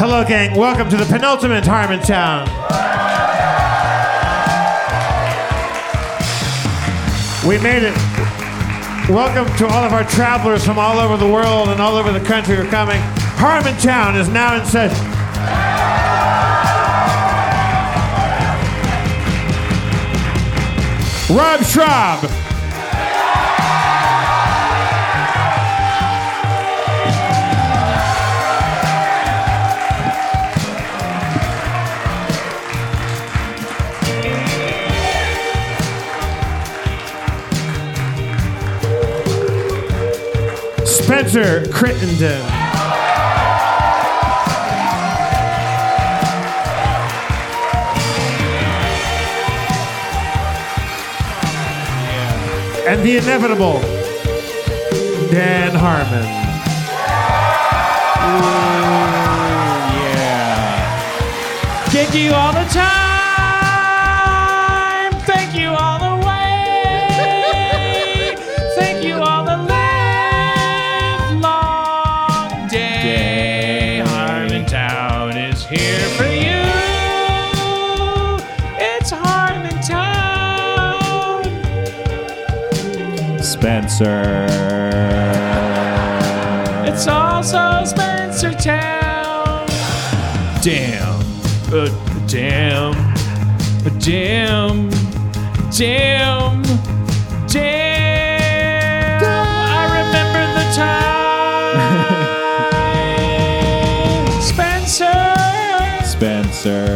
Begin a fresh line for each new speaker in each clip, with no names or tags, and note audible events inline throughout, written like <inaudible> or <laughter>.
Hello, gang. Welcome to the penultimate Harmontown. We made it. Welcome to all of our travelers from all over the world and all over the country who are coming. Harmontown is now in session. Rob Schraub. Spencer Crittenden. And the inevitable Dan Harmon.
yeah. Thank you all the time. Thank you all the way. Thank you all the live long day. Harmontown is here for you. It's Harmontown.
Spencer.
It's also Spencer Town. Damn. Uh, damn. Damn. Damn. Damn. I remember the
<laughs>
time. Spencer.
Spencer.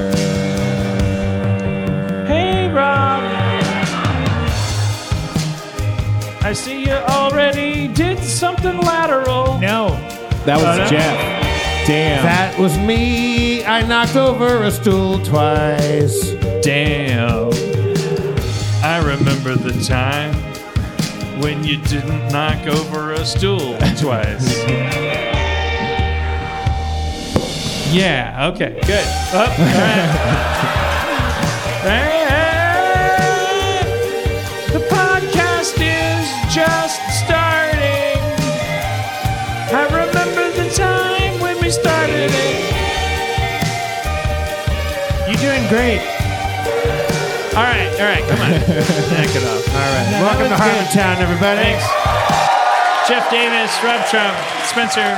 Hey, Rob. I see you already did something lateral. uh,
No.
That was
no.
Jeff. Damn.
That was me. I knocked over a stool twice.
Damn. I remember the time when you didn't knock over a stool twice. yeah, okay, good. Up, all right. <laughs> the podcast is just starting. I remember the time when we started it.
You're doing great.
All right, all right, come on. Knock it off.
All right. Welcome to Harmontown, everybody.
Thanks. Jeff Davis, Rob Trump, Spencer.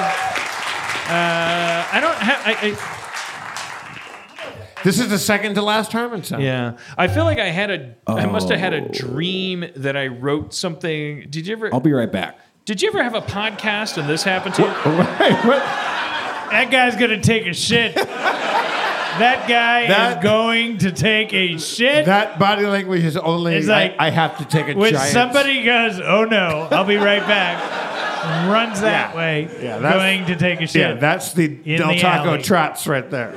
Uh, I don't have. I,
This is the second to last Harmontown.
I, yeah, I feel like I had a. I must have had a dream that I wrote something. Did you ever?
Oh. I'll be right back.
did you ever have a podcast and this happened to you?
<laughs>
That guy's gonna take a shit. <laughs> that guy
That-
is going to take a shit.
That body language is only.
It's like-
I, I have to take a
when
giant.
somebody goes, "Oh no, I'll be right back," runs that
Yeah.
way,
Yeah, that's-
going to take a shit.
Yeah, that's the Del
the
Taco
alley.
trots right there. <laughs>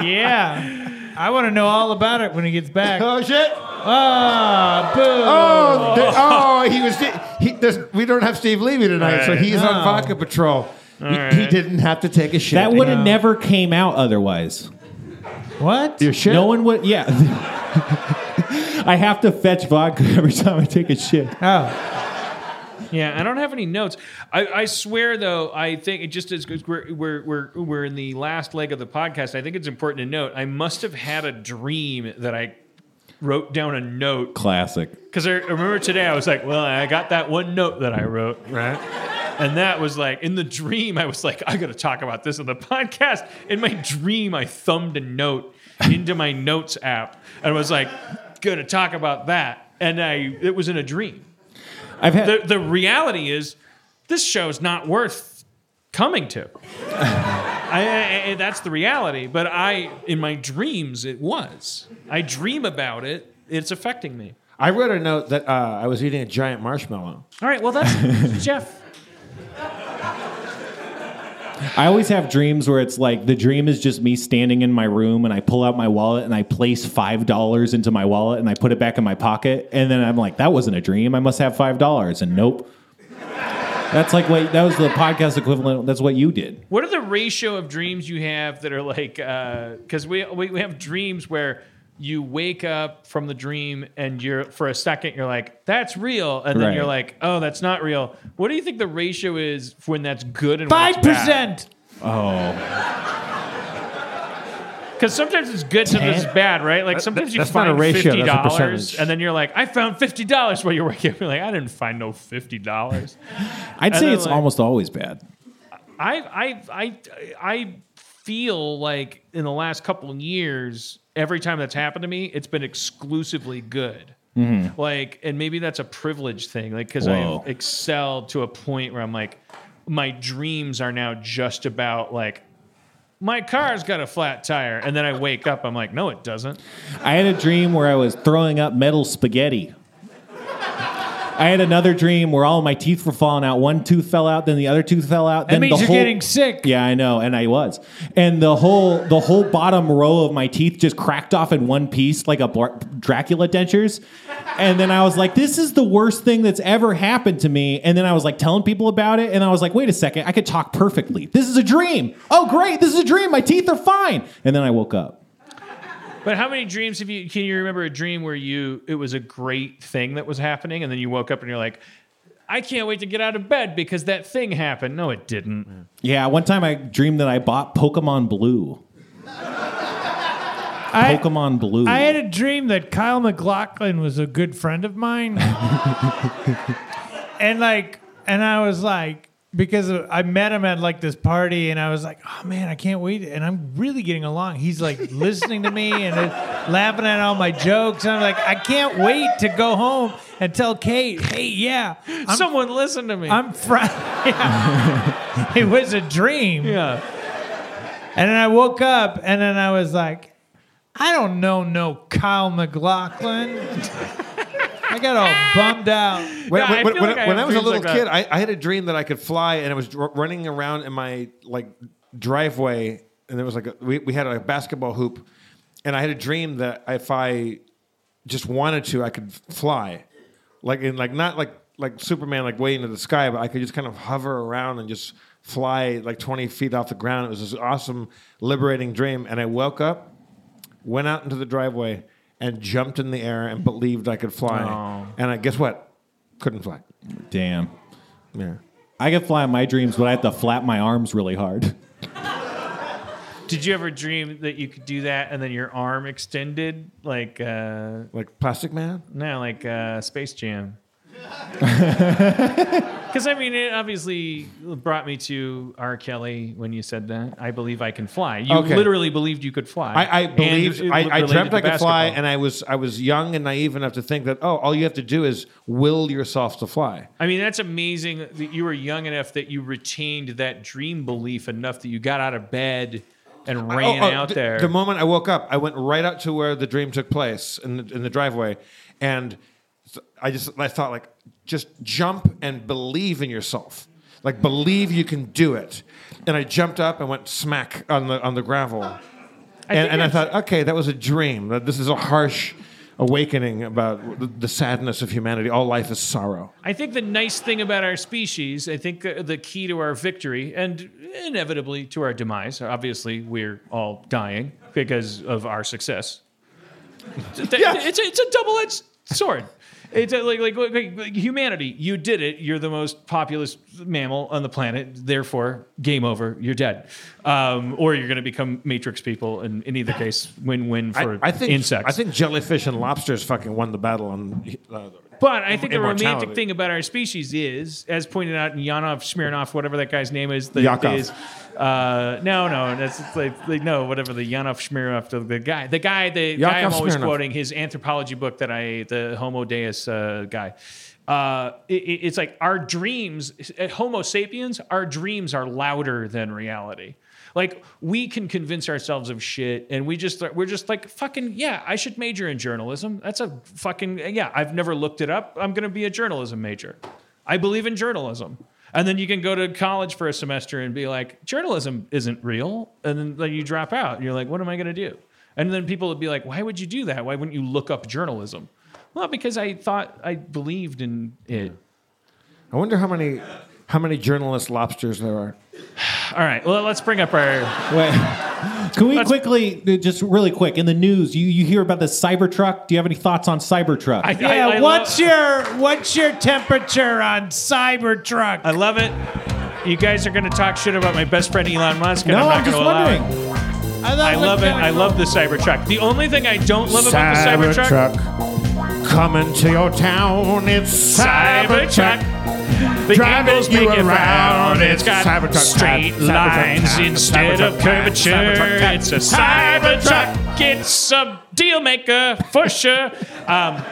yeah. I want to know all about it when he gets back.
Oh shit!
Ah, boo.
Oh, the- oh, he was. He, this, we don't have Steve Levy tonight, so
Right.
he's on
No.
vodka patrol. He, he didn't have to take a shit.
That would have never came out otherwise.
What?
your shit.
No one would. Yeah. <laughs> I have to fetch vodka <laughs> every time I take a shit.
Oh,
Yeah, I don't have any notes. I, I swear, though, I think it just is we're, we're, we're, we're in the last leg of the podcast. I think it's important to note I must have had a dream that I wrote down a note
Classic.
Because I remember today, I was like, well, I got that one note that I wrote. Right. And that was like, in the dream, I was like, I got to talk about this on the podcast. In my dream, I thumbed a note into my notes app and was like, going to talk about that. and I it was in a dream.
I've had
The the reality is, this show is not worth coming to. <laughs> I, I- I- that's the reality. But I, in my dreams, it was. I dream about it. It's affecting me.
I wrote a note that uh, I was eating a giant marshmallow.
All right. Well,
<laughs>
that's Jeff.
I always have dreams where it's like the dream is just me standing in my room and I pull out my wallet and I place five dollars into my wallet and I put it back in my pocket and then I'm like, that wasn't a dream. I must have five dollars and nope. That's like wait, that was the podcast equivalent. That's what you did.
What are the ratio of dreams you have that are like? Because we, we we have dreams where you wake up from the dream and you're for a second you're like that's real, and then
Right.
you're like oh that's not real. What do you think the ratio is for when that's good and
Five percent.
Because sometimes it's good to this
Ten?
bad, right? Like sometimes you
that's not a
find
ratio,
fifty
that's a
dollars,
percentage.
and then you're like I found fifty dollars while you're waking up. You're like I didn't find no fifty dollars.
I'd say
then,
it's
like-
almost always bad.
I I I I feel like in the last couple of years, every time that's happened to me, it's been exclusively good. Like, and maybe that's a privilege thing, like because
Whoa.
I've excelled to a point where I'm like, my dreams are now just about like. My car's got a flat tire, and then I wake up. I'm like, no, it doesn't.
I had a dream where I was throwing up metal spaghetti. I had another dream where all my teeth were falling out. One tooth fell out, then the other tooth fell out.
That
then
means
the
you're
whole-
getting sick.
Yeah, I know, and I was, and the whole the whole bottom row of my teeth just cracked off in one piece, like a Blar- Dracula dentures. And then I was like, "This is the worst thing that's ever happened to me." And then I was like telling people about it, and I was like, "Wait a second, I could talk perfectly. This is a dream. Oh, great, this is a dream. My teeth are fine." And then I woke up.
But how many dreams have you? Can you remember a dream where you it was a great thing that was happening, and then you woke up and you're like, I can't wait to get out of bed because that thing happened. No, it didn't.
Yeah, one time I dreamed that I bought Pokemon Blue.
I,
Pokemon Blue.
I had a dream that Kyle McLaughlin was a good friend of mine, and like, and I was like, because I met him at like this party, and I was like, oh man, I can't wait, and I'm really getting along. He's like listening to me and uh, laughing at all my jokes, and I'm like, I can't wait to go home and tell Kate, hey, yeah, I'm,
Someone listen to me.
I'm fr- <laughs> it was a dream.
yeah.
And then I woke up and then I was like, I don't know no Kyle McLaughlin. I got all <laughs> bummed out.
When,
Yeah, I
when, when,
feel like I
when I
have
was a
dreams
little
like
kid,
that.
I, I had a dream that I could fly, and I was dr- running around in my like driveway, and there was like a, we we had a basketball hoop, and I had a dream that if I just wanted to, I could fly, like in like not like like Superman like way into the sky, but I could just kind of hover around and just fly like twenty feet off the ground. It was this awesome, liberating dream, and I woke up went out into the driveway and jumped in the air and believed I could fly.
Oh.
And I guess what? Couldn't fly.
Damn.
Yeah.
I could fly in my dreams, but I have to flap my arms
<laughs>
really hard.
Did you ever dream that you could do that and then your arm extended like uh
Like Plastic Man?
no like uh Space
<laughs>
Jam? Because I mean, it obviously brought me to R. Kelly when you said that. I believe I can fly. You
Okay.
literally believed you could fly.
I, I
And
believed
it
I, I
related
dreamt
to
I could fly
basketball.
and I was I was young and naive enough to think that, oh, all you have to do is will yourself to fly.
I mean, that's amazing that you were young enough that you retained that dream belief enough that you got out of bed and ran
Oh, oh,
out
the,
there.
The moment I woke up, I went right out to where the dream took place in the, in the driveway, and th- I just I thought like, just jump and believe in yourself, like believe you can do it. And I jumped up and went smack on the on the gravel, and, and I thought, okay, that was a dream. That This is a harsh awakening about the, the sadness of humanity. All life is sorrow.
I think the nice thing about our species, I think uh, the key to our victory and inevitably to our demise, obviously we're all dying because of our success. It's a, it's a, it's a double-edged sword. It's a, like, like, like, like humanity. You did it. You're the most populous mammal on the planet. Therefore, game over. You're dead, um, or you're going to become matrix people. And in either case, win-win
I-
for
I, think
insects.
I think jellyfish and lobsters fucking won the battle on uh,
But I think the romantic
Immortality.
thing about our species is, as pointed out in Yanov Smirnov, whatever that guy's name is, the,
Yakov.
is uh, no, no, that's it's like, like no, whatever the Yanov Smirnov, the, the guy, the guy, the guy I'm
Yakov
always
Smirnov.
quoting, his anthropology book that I, the Homo Deus uh, guy. Uh, it, it- it's like our dreams, uh, Homo sapiens, our dreams are louder than reality. Like we can convince ourselves of shit, and we just we're just like fucking yeah. I should major in journalism. That's a fucking yeah. I've never looked it up. I'm gonna be a journalism major. I believe in journalism. And then you can go to college for a semester and be like, journalism isn't real. And then like, you drop out. And you're like, what am I going to do? And then people would be like, why would you do that? Why wouldn't you look up journalism? Well, because I thought I believed in it.
I wonder how many how many journalist lobsters there are.
All right. Well, let's bring up our.
Wait. Can we
Let's-
quickly, uh, just really quick, in the news, you, you hear about the Cybertruck. Do you have any thoughts on Cybertruck?
I,
Yeah,
I, I
what's
lo-
your what's your temperature on Cybertruck?
I love it. You guys are going to talk shit about my best friend Elon Musk. And I'm,
no, I'm,
not
just
gonna allow it.
wondering.
I love it. I love the Cybertruck. The only thing I don't love about the Cybertruck
coming to your town. It's
Cybertruck. The
Driving
angles
you
make it
around.
round. It's
It's
got
Cybertruck,
straight
Cybertruck,
lines
Cybertruck,
instead of
Cybertruck,
curvature.
Cybertruck,
it's a
Cybertruck.
Cybertruck. It's a deal maker for sure. Um,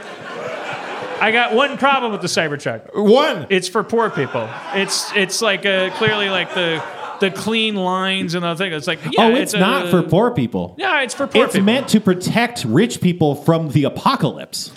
I got one problem with the Cybertruck.
One.
It's for poor people. It's it's like uh clearly like the the clean lines and the thing. It's like yeah,
oh, it's,
a-
not for poor people.
Yeah, it's for poor
it's
people.
meant to protect rich people from the apocalypse.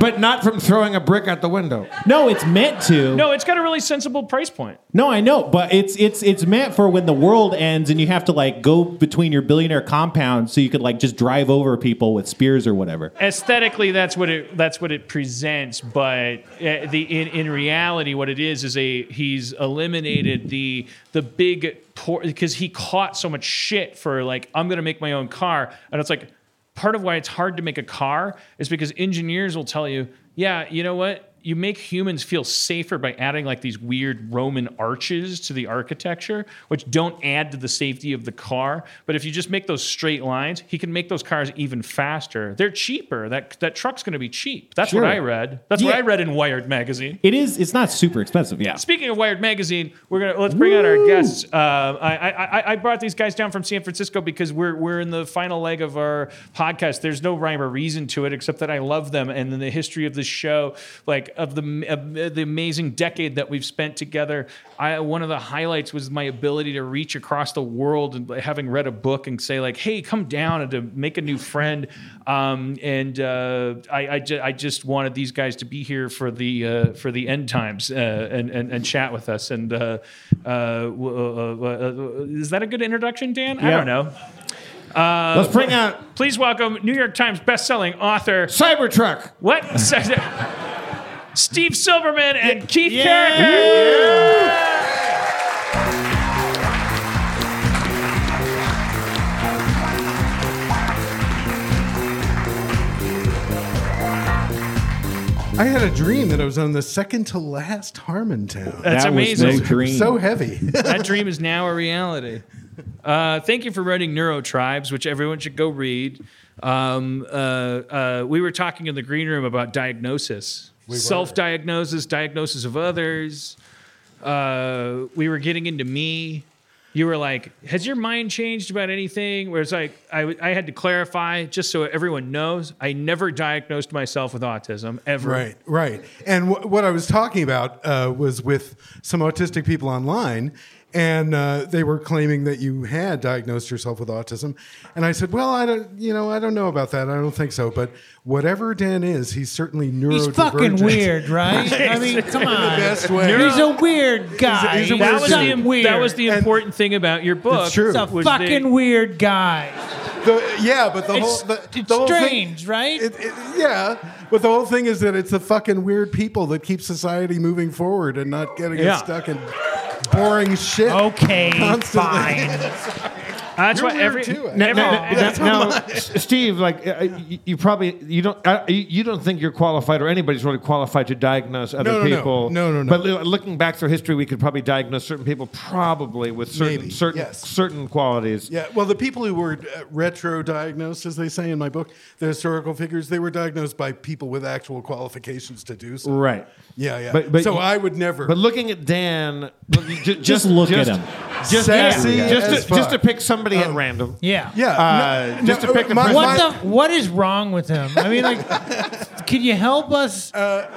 but not from throwing a brick out the window.
No, it's meant to.
no, it's got a really sensible price point.
No, I know, but it's it's it's meant for when the world ends and you have to like go between your billionaire compounds so you could like just drive over people with spears or whatever.
aesthetically that's what it that's what it presents but uh, the in, in reality what it is is a he's eliminated the the big poor because he caught so much shit for like i'm gonna make my own car and it's like part of why it's hard to make a car is because engineers will tell you yeah you know what you make humans feel safer by adding like these weird Roman arches to the architecture, which don't add to the safety of the car. But if you just make those straight lines, he can make those cars even faster. They're cheaper. That that truck's going to be cheap. That's
Sure.
what I read. That's what I
Yeah.
read in Wired magazine.
It is. It's not super expensive. Yeah.
Speaking of Wired Magazine, we're gonna let's bring out our guests. Uh, I, I I- I brought these guys down from San Francisco because we're we're in the final leg of our podcast. There's no rhyme or reason to it except that I love them and then the history of the show, like of the of the amazing decade that we've spent together. I one of the highlights was my ability to reach across the world and having read a book and say like, hey, come down and to make a new friend. Um, and uh, I I, ju- I just wanted these guys to be here for the uh, for the end times uh, and, and and chat with us. And uh, uh, w- uh, uh, uh, is that a good introduction, Dan? I don't know. Um,
Let's bring out
Please welcome New York Times bestselling author
Cybertruck.
what <laughs> Steve Silverman and Keith yeah.
<laughs> I had a dream that I was on the second to last Harmontown.
That's
that
amazing.
Was no dream.
So heavy.
<laughs>
that dream is now a reality. Uh, thank you for writing Neurotribes, which everyone should go read. Um, uh, uh, we were talking in the green room about diagnosis, self diagnosis, diagnosis of others. Uh, we were getting into me. You were like, "Has your mind changed about anything?" Where it's like, I, w- I had to clarify just so everyone knows. I never diagnosed myself with autism ever.
Right, right. And wh- what I was talking about uh, was with some autistic people online, and uh, they were claiming that you had diagnosed yourself with autism. And I said, "Well, I don't, you know, I don't know about that. I don't think so. But whatever Dan is, he's certainly neurodivergent.
He's fucking
<laughs>
weird, right? I mean, come on.
best way.
He's a weird guy.
he's a
That
Weird
was,
dude.
the,
He's weird.
that was the
And-
important thing about your book.
It's true.
He's a
was that-
fucking weird guy.
The- yeah, but the
It's-
whole the,
It's
the whole thing-
strange, right?
It, it, yeah, but the whole thing is that it's the fucking weird people that keep society moving forward and not getting
Yeah.
us stuck in boring shit. <laughs>
okay,
constantly.
Uh,
fine.
That's
You're
why
weird
every
too,
every-
No,
No, no,
every-
no, no, S- Steve, like uh, you, you probably you don't uh, you you don't think you're qualified or anybody's really qualified to diagnose other
No, no, no.
people.
No, no, no.
But li- looking back through history, we could probably diagnose certain people probably with certain
Maybe,
certain
yes.
certain qualities.
Yeah, well, the people who were uh, retro diagnosed, as they say in my book, the historical figures, they were diagnosed by people with actual qualifications to do so.
Right.
Yeah, yeah.
But, but
so
you-
I would never.
But looking at Dan, look, you ju- just,
look at him.
Just,
Sexy
yeah, just,
as
to, just to
fuck. Oh.
pick somebody at random.
Yeah.
yeah,
Uh, just to pick a person-
What the? What is wrong with him? I mean, like, can you help us?
Uh,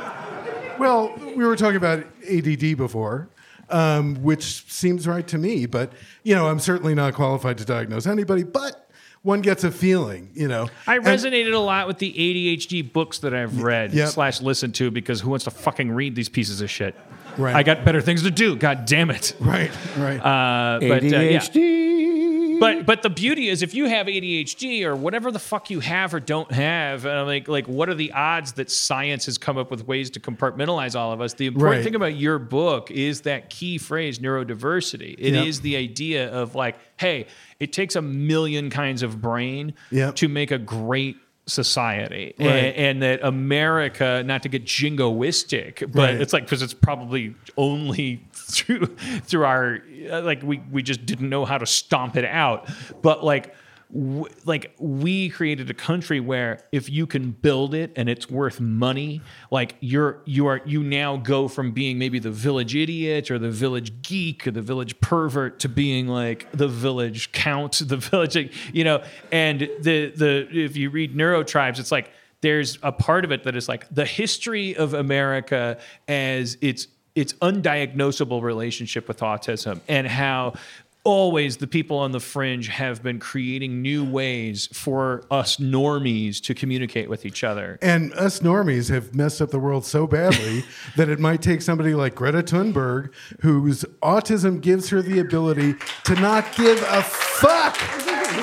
Well, we were talking about ADD before, um, which seems right to me, but you know, I'm certainly not qualified to diagnose anybody, but one gets a feeling, you know.
I
And-
resonated a lot with the ADHD books that I've read
yep.
slash listened to because who wants to fucking read these pieces of shit?
<laughs> Right.
I got better things to do. God damn it.
right, right.
Uh, but, uh, yeah. But but the beauty is if you have ADHD or whatever the fuck you have or don't have, uh, like like what are the odds that science has come up with ways to compartmentalize all of us? The important
Right.
thing about your book is that key phrase neurodiversity. It is
Yeah.
the idea of like, hey, it takes a million kinds of brain
Yeah.
to make a great society
Right.
and, and that america not to get jingoistic but
Right.
it's like because it's probably only <laughs> through through our uh, like we we just didn't know how to stomp it out but like w- like we created a country where if you can build it and it's worth money like you're you are you now go from being maybe the village idiot or the village geek or the village pervert to being like the village count <laughs> the village like, you know and the the if you read neurotribes it's like there's a part of it that is like the history of America as its its undiagnosable relationship with autism and how always the people on the fringe have been creating new ways for us normies to communicate with each other.
and us normies have messed up the world so
<laughs>
badly that it might take somebody like Greta Thunberg, whose autism gives her the ability to not give a fuck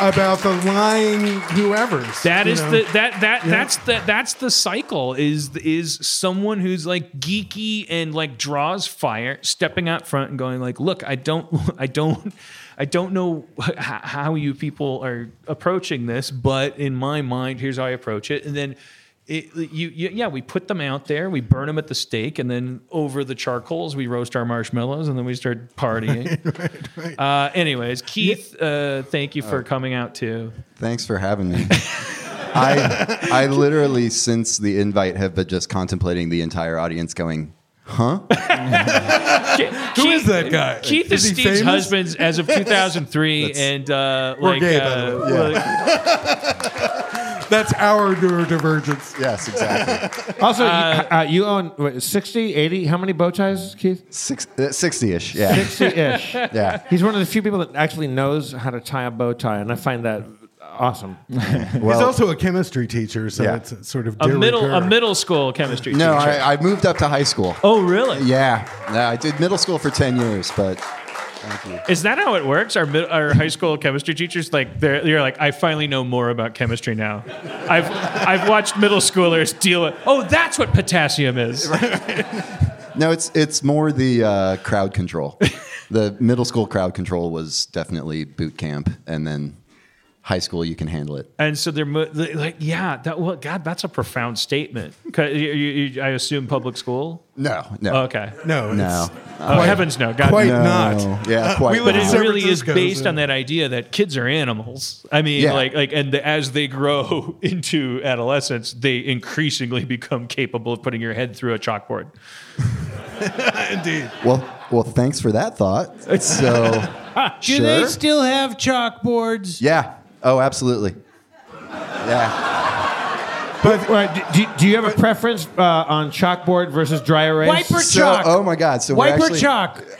about the lying whoever's.
That
you
is
know?
the that that that's the that's the cycle is is someone who's like geeky and like draws fire stepping out front and going like look I don't <laughs> I don't I don't know h- how you people are approaching this but in my mind here's how I approach it and then it, you, you yeah we put them out there we burn them at the stake and then over the charcoals we roast our marshmallows and then we start
<laughs>
partying Uh, anyways Keith uh, thank you for coming out too
Thanks for having me. I I literally since the invite have been just contemplating the entire audience going, huh?
Who
is that guy?
Keith
Is
is,
he
Steve's
famous?
husband as
<laughs>
of 2003, and uh, like
gay, by
uh,
the way. Yeah.
like-
That's our neurodivergence.
Yes, exactly.
<laughs> Also, you, uh, you own what, 60, 80, how many bow ties, Keith?
Six, uh, 60-ish. Yeah.
60-ish.
Yeah.
He's one of the few people that actually knows how to tie a bow tie, and I find that awesome.
He's
Well,
also a chemistry teacher, so
Yeah.
it's sort of
a middle a
derogatory.
middle school chemistry
no,
teacher.
I, I moved up to high school.
oh, really?
Yeah. Yeah, I did middle school for 10 years, but thank you.
Is that how it works? Our mid, our high school chemistry teachers like they're you're like I finally know more about chemistry now. I've I've watched middle schoolers deal with. Oh, that's what potassium is.
No, it's it's more the uh, crowd control.
<laughs>
the middle school crowd control was definitely boot camp, and then high school you can handle it.
And so they're mo- they're like, yeah, that well, God, that's a profound statement. 'Cause you- you- you- I assume public school.
No, no,
Okay.
no,
no,
it's
Oh, heavens no. God,
quite
No.
not.
Uh,
Uh,
Yeah, quite
we live
not.
But
in
it
San
really is
Francisco,
based
so-
on that idea that kids are animals. I mean,
Yeah.
like, like, and as they grow <laughs> into adolescence, they increasingly <laughs> become capable of putting your head through a chalkboard.
<laughs> Indeed.
Well, well, thanks for that thought. So,
<laughs>
Do
sure.
they still have chalkboards?
yeah. Oh, absolutely. Yeah.
But uh, do, do- do you have a preference uh, on chalkboard versus dry erase?
Wiper
So,
chalk.
oh my God. So we're
Wiper
actually, uh,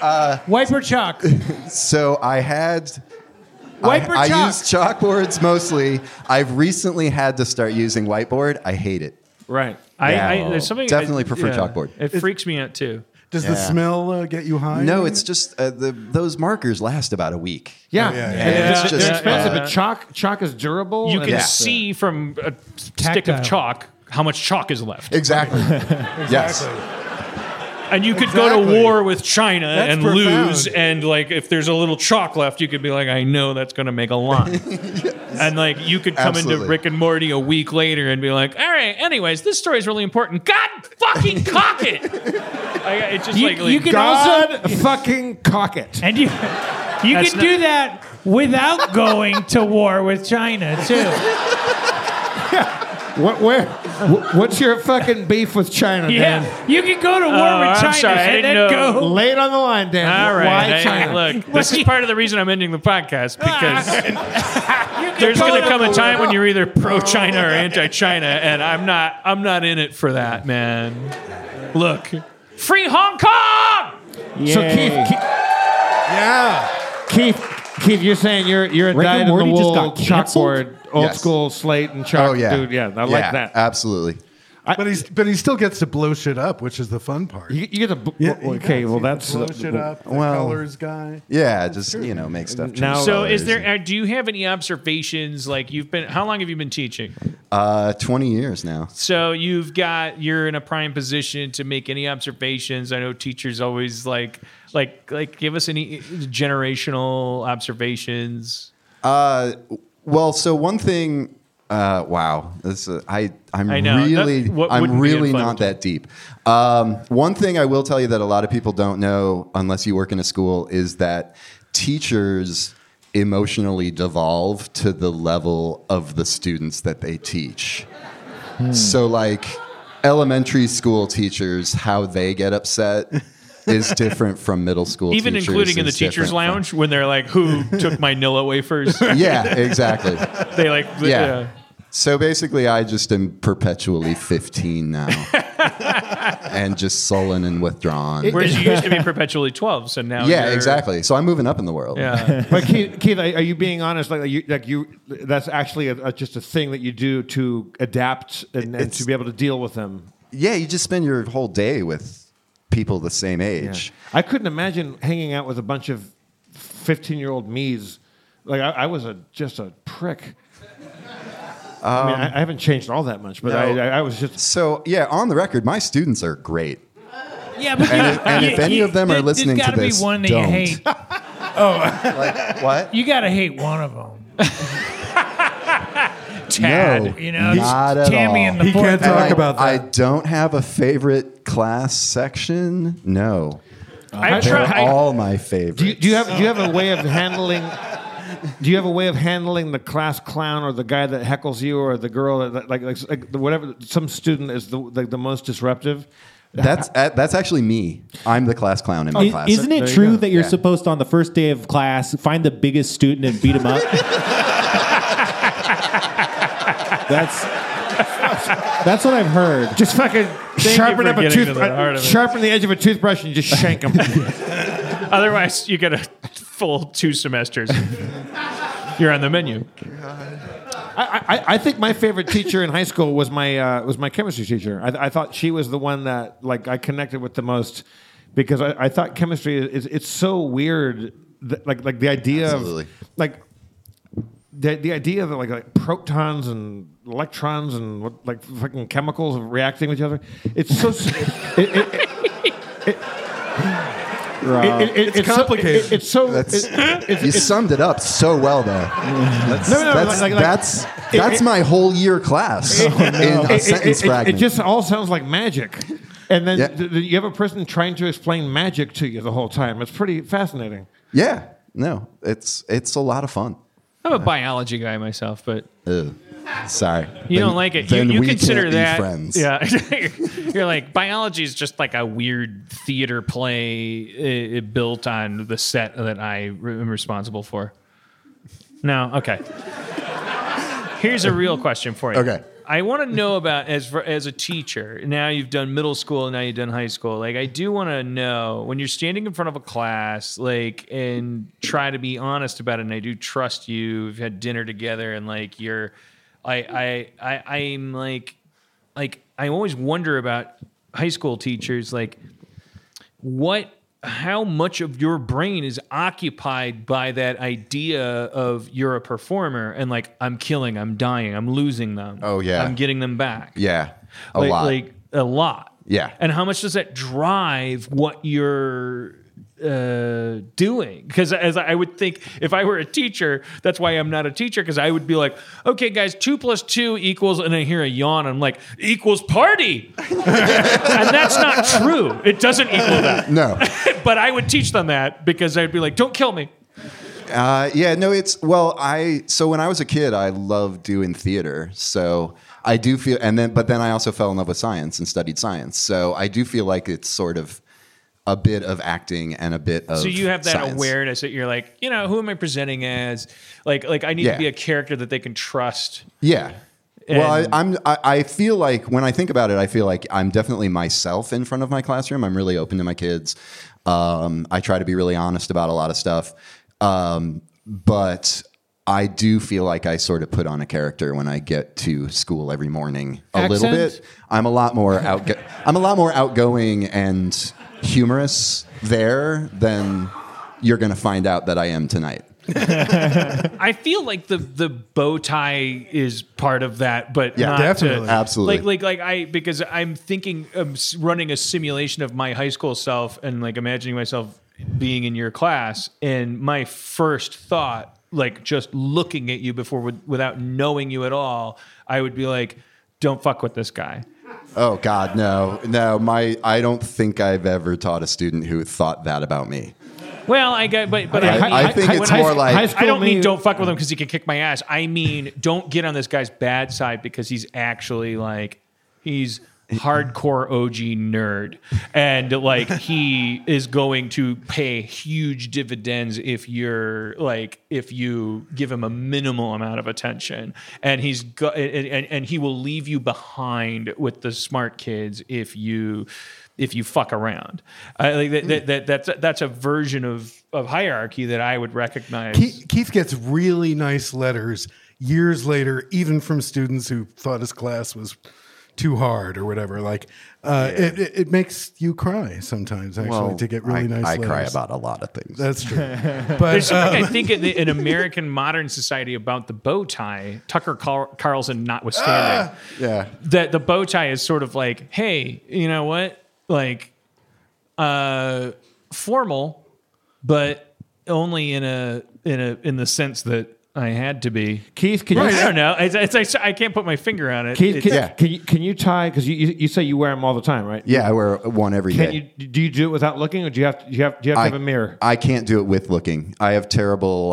chalk. Wiper chalk.
<laughs> So I had.
Wiper
I, I
chalk.
use chalkboards mostly. I've recently had to start using whiteboard. I hate it.
Right.
I,
Yeah.
I there's something
Definitely
I-
prefer chalkboard.
It freaks me out too.
Does the
Yeah.
smell uh, get you high?
No, it's just uh, the, those markers last about a week.
Yeah.
Oh,
Yeah, yeah,
And
yeah.
it's
It's
they're
just,
expensive,
uh,
but chalk chalk is durable.
You
and
can
Yeah.
it's, uh,
see from a stick <laughs>
Tactile.
of chalk how much chalk is left.
Exactly. Yes.
and you could go to
Exactly.
war with China
That's
and
profound.
lose, and like if there's a little chalk left, you could be like, I know that's going to make a lot,
<laughs>
and like you could come into
Absolutely.
Rick and Morty a week later and be like, all right, anyways, this story is really important. God fucking cock it! I, it's just
You-
like, like
you can
God
also-
fucking cock it.
And you, you
That's
can do that without going to war with China too.
What, where? wh- What's your fucking beef with China,
Yeah,
Dan?
you can go to war
Oh,
with
I'm
China
sorry, I
and
didn't
then
know.
go.
Lay it on the line, Dan.
All right,
Why
hey,
China?
look, this is part of the reason I'm ending the podcast
<laughs>
because there's
Ah. go
going to
to
come a time when you're either pro-China or anti-China, and I'm not. I'm not in it for that, man. Look, free Hong Kong.
So
Yay.
Keith, Keith,
Yeah.
Keith, Keith, you're saying you're you're a
Rick and
dyed in the
Morty just
wool
got canceled?
chalkboard, old
Yes.
school slate and chalk
Oh yeah, Uh,
dude. Yeah, I like that.
Absolutely.
But he's but he still gets to blow shit up, which is the fun part.
you, you get the b-
Yeah, he
okay.
does.
Well,
He's the
that's
blow shit up. The
well-
colors guy.
Yeah, just you know, make stuff. change
Now-
So, is
colours
there?
and-
uh, Do you have any observations? Like, you've been. How long have you been teaching?
uh, twenty years now?
So you've got you're in a prime position to make any observations. I know teachers always like like like give us any generational observations.
Uh, well, so one thing. Uh, wow, this uh, I I'm
I know. That-
really
what
I'm
wouldn't be
really
in fun
not
to-
that deep. Um, one thing I will tell you that a lot of people don't know, unless you work in a school, is that teachers emotionally devolve to the level of the students that they teach. So like elementary school teachers, how they get upset is different from middle
<laughs>
school
Even
teachers
including in the
is
teachers'
different from-
lounge when they're like,
<laughs>
"Who took my Nilla wafers?"
yeah,
<laughs>
exactly.
They like,
Yeah.
yeah.
So basically, I just am perpetually
<laughs>
15 now and just sullen and withdrawn.
Whereas you
<laughs>
used to be perpetually twelve, so now
yeah,
you're-
exactly. So I'm moving up in the world.
Yeah,
<laughs> But Keith, Keith, are are you being honest? Like, you, like you, that's actually a, a- just a thing that you do to adapt and, and
It's-
to be able to deal with them.
<laughs> Yeah, you just spend your whole day with people the same age.
I couldn't imagine hanging out with a bunch of fifteen-year-old me's. Like, I, I was a just a prick. I mean, I, I haven't changed all that much, but I,
No.
I, I was just
So, yeah, on the record, my students are great.
Yeah, but
And if- and if any of them are
there-
listening to
there's gotta
this,
be one that
don't.
<laughs>
you hate.
Oh.
Like, what?
You gotta hate one of them.
No,
You know,
not at
Tammy
all.
and the
He
fourth
And
can't talk
I-
grade.
about that.
I don't have a favorite class section. No,
I
they're
try. I,
all my favorites.
Do you, do you have do you have a way of handling? Do you have a way of handling the class clown or the guy that heckles you or the girl that like like, like the- whatever some student is the like the most disruptive?
that's uh, that's actually me. I'm the class clown in my
I-
class.
Isn't it
There you
true
go.
that you're
Yeah.
supposed to, on the first day of class, find the biggest student and beat him up? <laughs> that's that's what I've heard.
Just fucking sharpen
for
up a
getting to
tooth,
the heart of it.
sharpen the edge of a toothbrush and just shank him.
otherwise, you get a full two semesters. <laughs> You're on the
<laughs>
menu.
I, I, I think my favorite teacher in high school was my uh, was my chemistry teacher. I, I thought she was the one that like I connected with the most because I, I thought chemistry is it's so weird. That, like like the idea
Absolutely.
of like the the idea that like, like protons and electrons and what, like fucking chemicals reacting with each other. It's so. s- it, it, it, it, it, it's,
complicated.
So, it- it's so.
That's-
it- it's,
you
it's,
summed it up so well there. That's
No, no,
that's
like- like-
that's,
it-
that's
it- Oh,
my whole
<laughs>
year class <laughs> in a sentence
it,
fragment.
just all sounds like magic. And then
Yeah.
th- th- you have a person trying to explain magic to you the whole time. It's pretty fascinating.
yeah, no, it's it's a lot of fun.
I'm a biology guy myself, but
Ew. Sorry,
You don't like it.
Then
you you
we
consider
can't
that
be friends.
Yeah, <laughs> you're like biology is just like a weird theater play uh, built on the set that I am responsible for. No, okay. Here's a real question for you.
Okay.
I want to know about as for, as a teacher. Now you've done middle school, now you've done high school. Like I do want to know when you're standing in front of a class, like and try to be honest about it. And I do trust you. We've had dinner together, and like you're, I I I I'm like, like I always wonder about high school teachers. Like what how much of your brain is occupied by that idea of you're a performer and like I'm killing, I'm dying, I'm losing them.
Oh, yeah.
I'm getting them back.
<laughs> Yeah, a
like,
lot.
Like a lot.
Yeah.
And how much does that drive what you're uh, doing? Because as I would think, if I were a teacher, that's why I'm not a teacher. Because I would be like, okay, guys, two plus two equals, and I hear a yawn. I'm like, equals party, <laughs> and that's not true. It doesn't equal that.
No.
<laughs> But I would teach them that because I'd be like, don't kill me.
Uh, yeah, no, it's well, I so when I was a kid, I loved doing theater. So I do feel, and then but then I also fell in love with science and studied science. So I do feel like it's sort of a bit of acting and a bit of
so you have that
science.
awareness that you're like you know who am i presenting as like like i need
Yeah.
to be a character that they can trust
Yeah. well, I,
And-
I'm. I, I feel like when I think about it, I feel like I'm definitely myself in front of my classroom. I'm really open to my kids. Um, I try to be really honest about a lot of stuff, um, but I do feel like I sort of put on a character when I get to school every morning. A little
Accent?
bit. I'm a lot more outgo- I'm a lot more outgoing and humorous there than you're going to find out that I am tonight.
i feel like the the bow tie is part of that but
Yeah,
not to-
definitely.
Absolutely.
like like like i because i'm thinking of s- running a simulation of my high school self and like imagining myself being in your class and my first thought like just looking at you before with, without knowing you at all i would be like don't fuck with this guy
Oh God, no, no. My, I don't think I've ever taught a student who thought that about me.
Well, I get, but but
I- I think it's
when
more like-
high school
I don't mean
me-
don't fuck with him because he can kick my ass. I mean <laughs> don't get on this guy's bad side because he's actually like he's hardcore OG nerd and like he is going to pay huge dividends if you're like if you give him a minimal amount of attention and he's go- and, and and he will leave you behind with the smart kids if you if you fuck around. I like that, that, that that's that's a version of of hierarchy that I would recognize.
Keith, Keith gets really nice letters years later, even from students who thought his class was too hard or whatever. Like, uh, it, it, it makes you cry sometimes, actually, to get really
I,
nice
I
letters.
cry about a lot of things.
That's true.
There's
But
something
um,
I think in, the, in American modern society about the bow tie, Tucker Carl- Carlson notwithstanding,
Ah.
yeah,
that the bow tie is sort of like, hey, you know what? Like, uh, formal, but only in a in a in the sense that I had to be.
Keith, can
I
you
don't know. It's, it's, I can't put my finger on it.
Keith, can,
It's-
Yeah.
can you can you tie because you, you you say you wear them all the time, right?
yeah. I wear one every day.
Can you do you do it without looking, or do you have do you have do you have, to have a mirror?
I can't do it with looking. I have terrible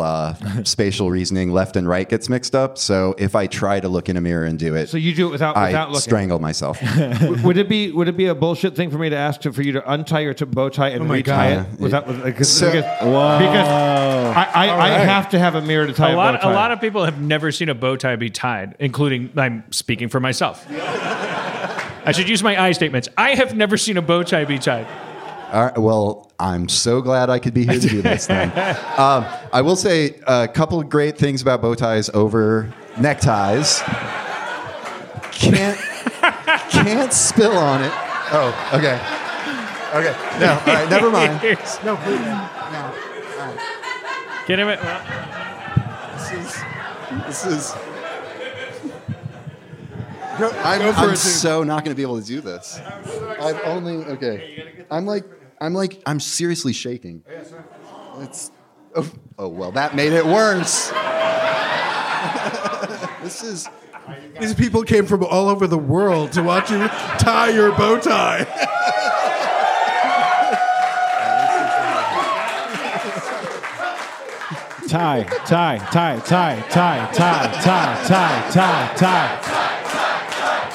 <laughs>
uh, spatial reasoning. Left and right gets mixed up. So if I try to look in a mirror and do it,
so you do it without
I
without looking.
<laughs>
strangle myself.
W- <laughs> would it be would it be a bullshit thing for me to ask to, for you to untie your t- bow tie and
Oh my
retie
God.
it without with- because,
So-
because, because I, I, I have to have a mirror to tie
a lot,
bow
a
tie.
lot of people have never seen a bow tie be tied, including I'm speaking for myself. I should use my I statements. I have never seen a bow tie be tied.
All right, well, I'm so glad I could be here to do this <laughs> thing. Um, I will say a couple of great things about bow ties over neckties. Can't can't spill on it. Oh, okay, okay. No, all right, never <laughs>
<laughs>
mind.
Here's-
No, please.
Get him. at-
This is this <laughs> is. I'm,
go for
I'm
it, dude.
so not going to be able to do this. I'm only okay. I'm like I'm like I'm seriously shaking. It's oh, oh well that made it worse. <laughs> this is
these people came from all over the world to watch you tie your bow tie. <laughs>
tie, tie, tie, tie, tie, tie, tie, tie, tie, tie.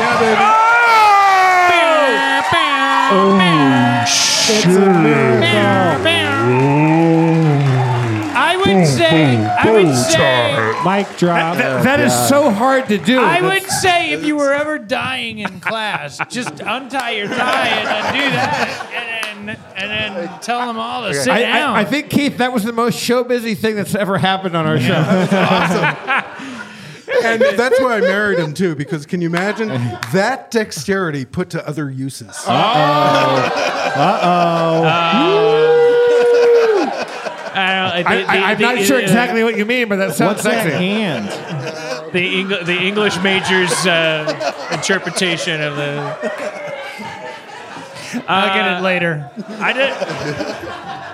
Yeah, baby.
I would say. I would say.
Mic drop.
that is so hard to do.
I
would
would say if you were
were ever dying in class, just untie your tie and then do that, and then and then tell them
Oh,
all to sit
I,
down.
I, I think Keith, that was the most show busy thing that's ever happened on our show. <laughs>
And that's why I married him too, because can you imagine that dexterity put to other uses?
Uh oh.
I don't, I,
I,
they- they-
am
they-
not
they-
sure
uh,
exactly what you mean, but that sounds
What's that
sexy.
hand?
the, Eng- the English major's uh, interpretation of the. Uh,
I'll get it later.
I did.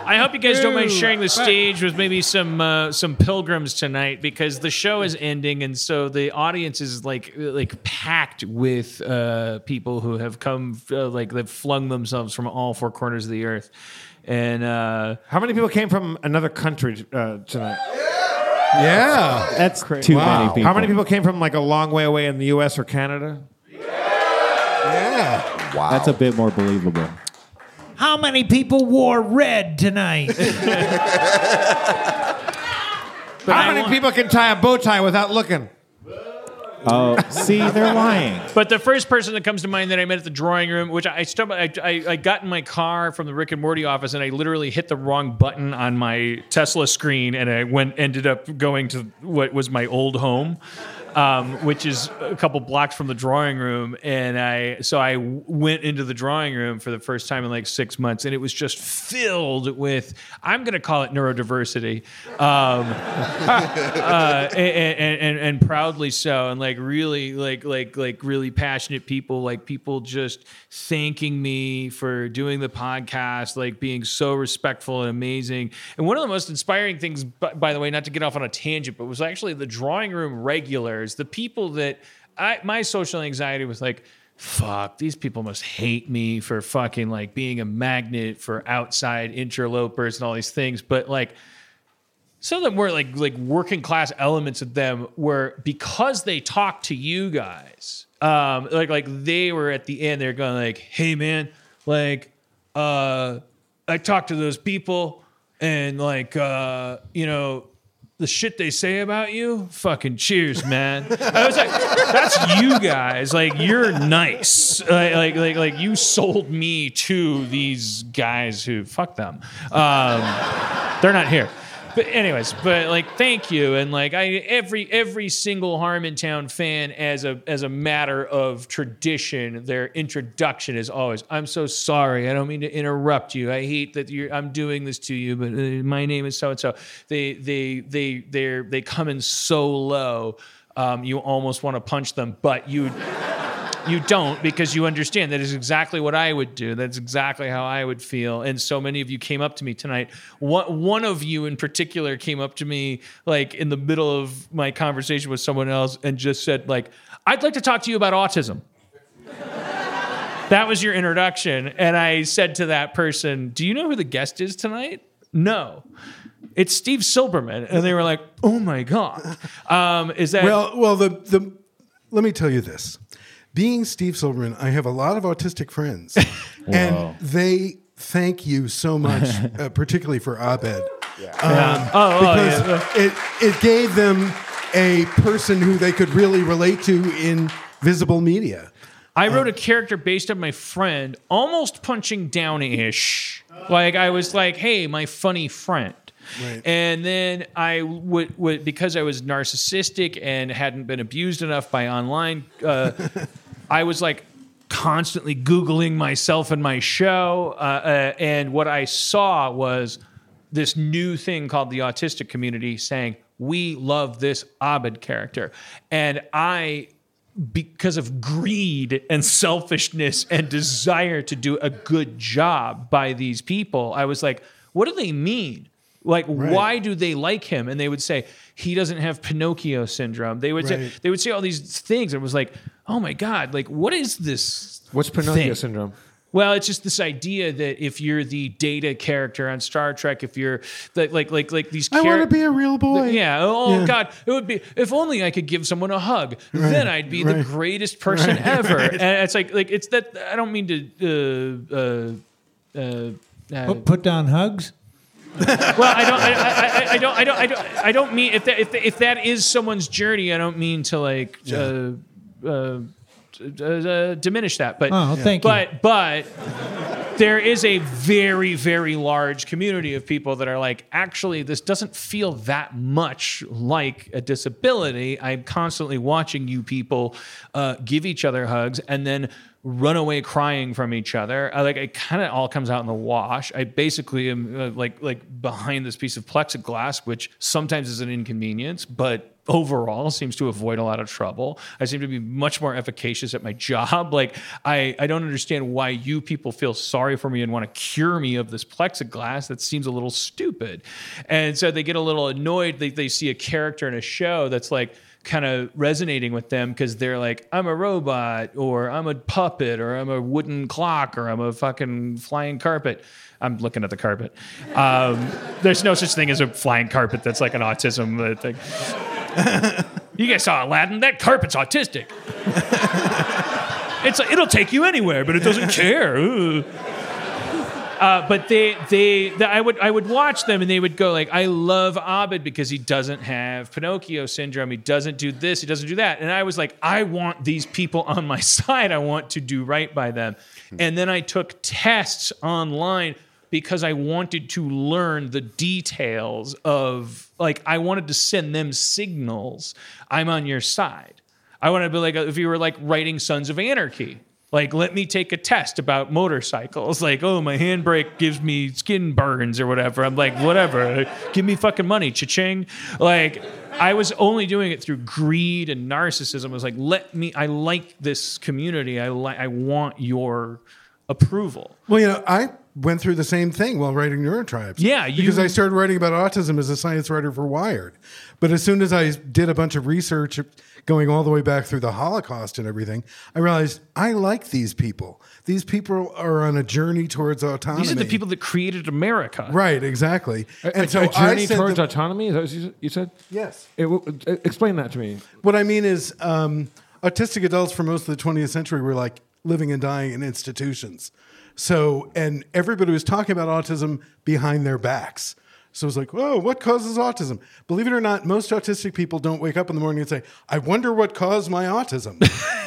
I hope you guys don't mind sharing the stage with maybe some uh, some pilgrims tonight because the show is ending, and so the audience is like like packed with uh, people who have come uh, like they've flung themselves from all four corners of the earth, and. Uh,
How many people came from um, another country uh, tonight?
Yeah.
That's too many people.
How many people came from like a long way away in the U.S. or Canada?
Yeah.
Wow.
That's a bit more believable.
How many people wore
<laughs>
red tonight?
How many people can tie a bow tie without looking?
<laughs>
Oh, see, they're lying.
But the first person that comes to mind that I met at the drawing room, which I stumbled, I, I, I got in my car from the Rick and Morty office, and I literally hit the wrong button on my Tesla screen, and I went ended up going to what was my old home, um, which is a couple blocks from the drawing room, and I so I w- went into the drawing room for the first time in like six months, and it was just filled with I'm going to call it neurodiversity. Um, <laughs> uh, and, and, and, and proudly so, and like really, like like like really passionate people, like people just thanking me for doing the podcast, like being so respectful and amazing. And one of the most inspiring things, by, by the way, not to get off on a tangent, but was actually the drawing room regulars, the people that I my social anxiety was like. Fuck, these people must hate me for fucking like being a magnet for outside interlopers and all these things. But like, some of them were like like working class elements of them were because they talked to you guys um like like they were at the end they're going like hey man like uh i talked to those people and like uh you know the shit they say about you fucking cheers man i was like that's you guys like you're nice like like like, like you sold me to these guys who fuck them um they're not here. But anyways, but like thank you and like I every every single Harmontown fan as a as a matter of tradition, their introduction is always I'm so sorry. I don't mean to interrupt you. I hate that you're I'm doing this to you, but uh, my name is so and so. They they they they they come in so low. Um, you almost want to punch them, but you you don't because you understand that is exactly what I would do. That's exactly how I would feel. And so many of you came up to me tonight. One one of you in particular came up to me like in the middle of my conversation with someone else and just said like, "I'd like to talk to you about autism." <laughs> that was your introduction, and I said to that person, "Do you know who the guest is tonight?" No. It's Steve Silberman, and they were like, "Oh my god, um, is that
Well, well, the the let me tell you this. Being Steve Silverman, I have a lot of
<laughs>
autistic friends, and they thank you
<laughs>
so much, uh, particularly for Abed. Yeah.
Oh, oh,
because
yeah.
it it gave them a person who they could really relate to in visible media.
I wrote a character based on my friend, almost punching down ish. Like I was like, "Hey, my funny friend." And then I would, would because I was narcissistic and hadn't been abused enough by online. Uh, <laughs> I was like constantly googling myself and my show, uh, uh, and what I saw was this new thing called the autistic community saying, "We love this Abed character," and I because of greed and selfishness and desire to do a good job by these people, I was like, what do they mean? Like, why do they like him? And they would say, he doesn't have Pinocchio syndrome. They would say
Right.
they would say all these things. And it was like, oh my God, like what is this?
What's Pinocchio
thing?
syndrome?
Well, it's just this idea that if you're the data character on Star Trek, if you're like like like like these
I want
char-
to be a real boy.
yeah. Oh
Yeah.
God. It would be if only I could give someone a hug. Then I'd be the greatest person
<laughs>
ever. And it's like like it's that. I don't mean to. Uh, uh, uh, uh,
Oh,
Put, put down hugs.
well, I don't. I, I, I, I don't. I don't. I don't. I don't mean if that if, if that is someone's journey. I don't mean to like uh, uh, uh, uh, diminish that. But
Oh, thank you.
but but there is a very very large community of people that are like actually this doesn't feel that much like a disability i'm constantly watching you people uh, give each other hugs and then run away crying from each other. I, like it kind of all comes out in the wash. I basically am uh, like like behind this piece of plexiglass, which sometimes is an inconvenience, but overall seems to avoid a lot of trouble. I seem to be much more efficacious at my job. <laughs> Like I, I don't understand why you people feel sorry for me and want to cure me of this plexiglass. That seems a little stupid. And so they get a little annoyed. They, they see a character in a show that's like, kind of resonating with them because they're like, I'm a robot, or I'm a puppet, or I'm a wooden clock, or I'm a fucking flying carpet. I'm looking at the carpet. Um, there's no such thing as a flying carpet that's like an autism uh, thing. you guys saw Aladdin? That carpet's autistic. it's it'll take you anywhere, but it doesn't care. Ooh. Uh, but they, they, the- I would, I would watch them, and they would go like, "I love Abed because he doesn't have Pinocchio syndrome. He doesn't do this. He doesn't do that." And I was like, "I want these people on my <laughs> side. I want to do right by them." And then I took tests online because I wanted to learn the details of, like, I wanted to send them signals. I'm on your side. I want to be like if you were like writing Sons of Anarchy. Like, let me take a test about motorcycles. Like, oh, my handbrake gives me skin burns or whatever. I'm like, whatever. Give me fucking money, cha-ching. Like, I was only doing it through greed and narcissism. I was like, let me. I like this community. I like. I want your approval.
Well, you know, I went through the same thing while writing Neurotribes.
Yeah, you-
because I started writing about autism as a science writer for Wired. But as soon as I did a bunch of research going all the way back through the Holocaust and everything, I realized I like these people. These people are on a journey towards autonomy.
These are the people that created America.
Right, exactly.
A, a- a
I
journey
sent
towards
them-
autonomy. Is that what you, you said?
Yes.
It w- uh, explain that to me.
What I mean is, um, autistic adults for most of the 20th century were like living and dying in institutions. So, and everybody was talking about autism behind their backs. So it was like, oh, what causes autism? Believe it or not, most autistic people don't wake up in the morning and say, I wonder what caused my autism.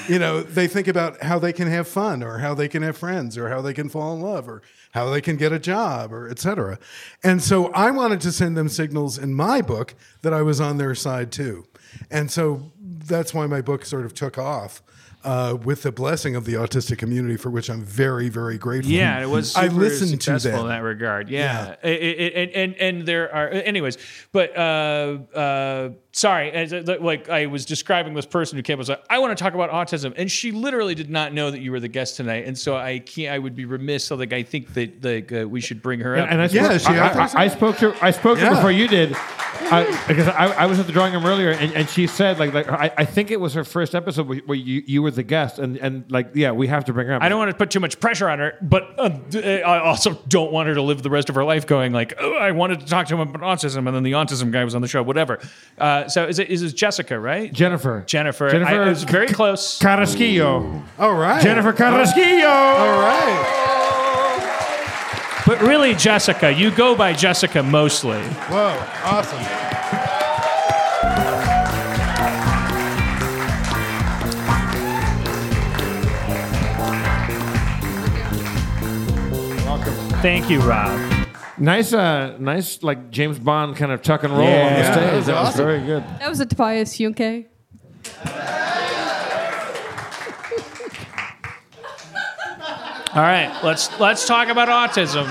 you know, they think about how they can have fun or how they can have friends or how they can fall in love or how they can get a job or et cetera. And so I wanted to send them signals in my book that I was on their side too. And so that's why my book sort of took off uh, with the blessing of the autistic community, for which I'm very, very grateful.
<laughs>
Yeah, it was. Super
I listened to
successful
them.
in that regard. Yeah, It- it- it- and and there are anyways, but uh, uh, sorry, as, uh, like I was describing this person who came up was like, I want to talk about autism, and she literally did not know that you were the guest tonight, and so I can't. I would be remiss. So like I think that like uh, we should bring her up.
And I spoke,
Yeah, she-
I,
I think
I-
so.
I spoke to I spoke to
Yeah.
her before you did, I, because I, I was at the drawing room earlier, and, and she said like like I, I think it was her first episode where, where you, you were the guest, and, and like yeah, we have to bring her up.
I don't want to put too much pressure on her, but uh, d- I also don't want her to live the rest of her life going like, oh, I wanted to talk to him about autism, and then the autism guy was on the show, whatever. Uh, so is it is it Jessica, right?
Jennifer.
Jennifer.
Jennifer
I, I was very close.
Carrasquillo.
All right.
Jennifer Carrasquillo.
All right.
But really, Jessica, you go by Jessica mostly.
Whoa. Awesome.
Thank you,
<laughs>
Rob. <laughs>
Nice, uh, nice, like James Bond kind of tuck and roll on the
Yeah,
stage.
that was awesome.
very good.
That was a Tobias Junke.
All right, let's let's talk about autism.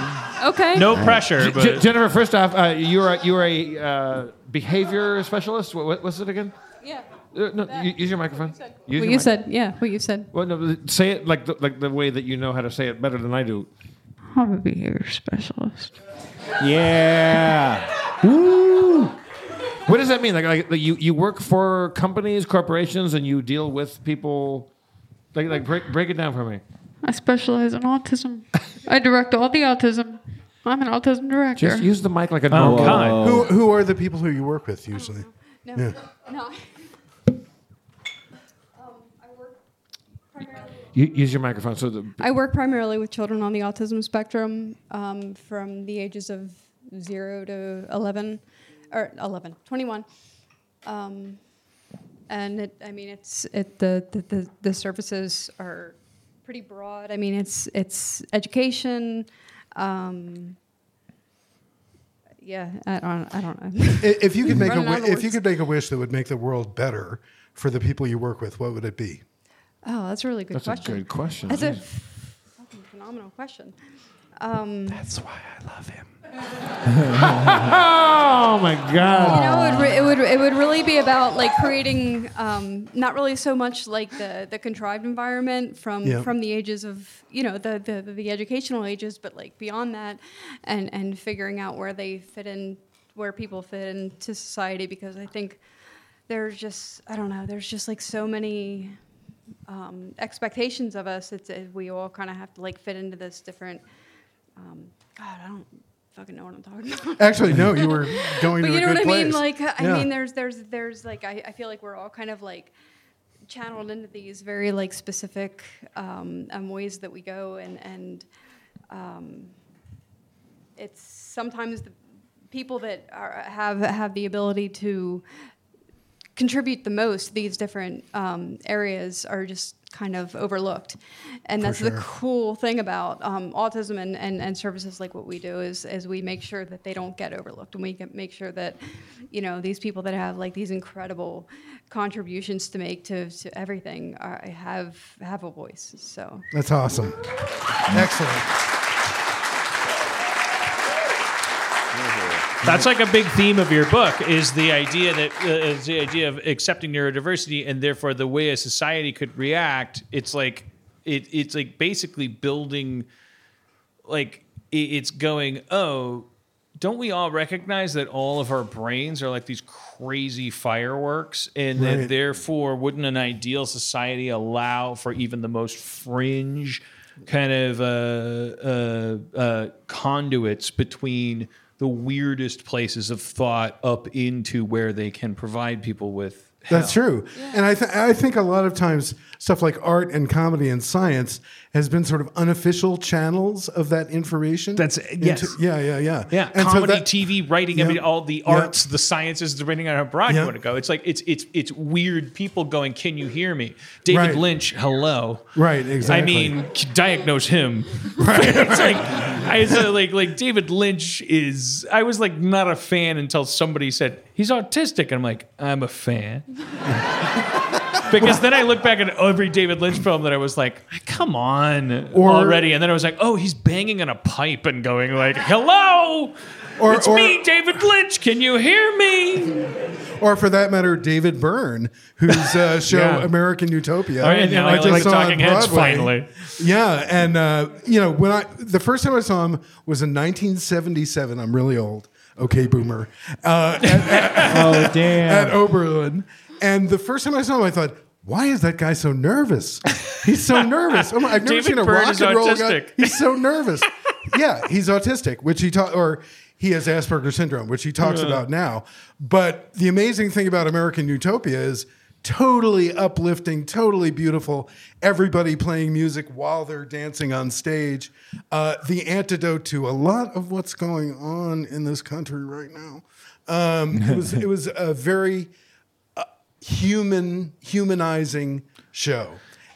Okay.
No pressure,
J-
but
Jennifer, first off, uh, you're a, you're a uh, behavior specialist. What, what, what's it again?
Yeah.
Uh, no, u- use your microphone. Use your
What you
mic.
said. Yeah. What you said.
Well, no, say it like the, like the way that you know how to say it better than I do.
I'm a behavior specialist.
Yeah. Woo. What does that mean? Like, like, like you, you work for companies, corporations, and you deal with people. Like, like break, break it down for me.
I specialize in autism. I direct all the autism. I'm an autism director.
Just use the mic like a
oh
normal.
god,
Who, who are the people who you work with usually?
no.
Yeah.
No. um, I work primarily.
You, use your microphone. So the,
I work primarily with children on the autism spectrum um, from the ages of 0 to 11, or 11, 21. Um, and it, I mean, it's it, the, the, the, the services are pretty broad. I mean, it's, it's education. Um, yeah, I don't, I don't know.
I- If you could make a
Running out of
wi- if you
words.
could make a wish that would make the world better for the people you work with, what would it be?
Oh, that's a really good
That's
question.
a good question.
That's a
Jeez.
fucking phenomenal question. Um,
That's why I love him. oh my god.
you know, it would, re- it would it would really be about like creating um, not really so much like the, the contrived environment from
Yeah.
from the ages of you know the, the the educational ages, but like beyond that, and and figuring out where they fit in, where people fit into society, because I think there's just I don't know, there's just like so many um, expectations of us. It's it, we all kind of have to like fit into this different. Um, God, I don't fucking know what I'm talking about.
Actually, no, you were going
But
to
you
a
know
good
what I mean?
place.
Like, I
Yeah.
mean, there's, there's, there's like, I, I feel like we're all kind of like channeled into these very like specific um, um, ways that we go, and and um, it's sometimes the people that are, have have the ability to contribute the most to these different um, areas are just kind of overlooked and that's the cool thing about um, autism and, and, and services like what we do is, is we make sure that they don't get overlooked and we can make sure that you know these people that have like these incredible contributions to make to, to everything are, have have a voice so
That's awesome. Excellent.
That's like a big theme of your book is the idea that uh, is the idea of accepting neurodiversity and therefore the way a society could react. It's like it, it's like basically building like i- it's going oh don't we all recognize that all of our brains are like these crazy fireworks and that
Right.
therefore wouldn't an ideal society allow for even the most fringe kind of uh, uh, uh, conduits between the weirdest places of thought up into where they can provide people with
That's true. And I, th- I think a lot of times stuff like art and comedy and science has been sort of unofficial channels of that information.
That's-
Into-
yes.
yeah, yeah, yeah.
Yeah,
And so
comedy,
that-
TV, writing, I
Yep.
mean, all the
Yep.
arts, the sciences, depending on how broad
Yep.
you want to go. It's like it's it's it's weird people going, "Can you hear me?" David
Right.
Lynch, hello.
Right, exactly.
I mean, diagnose
<laughs>
him. Right. <laughs> it's like I so like like David Lynch is. I was like not a fan until somebody said he's autistic, and I'm like, I'm a fan. Because then I look back at every David Lynch film that I was like, come on
Or-
already. And then I was like, oh, he's banging on a pipe and going like, hello,
Or-
it's
or-
me, David Lynch. Can you hear me?
or for that matter, David Byrne, whose
<laughs>
uh, show
Yeah.
American Utopia.
All right, now
I
I like
just
the
saw on
Talking Heads
Broadway.
finally.
Yeah, and uh, you know when I the first time I saw him was in 1977. I'm really old. Okay, boomer. Uh,
<laughs>
Oh damn.
at Oberlin. And the first time I saw him, I thought, why is that guy so nervous?
<laughs>
He's so nervous. Oh my, I've never
David
seen a
Byrne
rock
is
and roll guy.
autistic.
He's so nervous. yeah, he's autistic, which he taught, or he has Asperger's syndrome, which he talks about now. But the amazing thing about American Utopia is totally uplifting, totally beautiful. Everybody playing music while they're dancing on stage. Uh, the antidote to a lot of what's going on in this country right now. Um, it was it was a very uh, human humanizing show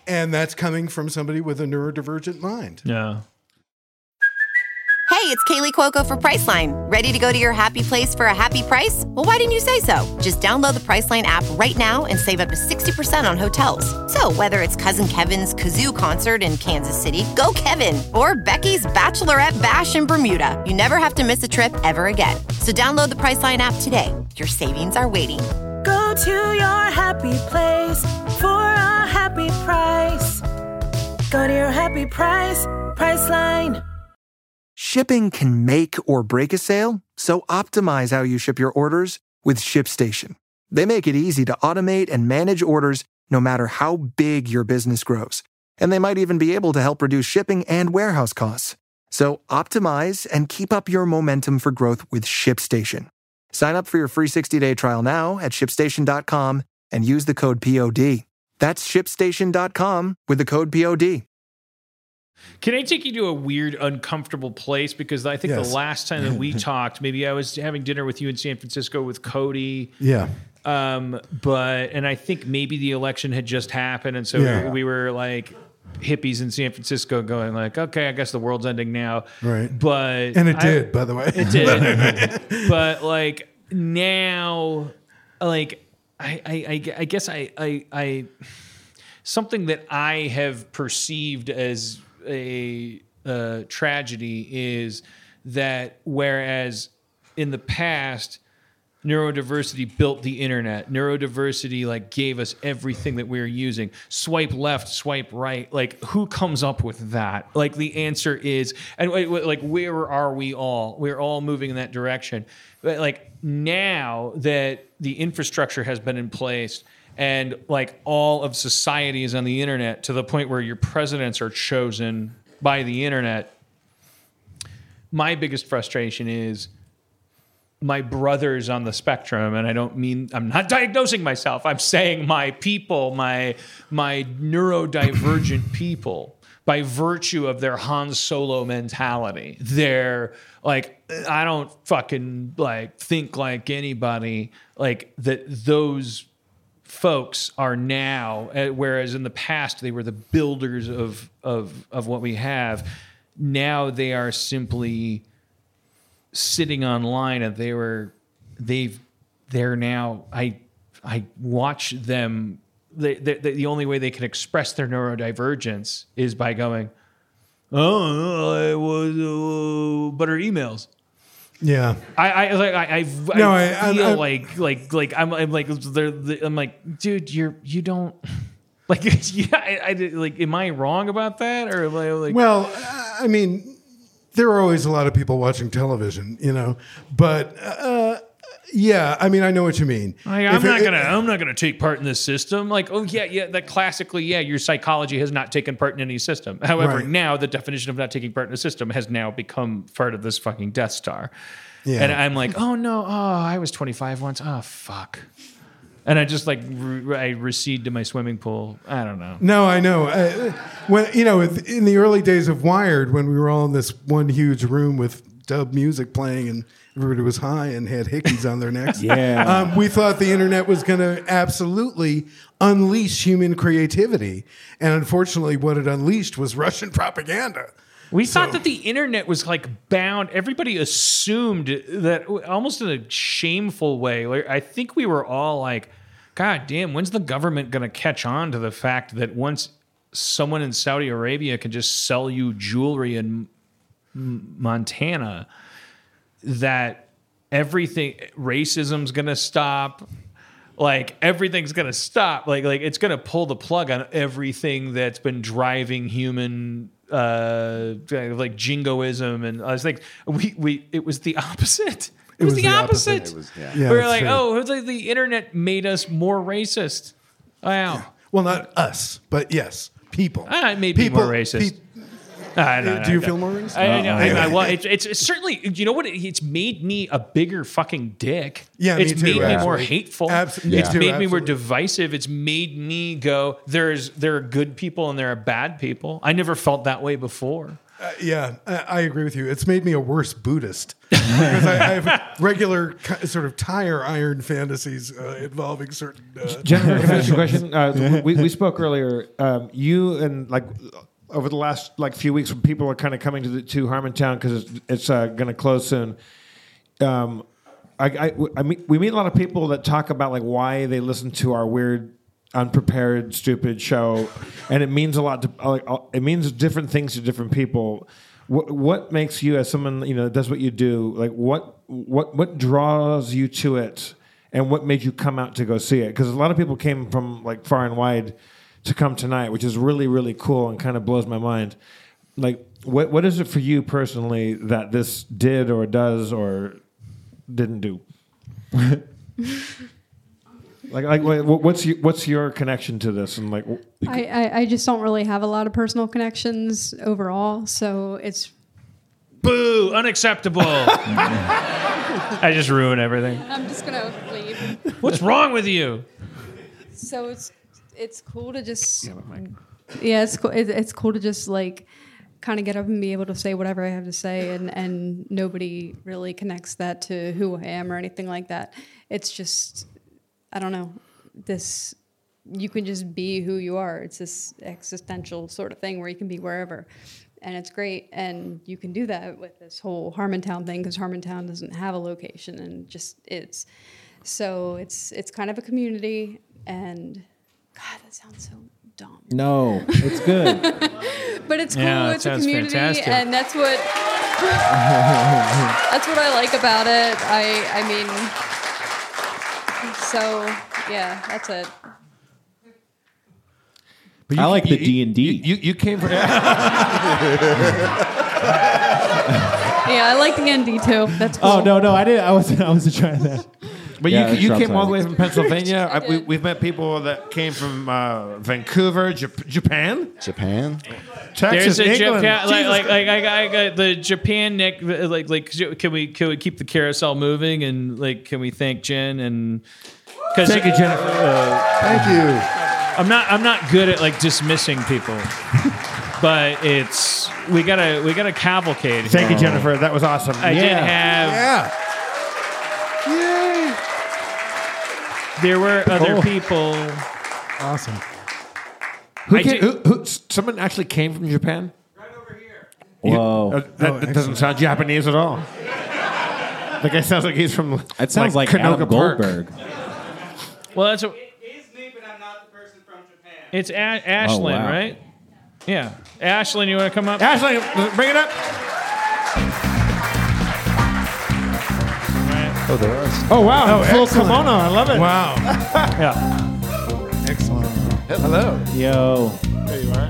and that's coming from somebody with a neurodivergent mind
Yeah.
Hey, it's Kaylee Cuoco for Priceline. Ready to go to your happy place for a happy price? Well, why didn't you say so? Just download the Priceline app right now and save up to 60% on hotels. So, whether it's Cousin Kevin's Kazoo concert in Kansas City, go Kevin, or Becky's Bachelorette Bash in Bermuda, you never have to miss a trip ever again. So, download the Priceline app today. Your savings are waiting.
Go to your happy place for a happy price. Go to your happy price, Priceline.
Shipping can make or break a sale, so optimize how you ship your orders with ShipStation. They make it easy to automate and manage orders no matter how big your business grows. And they might even be able to help reduce shipping and warehouse costs. So optimize and keep up your momentum for growth with ShipStation. Sign up for your free 60-day trial now at shipstation.com and use the code POD. That's shipstation.com with the code POD.
Can I take you to a weird, uncomfortable place? Because I think
Yes.
the last time that
<laughs>
we talked, maybe I was having dinner with you in San Francisco with Cody.
yeah
Um, but and I think maybe the election had just happened, and so
Yeah.
we were like hippies in San Francisco going like, okay, I guess the world's ending now.
Right.
But
and it
I-
did by the way
It
<laughs>
did. but like now, like I I, I, I guess I I I something that I have perceived as a uh, tragedy is that whereas in the past neurodiversity built the internet neurodiversity like gave us everything that we are using swipe left swipe right like who comes up with that like the answer is and wait, wait, like where are we all we're all moving in that direction but like now that the infrastructure has been in place and like all of society is on the internet to the point where your presidents are chosen by the internet my biggest frustration is my brothers on the spectrum and i don't mean i'm not <laughs> diagnosing myself i'm saying my people my my neurodivergent <coughs> people by virtue of their han solo mentality their like i don't fucking like think like anybody like that those folks are now uh, whereas in the past they were the builders of of of what we have now they are simply sitting online and they were they've they're now i i watch them they, they, they- the only way they can express their neurodivergence is by going oh it was uh, butter emails
Yeah.
I, I like I I've,
No, I-
I
I-
feel
I-
like like like I'm I'm like they're, I'm like dude you're you don't <laughs> like yeah I, I did- like am I wrong about that or am I like
well, I mean, there are always a lot of people watching television, you know, but uh, yeah, I mean, I know what you mean.
Like,
If
I'm
it-
not gonna. I'm not gonna take part in this system. Like, oh yeah, yeah. That classically, yeah. Your psychology has not taken part in any system. <laughs> However,
Right.
now the definition of not taking part in a system has now become part of this fucking Death Star.
Yeah.
And I'm like, oh no, oh I was 25 once. Oh fuck. And I just like re- I recede to my swimming pool. I don't know.
No, I know. Uh, when you know, if- in the early days of Wired, when we were all in this one huge room with dub music playing and everybody was high and had hickeys on their necks.
Yeah.
um, we thought the internet was going to absolutely unleash human creativity, and unfortunately, what it unleashed was Russian propaganda.
We thought that the internet was like bound. Everybody assumed that almost in a shameful way. Like, I think we were all like, God damn, when's the government going to catch on to the fact that once someone in Saudi Arabia can just sell you jewelry in M- Montana, that everything, racism's going to stop? Like everything's gonna stop. Like like it's gonna pull the plug on everything that's been driving human uh like jingoism and I was like we we it was the opposite. It, was, the, opposite.
It was- yeah.
Yeah,
we were
that's
like,
true.
oh, it was like the
<laughs>
internet made us more racist. Wow.
Well, not us, but yes, people.
Ah, it made me more racist. Ah, I don't know.
do you feel more racist?
I, I know. I, I, well, it's, it's it's certainly. You know what? It- It's made me a bigger fucking dick.
Yeah, me
it's
too,
made me more
absolutely.
hateful.
Abs- me
it's
too,
made me more
absolutely.
divisive. It's made me go. There's there are good people and there are bad people. I never felt that way before.
Yeah, I, I agree with you. It's made me a worse Buddhist <laughs> because I, I have regular ki- sort of tire iron fantasies uh, involving certain. Uh,
Jennifer, can I ask you a
<laughs>
question? Uh, we, we spoke earlier. Um, you and like over the last like few weeks, when people are kind of coming to the, to Harmontown because it's, it's uh, going to close soon. Um, I, I, I meet, we meet a lot of people that talk about like why they listen to our weird, unprepared, stupid show, and it means a lot to like uh, it means different things to different people. What, what makes you as someone you know that does what you do like what what what draws you to it and what made you come out to go see it? Because a lot of people came from like far and wide to come tonight, which is really really cool and kind of blows my mind. Like, what what is it for you personally that this did or does or didn't do? <laughs> like, like wha- what's your, what's your connection to this? And like, wh-
I, I, I just don't really have a lot of personal connections overall, so it's
Boo!
<laughs>
Unacceptable. I just ruin everything.
I'm just gonna leave.
<laughs>
What's wrong with you?
So it's it's cool to just yeah, it's cool. It, it's cool to just like kind of get up and be able to say whatever I have to say, and and nobody really connects that to who I am or anything like that. It's just I don't know this. You can just be who you are. It's this existential sort of thing where you can be wherever, and it's great. And you can do that with this whole Harmontown thing because Harmontown doesn't have a location, and just it's so it's it's kind of a community. And God, that sounds so dumb.
No, it's good.
<laughs>
<laughs>
But it's cool.
Yeah, it
it's a
sounds
community,
fantastic.
and that's what that's what I like about it. I I mean, so yeah, that's it.
I like the D and D.
You you came from.
Yeah, I like the ND too. That's
<laughs>
cool.
Oh no, no, I didn't. I wasn't. I wasn't trying that.
But
Yeah,
you, you
that's
came
what
all the
I'm
way
saying.
from
<laughs>
<laughs>
Pennsylvania. I, we, we've met people that came from uh, Vancouver, Jap- Japan,
Japan,
Texas,
There's a
England.
Japan, like,
Jesus
like, like, I, got- I got the Japan neck. Like, like, can we can we keep the carousel moving and like, can we thank Jen and? Cause, Uh,
Thank you, Jennifer.
Thank you.
I'm not I'm not good at like dismissing people, but it's we gotta we gotta cavalcade.
Thank you,
here.
Jennifer. That was awesome.
I did have. There were other
Oh.
people.
Awesome.
Who,
I
came,
did-
who, who Someone actually came from Japan. Right over here.
Whoa. Oh,
that, that doesn't sound Japanese at all. the guy sounds like he's from.
That sounds like, Adam
Canoga Park.
Goldberg.
Well, that's what. It's a- Ashlyn,
wow.
right? Yeah, Ashlyn, you want to come up?
Ashley, bring it up.
Oh, there are.
Oh wow,
Oh,
full
excellent.
kimono. I love it.
Wow.
<laughs> Yeah.
Excellent. Hello.
Yo,
There you are.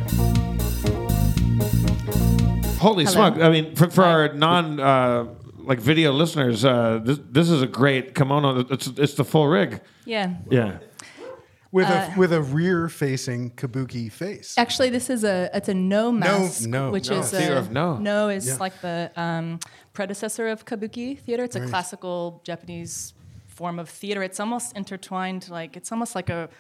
Holy smoke! I mean, for, for our non uh, like video listeners, uh, this this is a great kimono. It's it's the full rig.
Yeah.
Yeah.
With
Uh,
a with a rear facing kabuki face.
Actually, this is a it's a no mask,
no,
which
no.
is
Theater
a,
of no.
is
Yeah.
like the um, predecessor of kabuki theater. It's a
Right.
classical Japanese form of theater. It's almost intertwined, like it's almost like a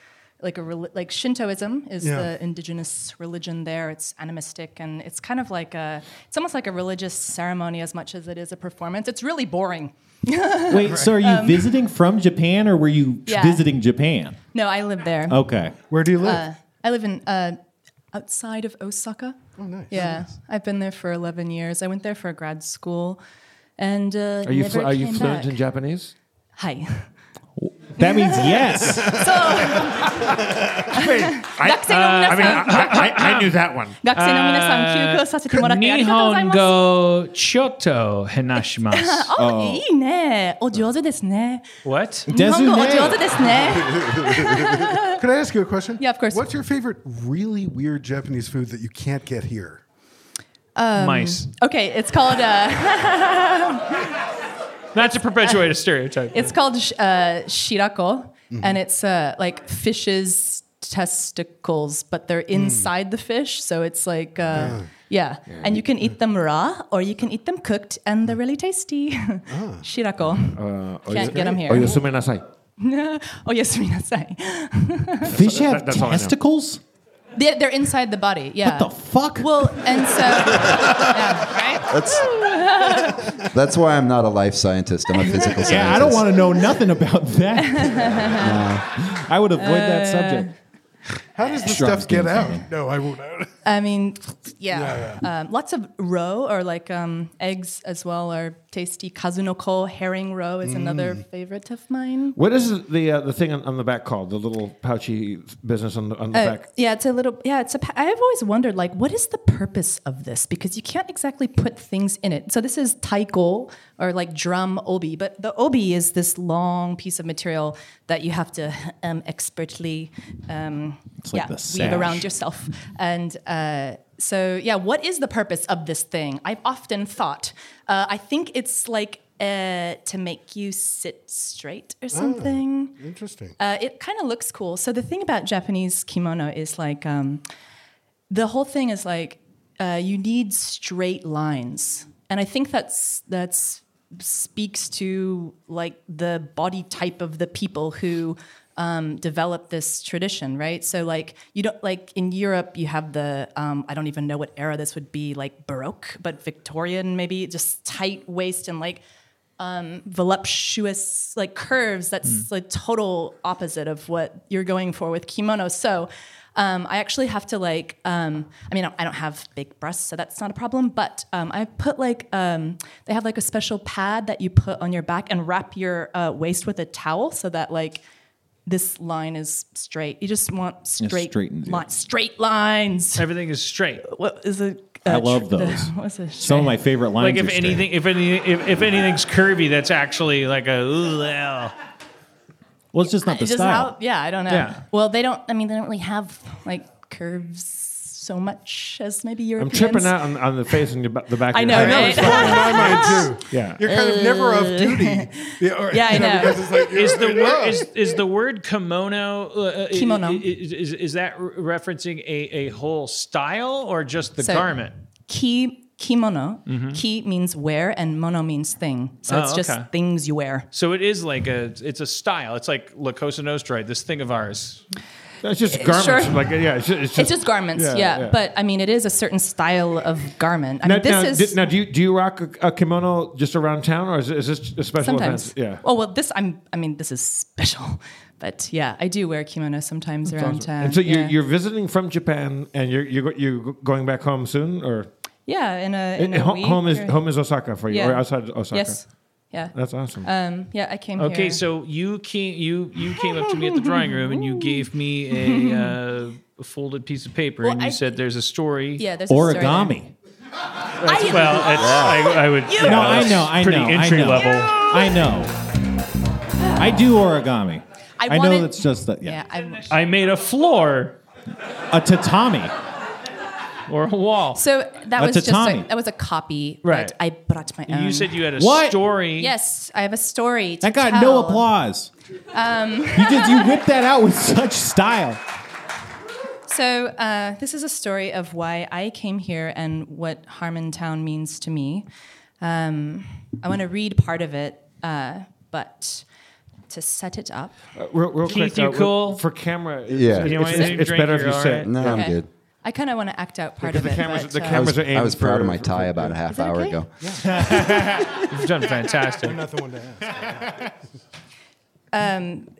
like a reli- like Shintoism is
Yeah.
the indigenous religion there. It's animistic and it's kind of like a it's almost like a religious ceremony as much as it is a performance. It's really boring.
<laughs>
<laughs>
wait. So, are you visiting from Japan, or were you
Um, Yeah.
visiting Japan?
No, I live there.
Okay.
Where do you live?
Uh, I live in uh, outside of Osaka.
Oh, nice.
Yeah, I've been there for 11 years. I went there for grad school, and uh,
Are you
never
fl- are you
came
fluent
back.
in Japanese?
Hi.
That means
<laughs>
<laughs>
yes.
I mean, I, I, I knew that one.
Eh,
Er 学生の皆さん、休校させてもらってありがとうございます。
Nihongo Choto
<laughs>
Henashimasu.
Oh,
Oh.
Oh.
いいね。お上手ですね。
What?
er
<laughs>
日本語お上手ですね。
<laughs>
Could I ask you a question?
Yeah, of course.
What's your favorite really weird Japanese food that you can't get here?
Mice.
Um, Okay, it's called uh, <laughs>
Not to perpetuate a stereotype.
it's called sh- uh, shirako, and
Mm-hmm.
it's uh, like fish's testicles, but they're
Mm.
inside the fish, so it's like uh,
Ah.
yeah. and you can eat them raw or you can eat them cooked, and they're really tasty.
Ah.
<laughs> shirako. Can't get them here.
Oh, Uh, you nasai.
oh yes, minasai.
Fish have
that's all I know.
testicles.
They're, they're inside the body. Yeah.
What the fuck?
well, and so <laughs> yeah, right.
That's that's why I'm not a life scientist. I'm
Uh,
a physical scientist.
yeah, I don't want to know nothing
<laughs>
about that.
Uh,
I would avoid that subject.
How does the
Shrubs
stuff get
being
out?
funny.
No, I won't.
I mean, yeah. Um, lots of roe or like um, eggs as well are tasty. Kazunoko herring roe is another favorite of mine.
What is the uh, the thing on, on the back called? The little pouchy business on the on the
Uh,
back.
yeah, it's a little. Yeah, it's a. pa- I've always wondered, like, what is the purpose of this? Because you can't exactly put things in it. So this is taiko or like drum obi, but the obi is this long piece of material that you have to um, expertly, um,
like
yeah,
the
weave around
sash.
yourself. And uh, so, yeah, what is the purpose of this thing? I've often thought. Uh, I think it's like. Uh, to make you sit straight or something.
Interesting.
Uh, it kind of looks cool. So the thing about Japanese kimono is like um, the whole thing is like uh, you need straight lines, and I think that's that's speaks to like the body type of the people who um, develop this tradition, right? So like you don't like in Europe you have the um, I don't even know what era this would be like Baroque, but Victorian maybe just tight waist and like um, voluptuous like curves that's
Hmm.
the total opposite of what you're going for with kimono so um, i actually have to like um, i mean i don't have big breasts so that's not a problem but um, i put like um, they have like a special pad that you put on your back and wrap your uh, waist with a towel so that like this line is straight. You just want
Yeah,
straight
straightens you.
li- straight lines.
Everything is straight.
What is it?
I
uh,
love
tr- the-
those.
<laughs> what's it?
Some of my favorite lines.
Like if
are straight.
anything, if any, if, if anything's curvy, that's actually like a. Ooh, ow.
well, it's just not the
Just
style.
how- yeah, I don't know.
Yeah.
Well, they don't. I mean, they don't really have like curves so much as maybe
I'm
Europeans.
tripping out on, on the face and your, ba- the back.
I
of
know,
your head.
right?
it's fucking on my mind,
<laughs>
too. <laughs> Yeah,
You're kind of never off duty. Yeah, or-
Uh. Yeah, I
you
know.
because it's like,
Is the
you're-
word is, is the word kimono uh, i-
Kimono.
i- is, is, is that re- referencing a, a whole style or just the
So-
garment?
Ki kimono.
Mm-hmm.
Mhm.
Ki means wear, and mono means thing. So
Oh,
it's just
okay.
things you wear.
So it is like a it's a style. It's like La Cosa Nostra, right? this thing of ours.
It's just
Uh,
garments.
sure.
Like yeah, it's just,
It's just, garments, yeah,
yeah.
But I mean, it is a certain style of garment. I
now,
mean, this
now,
is
di- now, do you do you rock a, a kimono just around town, or is, is this a special
sometimes.
event? Yeah.
Oh well, this I'm. I mean, this is special, <laughs> but yeah, I do wear kimono sometimes around town.
and so you're,
yeah.
you're visiting from Japan, and you're you're, go- you're going back home soon, or
yeah, in a, in
Eh,
a
ho-
week
home is
or-
home is Osaka for you,
Yeah.
or outside Osaka.
Yes. Yeah.
That's awesome.
Um, yeah, I came here.
Okay, so you came you you came up to me at the drawing room and
<laughs>
you gave me a uh, folded piece of paper and you said there's a story.
Yeah, there's
Origami.
That's- well, it's, I, I would. yeah,
no, I
that's
know, I know,
pretty entry
I know.
level.
I know. I do origami.
I
I, know
wanted-
that's just that. Yeah.
Yeah, I,
I made a floor
a tatami.
or a wall.
so that
A
was just
tatami.
a, that was a copy,
Right.
But I brought my own.
you said you had a
What?
story.
yes, I have a story. To
That got no
tell.
applause. <laughs>
Um,
You just you whipped that out with such style.
<laughs> So uh, this is a story of why I came here and what Harmontown means to me. Um, I want to read part of it, uh, but to set it up,
Uh, real, real
Keith,
quick,
you
we-
cool?
for camera? It's,
Yeah.
it's,
You want
it's-
anything to
it's
drink?
better if you
You're all
sit.
right.
No, I'm
Okay.
good.
I kind of want to act out part
Because
of
the
it.
cameras-
but,
the
uh,
I
cameras-
was,
Cameras are aimed
I was proud
for-
of my tie about a half
that
hour
okay?
ago.
<laughs>
<laughs>
You've done fantastic.
<laughs> I'm not the one to ask.
um,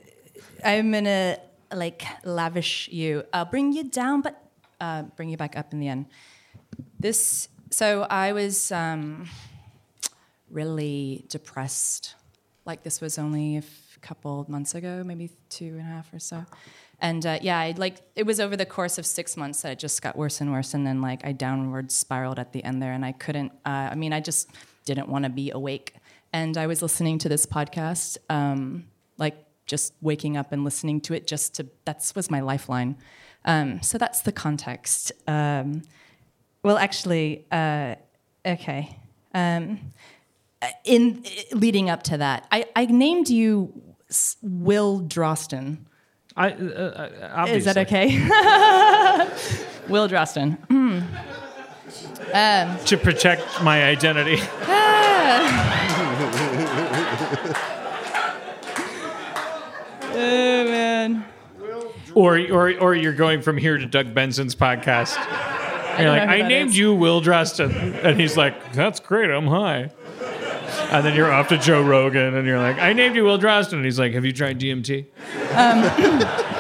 I'm gonna like lavish you. I'll bring you down, but uh, bring you back up in the end. This. So I was um, really depressed. Like this was only a f- couple months ago, maybe two and a half or so. And uh, yeah, I like it was over the course of six months that it just got worse and worse, and then like I downward spiraled at the end there, and I couldn't. Uh, I mean, I just didn't want to be awake. And I was listening to this podcast, um, like just waking up and listening to it, just to that's was my lifeline. Um, so that's the context. Um, well, actually, uh, okay. Um, in leading up to that, I, I named you S- Will Drostin.
I, uh, uh, obviously.
Is that okay? <laughs> Will Drostin. <laughs> Hmm. Um,
To protect my identity. <laughs>
oh man.
Or, or, or you're going from here to Doug Benson's
<laughs>
podcast. And you're
don't
like,
know who
I
that
named
is."
you Will Drustin. And he's like, that's great, I'm high. And then you're off to Joe Rogan and you're like, I named you Will Drustin. And he's like, have you tried DMT?
Um, <clears throat>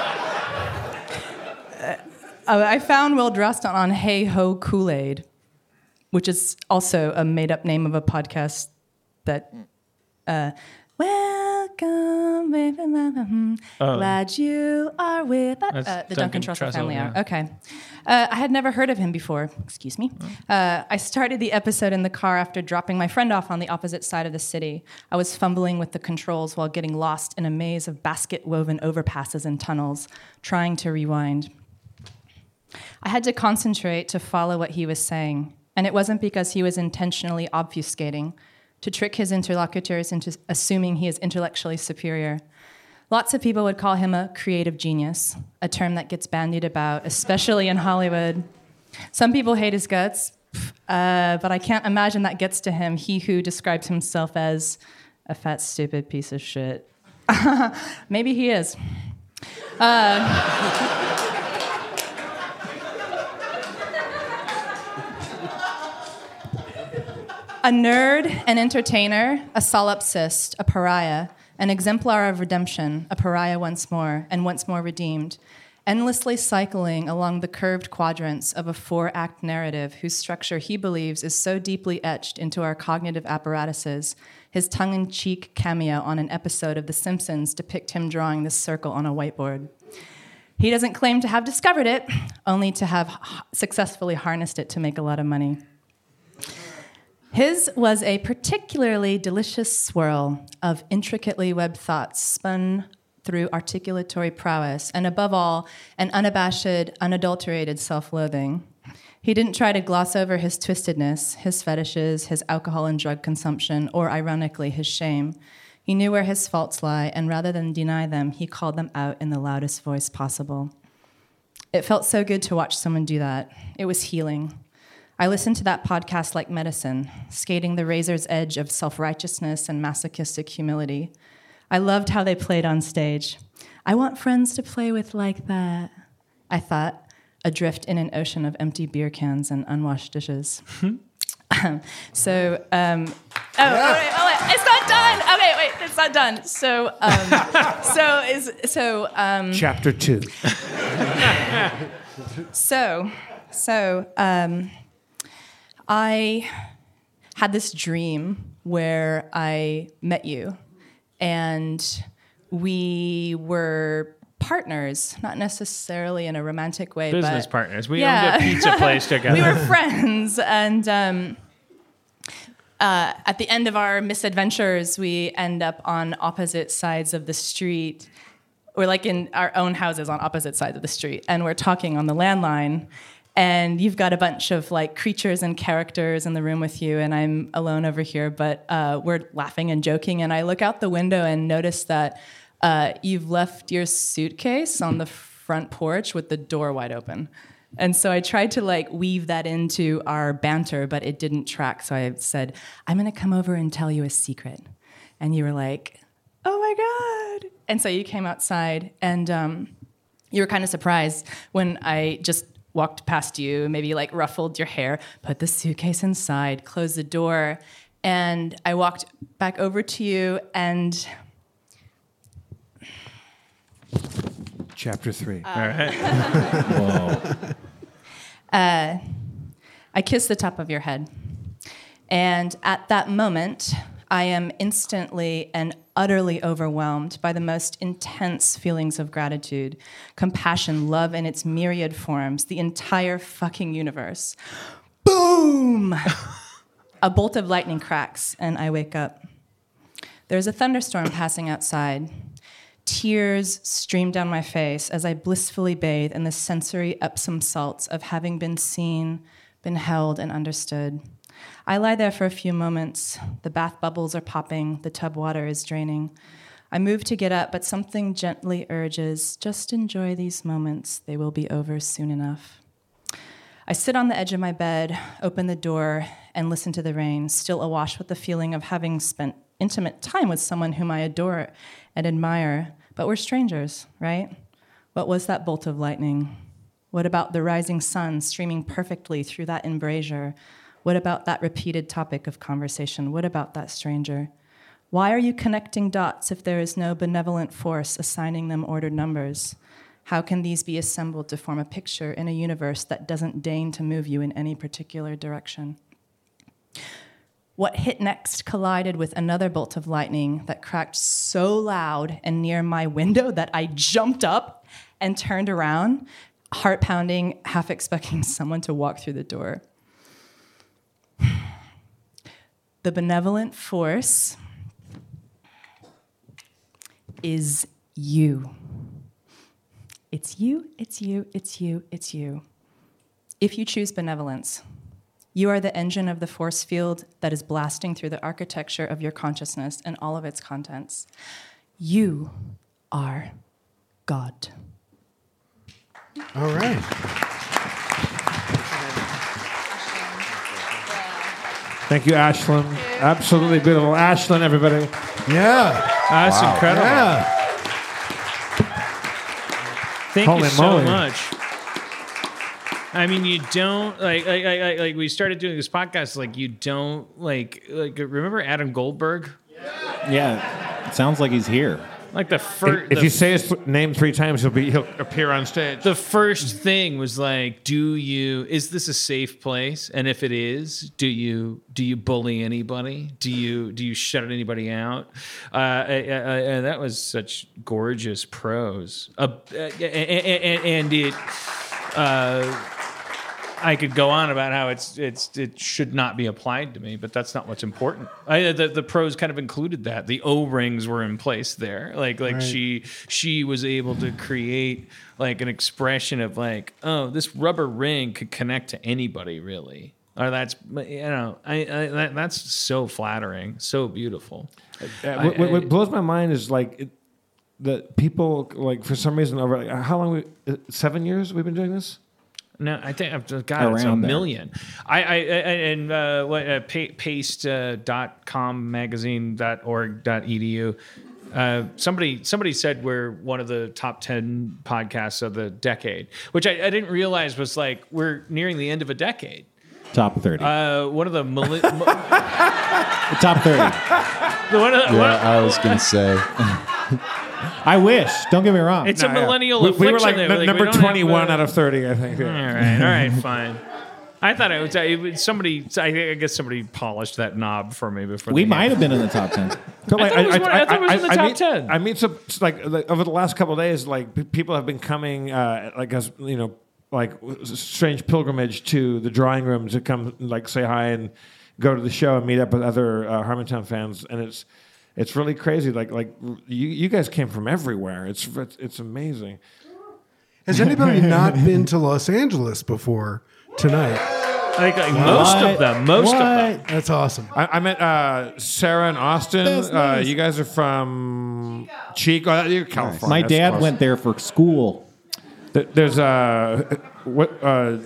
Uh, I found Will Drostin on Hey Ho Kool Aid, which is also a made up name of a podcast that. Uh, Welcome, baby, mama, hmm.
Oh.
glad you are with us.
That's
Uh, the
Duncan
Duncan,
Trussell,
Trussell Family
yeah.
Hour. Okay. Uh, I had never heard of him before. Excuse me. Uh, I started the episode in the car after dropping my friend off on the opposite side of the city. I was fumbling with the controls while getting lost in a maze of basket woven overpasses and tunnels, trying to rewind. I had to concentrate to follow what he was saying, and it wasn't because he was intentionally obfuscating, to trick his interlocutors into assuming he is intellectually superior. Lots of people would call him a creative genius, a term that gets bandied about, especially in Hollywood. Some people hate his guts, pff, uh, but I can't imagine that gets to him, he who describes himself as a fat, stupid piece of shit. <laughs> Maybe he is. Uh, a nerd, an entertainer, a solipsist, a pariah, an exemplar of redemption, a pariah once more, and once more redeemed. endlessly cycling along the curved quadrants of a four act narrative whose structure he believes is so deeply etched into our cognitive apparatuses. His tongue in cheek cameo on an episode of The Simpsons depict him drawing this circle on a whiteboard. He doesn't claim to have discovered it, only to have h- successfully harnessed it to make a lot of money. His was a particularly delicious swirl of intricately webbed thoughts spun through articulatory prowess, and above all, an unabashed, unadulterated self loathing. He didn't try to gloss over his twistedness, his fetishes, his alcohol and drug consumption, or ironically, his shame. He knew where his faults lie, and rather than deny them, he called them out in the loudest voice possible. It felt so good to watch someone do that. It was healing. I listened to that podcast like medicine, skating the razor's edge of self righteousness and masochistic humility. I loved how they played on stage. I want friends to play with like that, I thought, adrift in an ocean of empty beer cans and unwashed dishes. <laughs> so, um, oh, oh, wait, oh, wait, it's not done. Okay, wait, it's not done. So,
<laughs>
um, so is so. Um,
Chapter two.
so, so um, I had this dream where I met you, and we were partners, not necessarily in a romantic way,
Business
but
partners. We owned a
<laughs>
pizza place together.
we were friends, and. Um, uh, at the end of our misadventures, we end up on opposite sides of the street. We're like in our own houses on opposite sides of the street, and we're talking on the landline. And you've got a bunch of like creatures and characters in the room with you, and I'm alone over here, but uh, we're laughing and joking. And I look out the window and notice that uh, you've left your suitcase on the front porch with the door wide open. And so I tried to like weave that into our banter, but it didn't track. So I said, I'm going to come over and tell you a secret. And you were like, oh my God. And so you came outside and um, you were kind of surprised when I just walked past you, maybe like ruffled your hair, put the suitcase inside, closed the door. And I walked back over to you and
Chapter three.
All right. Whoa. Uh, I kiss the top of your head. And at that moment, I am instantly and utterly overwhelmed by the most intense feelings of gratitude, compassion, love in its myriad forms, the entire fucking universe. Boom! <laughs> a bolt of lightning cracks, and I wake up. There's a thunderstorm passing outside. Tears stream down my face as I blissfully bathe in the sensory Epsom salts of having been seen, been held, and understood. I lie there for a few moments. The bath bubbles are popping, the tub water is draining. I move to get up, but something gently urges just enjoy these moments, they will be over soon enough. I sit on the edge of my bed, open the door, and listen to the rain, still awash with the feeling of having spent intimate time with someone whom I adore and admire. But we're strangers, right? What was that bolt of lightning? What about the rising sun streaming perfectly through that embrasure? What about that repeated topic of conversation? What about that stranger? Why are you connecting dots if there is no benevolent force assigning them ordered numbers? How can these be assembled to form a picture in a universe that doesn't deign to move you in any particular direction? What hit next collided with another bolt of lightning that cracked so loud and near my window that I jumped up and turned around, heart pounding, half expecting <laughs> someone to walk through the door. <sighs> The benevolent force is you. It's you, it's you, it's you, it's you. If you choose benevolence, you are the engine of the force field that is blasting through the architecture of your consciousness and all of its contents. You are God.
<laughs> All right.
Thank you, Ashlyn. Absolutely beautiful. Ashlyn, everybody.
Yeah.
That's incredible.
Yeah.
Thank
Holy
you so
moly.
much. I mean, you don't like like, like like like we started doing this podcast. Like you don't like like remember Adam Goldberg?
Yeah. It sounds like he's here.
Like the first.
If you say his name three times, he'll be he'll appear on stage.
The first thing was like, do you is this a safe place? And if it is, do you do you bully anybody? Do you do you shut anybody out? Uh, I- I- I- and that was such gorgeous prose. Uh, uh, and, and it. Uh, I could go on about how it's it's it should not be applied to me, but that's not what's important. I, the the pros kind of included that the O rings were in place there, like like
Right.
she she was able to create like an expression of like oh this rubber ring could connect to anybody really, or that's you know I, I that, that's so flattering, so beautiful.
Yeah, what,
I-
what, what
I-
blows my mind is like it, that people like for some reason over like how long we uh, seven years we've been doing this.
No, I think I've just got it's a
Around there.
million. I, I, I and uh, what uh, pa- paste uh, dot com magazine dot org dot edu. Uh, somebody somebody said we're one of the top ten podcasts of the decade, which I, I didn't realize was like we're nearing the end of a decade.
Top 30.
Uh, one of the milli- <laughs> mo-
The top 30.
the one of the, one of-
I was gonna say.
<laughs> I wish. Don't get me wrong.
It's a No, yeah. millennial
We, we were
affliction
like,
there,
nu-
like, we
number
don't have,
twenty one
uh,
out of thirty, I think.
All right, all
<laughs>
right, fine. I thought it was, it was somebody. I I guess somebody polished that knob for me before
We
the-
might have been in the top 10.
But, like,
I thought it was one- I thought it was in the top
meet, 10. I meet some like, like over the last couple of days, like p- people have been coming, uh, like as you know, like w- strange pilgrimage to the drawing room to come, like say hi and go to the show and meet up with other uh, Harmontown fans, and it's it's really crazy. Like like r- you you guys came from everywhere. It's it's, it's amazing.
Has anybody not been to Los Angeles before tonight?
Like, like most of them, most of them.
That's awesome.
I, I met uh, Sarah and Austin.
That's nice.
uh, you guys are from Chico. Oh, you're California.
My
That's
dad
close.
went there for school.
Th- There's uh, what uh,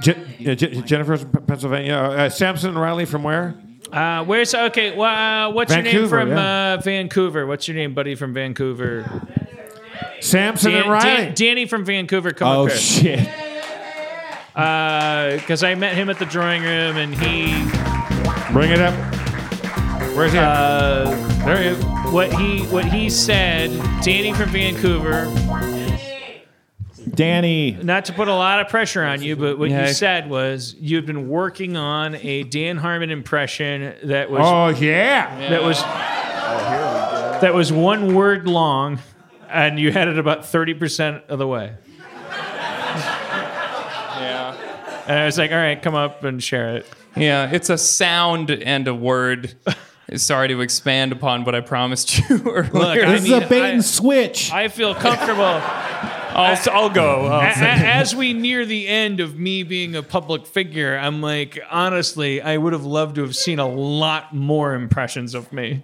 Je- yeah, Je- Jennifer's from P- Pennsylvania. Uh, Samson and Riley from where?
Uh, where's okay? Well, uh, what's your name
Vancouver,
from
yeah.
uh, Vancouver? What's your name, buddy, from Vancouver?
Samson
Dan-
and Riley.
Dan- Danny from Vancouver. Come
Oh,
up here.
shit.
Because I met him at the drawing room, and he
Bring it up. Where's he? at?
Uh,
there he is.
What he what he said. Danny from Vancouver.
Danny.
Not to put a lot of pressure on you, but what
Yeah.
you said was you've been working on a Dan Harmon impression that was.
oh yeah.
That was that was one word long, and you had it about thirty percent of the way.
Yeah.
And I was like, all right, come up and share it.
Yeah, it's a sound and
<laughs>
a word. Sorry to expand upon what I promised you <laughs> earlier.
this is a bait and switch.
I feel comfortable.
I'll, I'll go.
A- a-
I'll
as we near the end of me being a public figure, I'm like, honestly, I would have loved to have seen a lot more impressions of
<laughs>
me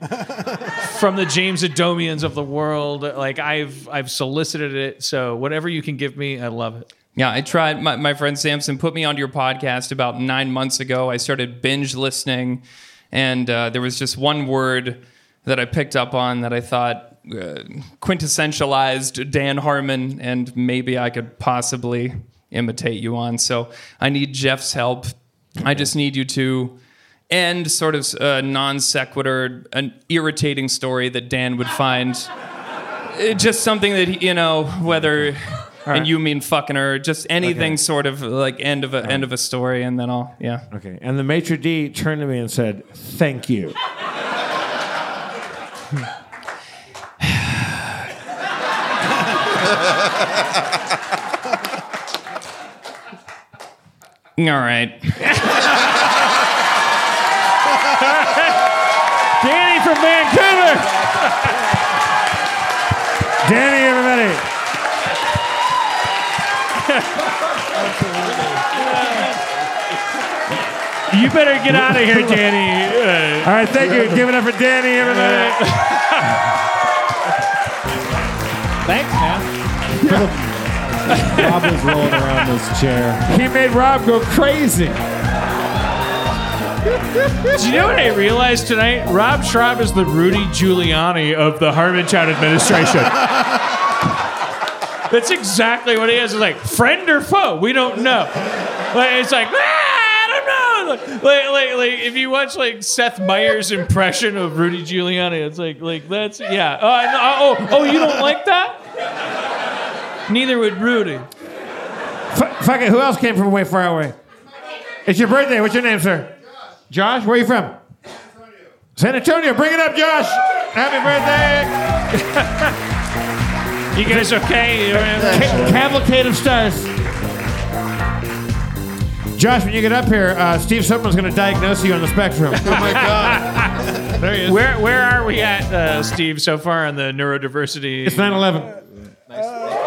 from the James Adomians of the world. Like I've I've solicited it, so whatever you can give me, I love it.
Yeah, I tried. My, my friend Samson put me onto your podcast about nine months ago. I started binge listening, and uh, there was just one word that I picked up on that I thought uh, quintessentialized Dan Harmon, and maybe I could possibly imitate you on. So I need Jeff's help. I just need you to end sort of a non sequitur, an irritating story that Dan would find it- just something that he- you know whether and you mean fucking her just anything
Okay.
sort of like end of a end of a story and then i'll yeah
Okay. And the maitre d turned to me and said,
<laughs>
"Thank you."
all right
<laughs>
Danny from Vancouver. Danny, everybody.
You better get out of here, <laughs> Danny.
All right, thank you. Give it up for Danny, everybody.
Thanks, man.
<laughs>
Rob was rolling around this chair.
He made Rob go crazy.
Do you know what I realized tonight? Rob Schraub is the Rudy Giuliani of the Harmontown administration. That's exactly what he is. It's like friend or foe, we don't know. Like, it's like ah, I don't know. like, like, like, if you watch like Seth Meyers' impression of Rudy Giuliani, it's like, like that's yeah. Oh, I know- oh, oh, you don't like that? Neither would Rudy.
F- fuck it. Who else came from way far away? It's your birthday. What's your name, sir? Josh. Where are you from? San Antonio. Bring it up, Josh. Happy
<laughs>
birthday.
you guys okay?
Ca- cavalcade of stars. Josh, when you get up here, uh, Steve Sutherland's going to diagnose you on
<laughs>
the spectrum. There he is.
Where where are we at, uh, Steve? So far on the neurodiversity.
It's 9/11.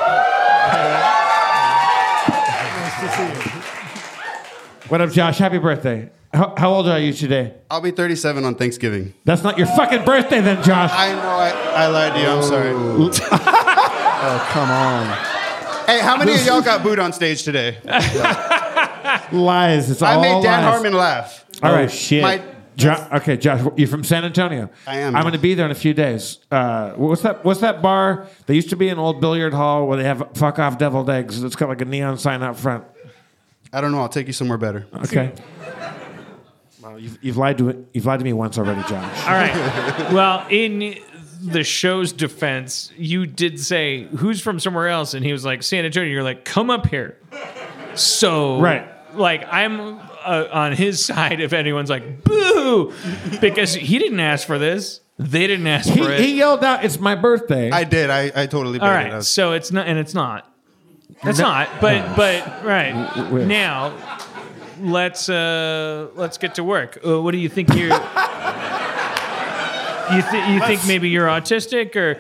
What up, Josh? Happy birthday. How, how old are you today?
I'll be 37 on Thanksgiving.
That's not your fucking birthday, then, Josh.
I know I, I lied to you. I'm sorry. <laughs>
oh, come on.
Hey, how many of y'all got booed on stage today?
Lies. It's
I
all
made
lies.
Dan Harmon laugh.
All
Oh,
right, shit.
my-
Jo- okay, Josh, you're from San Antonio.
I am.
I'm going to be there in a few days. Uh, what's that? What's that bar? They used to be an old billiard hall where they have fuck off deviled eggs. It's got like a neon sign out front.
I don't know. I'll take you somewhere better.
Okay. well, you've, you've lied to you've lied to me once already, Josh.
All right. Well, in the show's defense, you did say who's from somewhere else, and he was like San Antonio. You're like, come up here. So
Right.
Like I'm uh, on his side if anyone's like boo, because he didn't ask for this. They didn't ask
He,
for it.
he yelled out, "It's my birthday."
I did. I, I totally.
All right. So it's not, and it's not. That's
No-
not. But
no.
but right
W- w-
now, let's uh let's get to work. Uh, what do you think you? you th- you think maybe you're autistic or?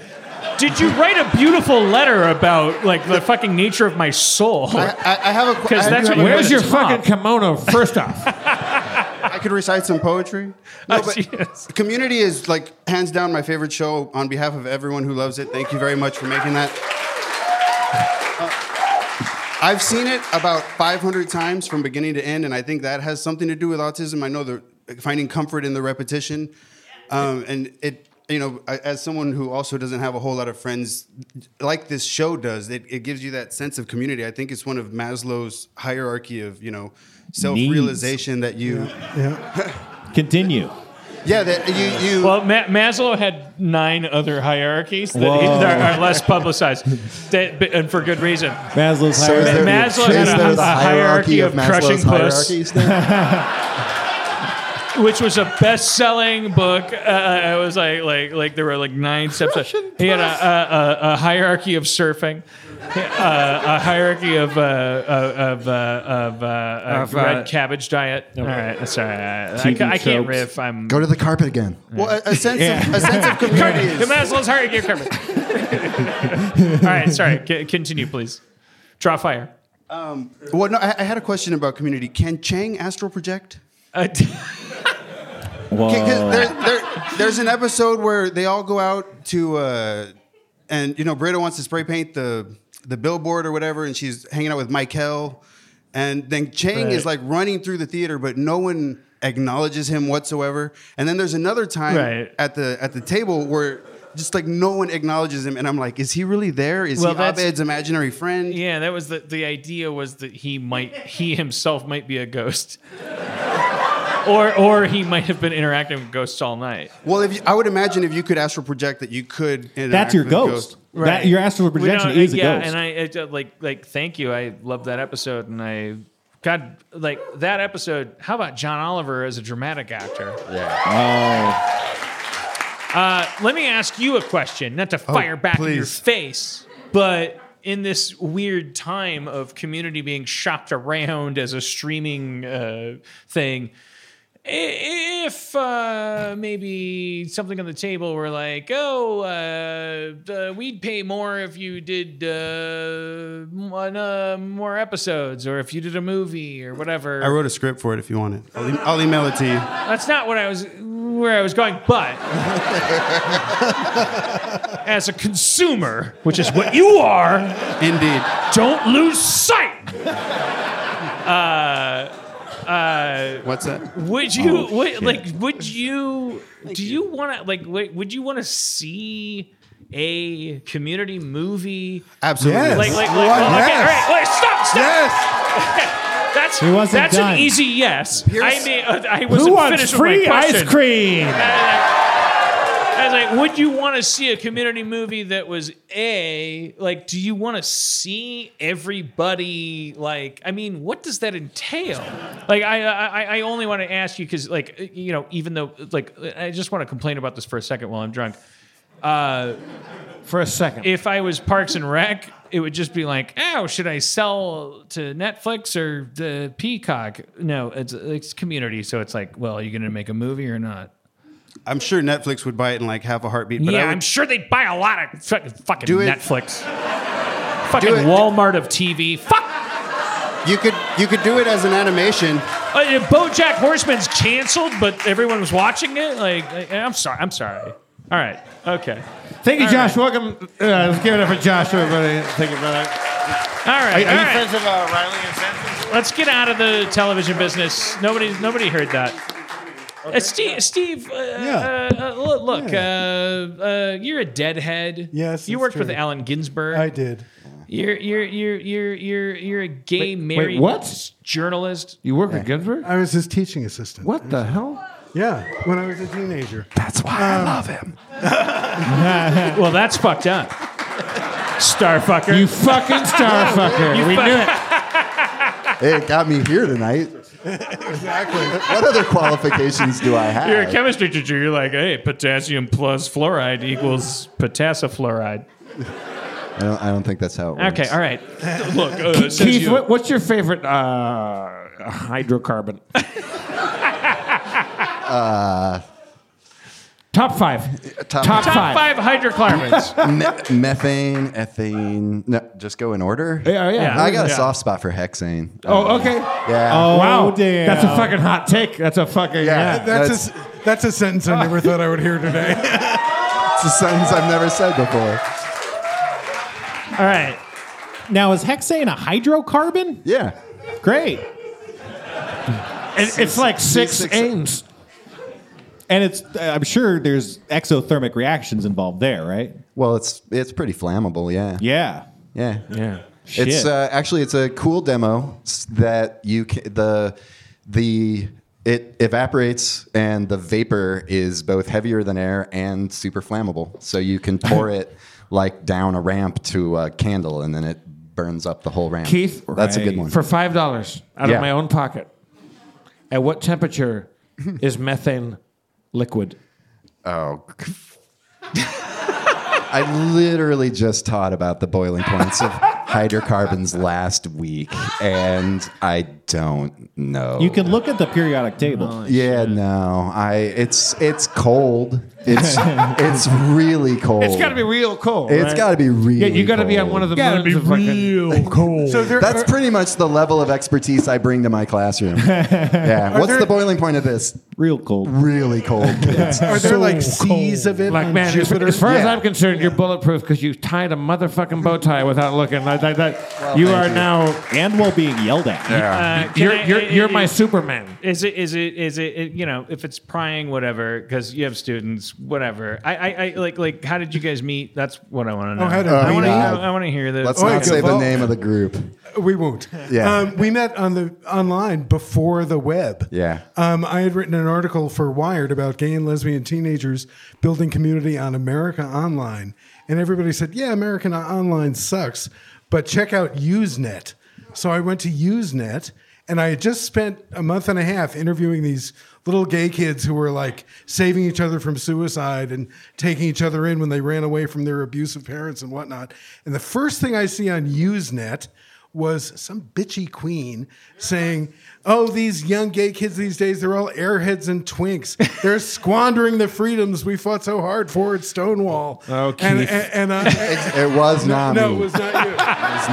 Did you write a beautiful letter about like the fucking nature of my soul?
I, I, I have a.
Because
I
that's
do
what
have a-
you put at the top.
kimono?
<laughs>
First off,
I could recite some poetry.
Oh,
No, but Community is like hands down my favorite show. On behalf of everyone who loves it, thank you very much for making that. Uh, I've seen it about 500 times from beginning to end, and I think that has something to do with autism. I know the finding comfort in the repetition, um, and it. You know, I- as someone who also doesn't have a whole lot of friends, like this show does, it, it gives you that sense of community. I think it's one of Maslow's hierarchy of you know self-realization that you
Continue.
yeah, that you you.
Well, Ma- Maslow had nine other hierarchies that,
Whoa.
that are less publicized, that, but- and for good reason.
Maslow's
So
hierarchy.
is there- Maslow had
is
a-
there
a hierarchy of crushing
Maslow's
puss.
hierarchies then?
<laughs> which was a best-selling book. Uh, I was like, like, like there were like nine steps. He had a, a, a, a hierarchy of surfing, uh, a hierarchy of uh, of uh, of, uh,
Of,
of
uh,
red cabbage diet. All right, sorry, I, I, ca- I can't riff. I'm
Go to the carpet again.
Well, a, a sense
Yeah.
of <laughs> a sense of
<laughs>
community
the
is
Maslow's hierarchy of comfort. All right, sorry. C- continue, please. Draw fire.
Um, well, no, I, I had a question about community. Can Chang astral project?
Uh, <laughs>
Whoa.
'Cause there- there- there's an episode where they all go out to, uh, and you know, Britta wants to spray paint the the billboard or whatever, and she's hanging out with Michael, and then Chang is
Right.
like running through the theater, but no one acknowledges him whatsoever. And then there's another time
Right.
at the at the table where. Just like no one acknowledges him, and I'm like, is he really there? Is
Well,
he
that's-
Abed's imaginary friend?
Yeah, that was the the idea was that he might he himself might be a ghost. <laughs> or or he might have been interacting with ghosts all night.
Well, if you, I would imagine if you could astral project that you could. interact
That's your
with a
ghost. That, your astral
We don't-
projection is
uh,
a
yeah,
ghost.
and I, I just, like like thank you. I love that episode and I God like that episode, how about John Oliver as a dramatic actor?
Yeah.
Uh, let me ask you a question, not to
Oh,
fire back in your
please.
face, but in this weird time of community being shopped around as a streaming uh, thing, i- if uh, maybe something on the table were like, oh, uh, uh, we'd pay more if you did uh, one, uh, more episodes or if you did a movie or whatever.
I wrote a script for it if you want it. I'll, e- I'll email it to you.
That's not what I was where I was going, but as a consumer, which is what you are,
indeed,
don't lose sight. Uh, uh,
What's that?
Would you
Oh,
would,
shit.
like? Would you? do you, want to like? Wait, would you want to see a community movie?
Absolutely. Yes.
Like, like, like
Why
well, okay,
yes.
all right, wait, stop, stop.
Yes.
That's
He wasn't
that's
done.
an easy yes. I
Pierce-
mean, uh, I
Who
wasn't
wants
finished
free
with my question. Uh,
ice cream?
I was like, would you want to see a community movie that was a like? Do you want to see everybody like? I mean, what does that entail? Like, I I, I only want to ask you because like you know, even though like I just want to complain about this for a second while I'm drunk. Uh,
for a second,
if I was Parks and Rec, it would just be like, oh, should I sell to Netflix or the Peacock? No, it's it's community, so it's like, well, are you going to make a movie or not?
I'm sure Netflix would buy it in like half a heartbeat. But
yeah,
I would,
I'm sure they buy a lot of fucking, fucking
Do it. <laughs>
Netflix, fucking Walmart of TV. Fuck.
You could you could do it as an animation.
Uh, yeah, BoJack Horseman's canceled, but everyone was watching it. Like, I- I'm sorry, I'm sorry. All right, okay.
Thank you,
All
Josh. Welcome. Uh, let's give it up for Josh, everybody. Thank you, brother.
All right,
Are, are
all
you
right.
friends with uh, Riley and Sam?
Let's get out of the television business. Nobody, nobody heard that. Uh, Steve, Steve, uh, uh, uh, lo- look, uh, uh, you're a deadhead. Yes, you worked with
true.
Allen Ginsberg.
I did.
You're you're you're you're you're you're a gay married
what?
journalist.
You work with Ginsburg?
I was his teaching assistant. What
the hell?
Yeah, when I was a teenager. Um,
That's why
Um,
I love him.
<laughs>
well, that's fucked up. Starfucker.
You fucking starfucker.
You
we
fuck-
knew it.
It got me here tonight.
exactly.
What other qualifications do I have?
You're a chemistry teacher. You're like, hey, potassium plus fluoride equals potassifluoride.
I don't, I don't think that's how it works.
Okay, all right. Look, uh,
Keith,
since you-
what, what's your favorite uh, hydrocarbon?
Uh,
top five.
Top,
Top five. five
<laughs>
hydrocarbons.
Me- methane, ethane. No, just go in order.
Yeah, yeah. Yeah.
I got a
Yeah.
soft spot for hexane. Um,
Oh, okay.
Yeah.
wow. That's a fucking hot take. That's a fucking yeah.
That's, a, s- that's a sentence
<laughs>
I never thought I would hear today.
it's a sentence I've never said before.
All right.
Now is hexane a hydrocarbon?
Yeah.
Great.
And it's like six, aims.
And it's I'm sure there's exothermic reactions involved there, right?
Well, it's it's pretty flammable. Yeah.
Yeah.
Yeah.
Yeah.
It's
Shit.
uh, actually it's a cool demo s- that you can, the the it evaporates and the vapor is both heavier than air and super flammable. So you
<laughs>
can pour it like down a ramp to a candle and then it burns up the whole ramp.
Keith,
that's a good one.
For five dollars out
Yeah.
of my own pocket. At what
<laughs>
temperature is methane liquid?
Oh. I literally just taught about the boiling points of hydrocarbons last week, and I don't know.
You can look at the periodic table.
yeah, no, I. It's it's cold.
<laughs>
It's it's really cold.
It's got to be real cold.
It's
right?
gotta be
Yeah,
really
you got to be on
cold.
one of the
Gotta
moons of fucking-
cold. So there
That's
are-
pretty much the level of expertise I bring to my
<laughs>
classroom. yeah.
Are
What's
there-
the boiling point of this?
Real cold. <laughs>
Really cold. kids.
Are there like seas of it?
Like
on
man, as,
Jupiter?
as far as
Yeah.
I'm concerned, you're bulletproof because you tied a motherfucking bow tie without looking. Like, like that,
Well,
you
thank
are
you.
now
and while being yelled at.
Uh, can
you're
I-
you're,
I-
you're
I-
my Superman.
Is it is it is it, it you know if it's prying whatever because you have students whatever I, I I like like how did you guys meet that's what I want to know
Oh, how did
I
we
want to
meet?
I want to hear this
Uh, Let's
Oh,
not
good.
say the
Well-
name of the group.
<laughs> We won't.
Yeah.
Um, we met on the online before the web.
Yeah.
Um, I had written an article for Wired about gay and lesbian teenagers building community on America Online, and everybody said, "Yeah, America Online sucks, but check out Usenet." So I went to Usenet, and I had just spent a month and a half interviewing these little gay kids who were like saving each other from suicide and taking each other in when they ran away from their abusive parents and whatnot. And the first thing I see on Usenet was some bitchy queen saying, Oh, these young gay kids these days, they're all airheads and twinks. They're squandering the freedoms we fought so hard for at Stonewall.
Oh,
And,
Keith.
and, and, uh,
It was not
no,
me.
it was not you.
It's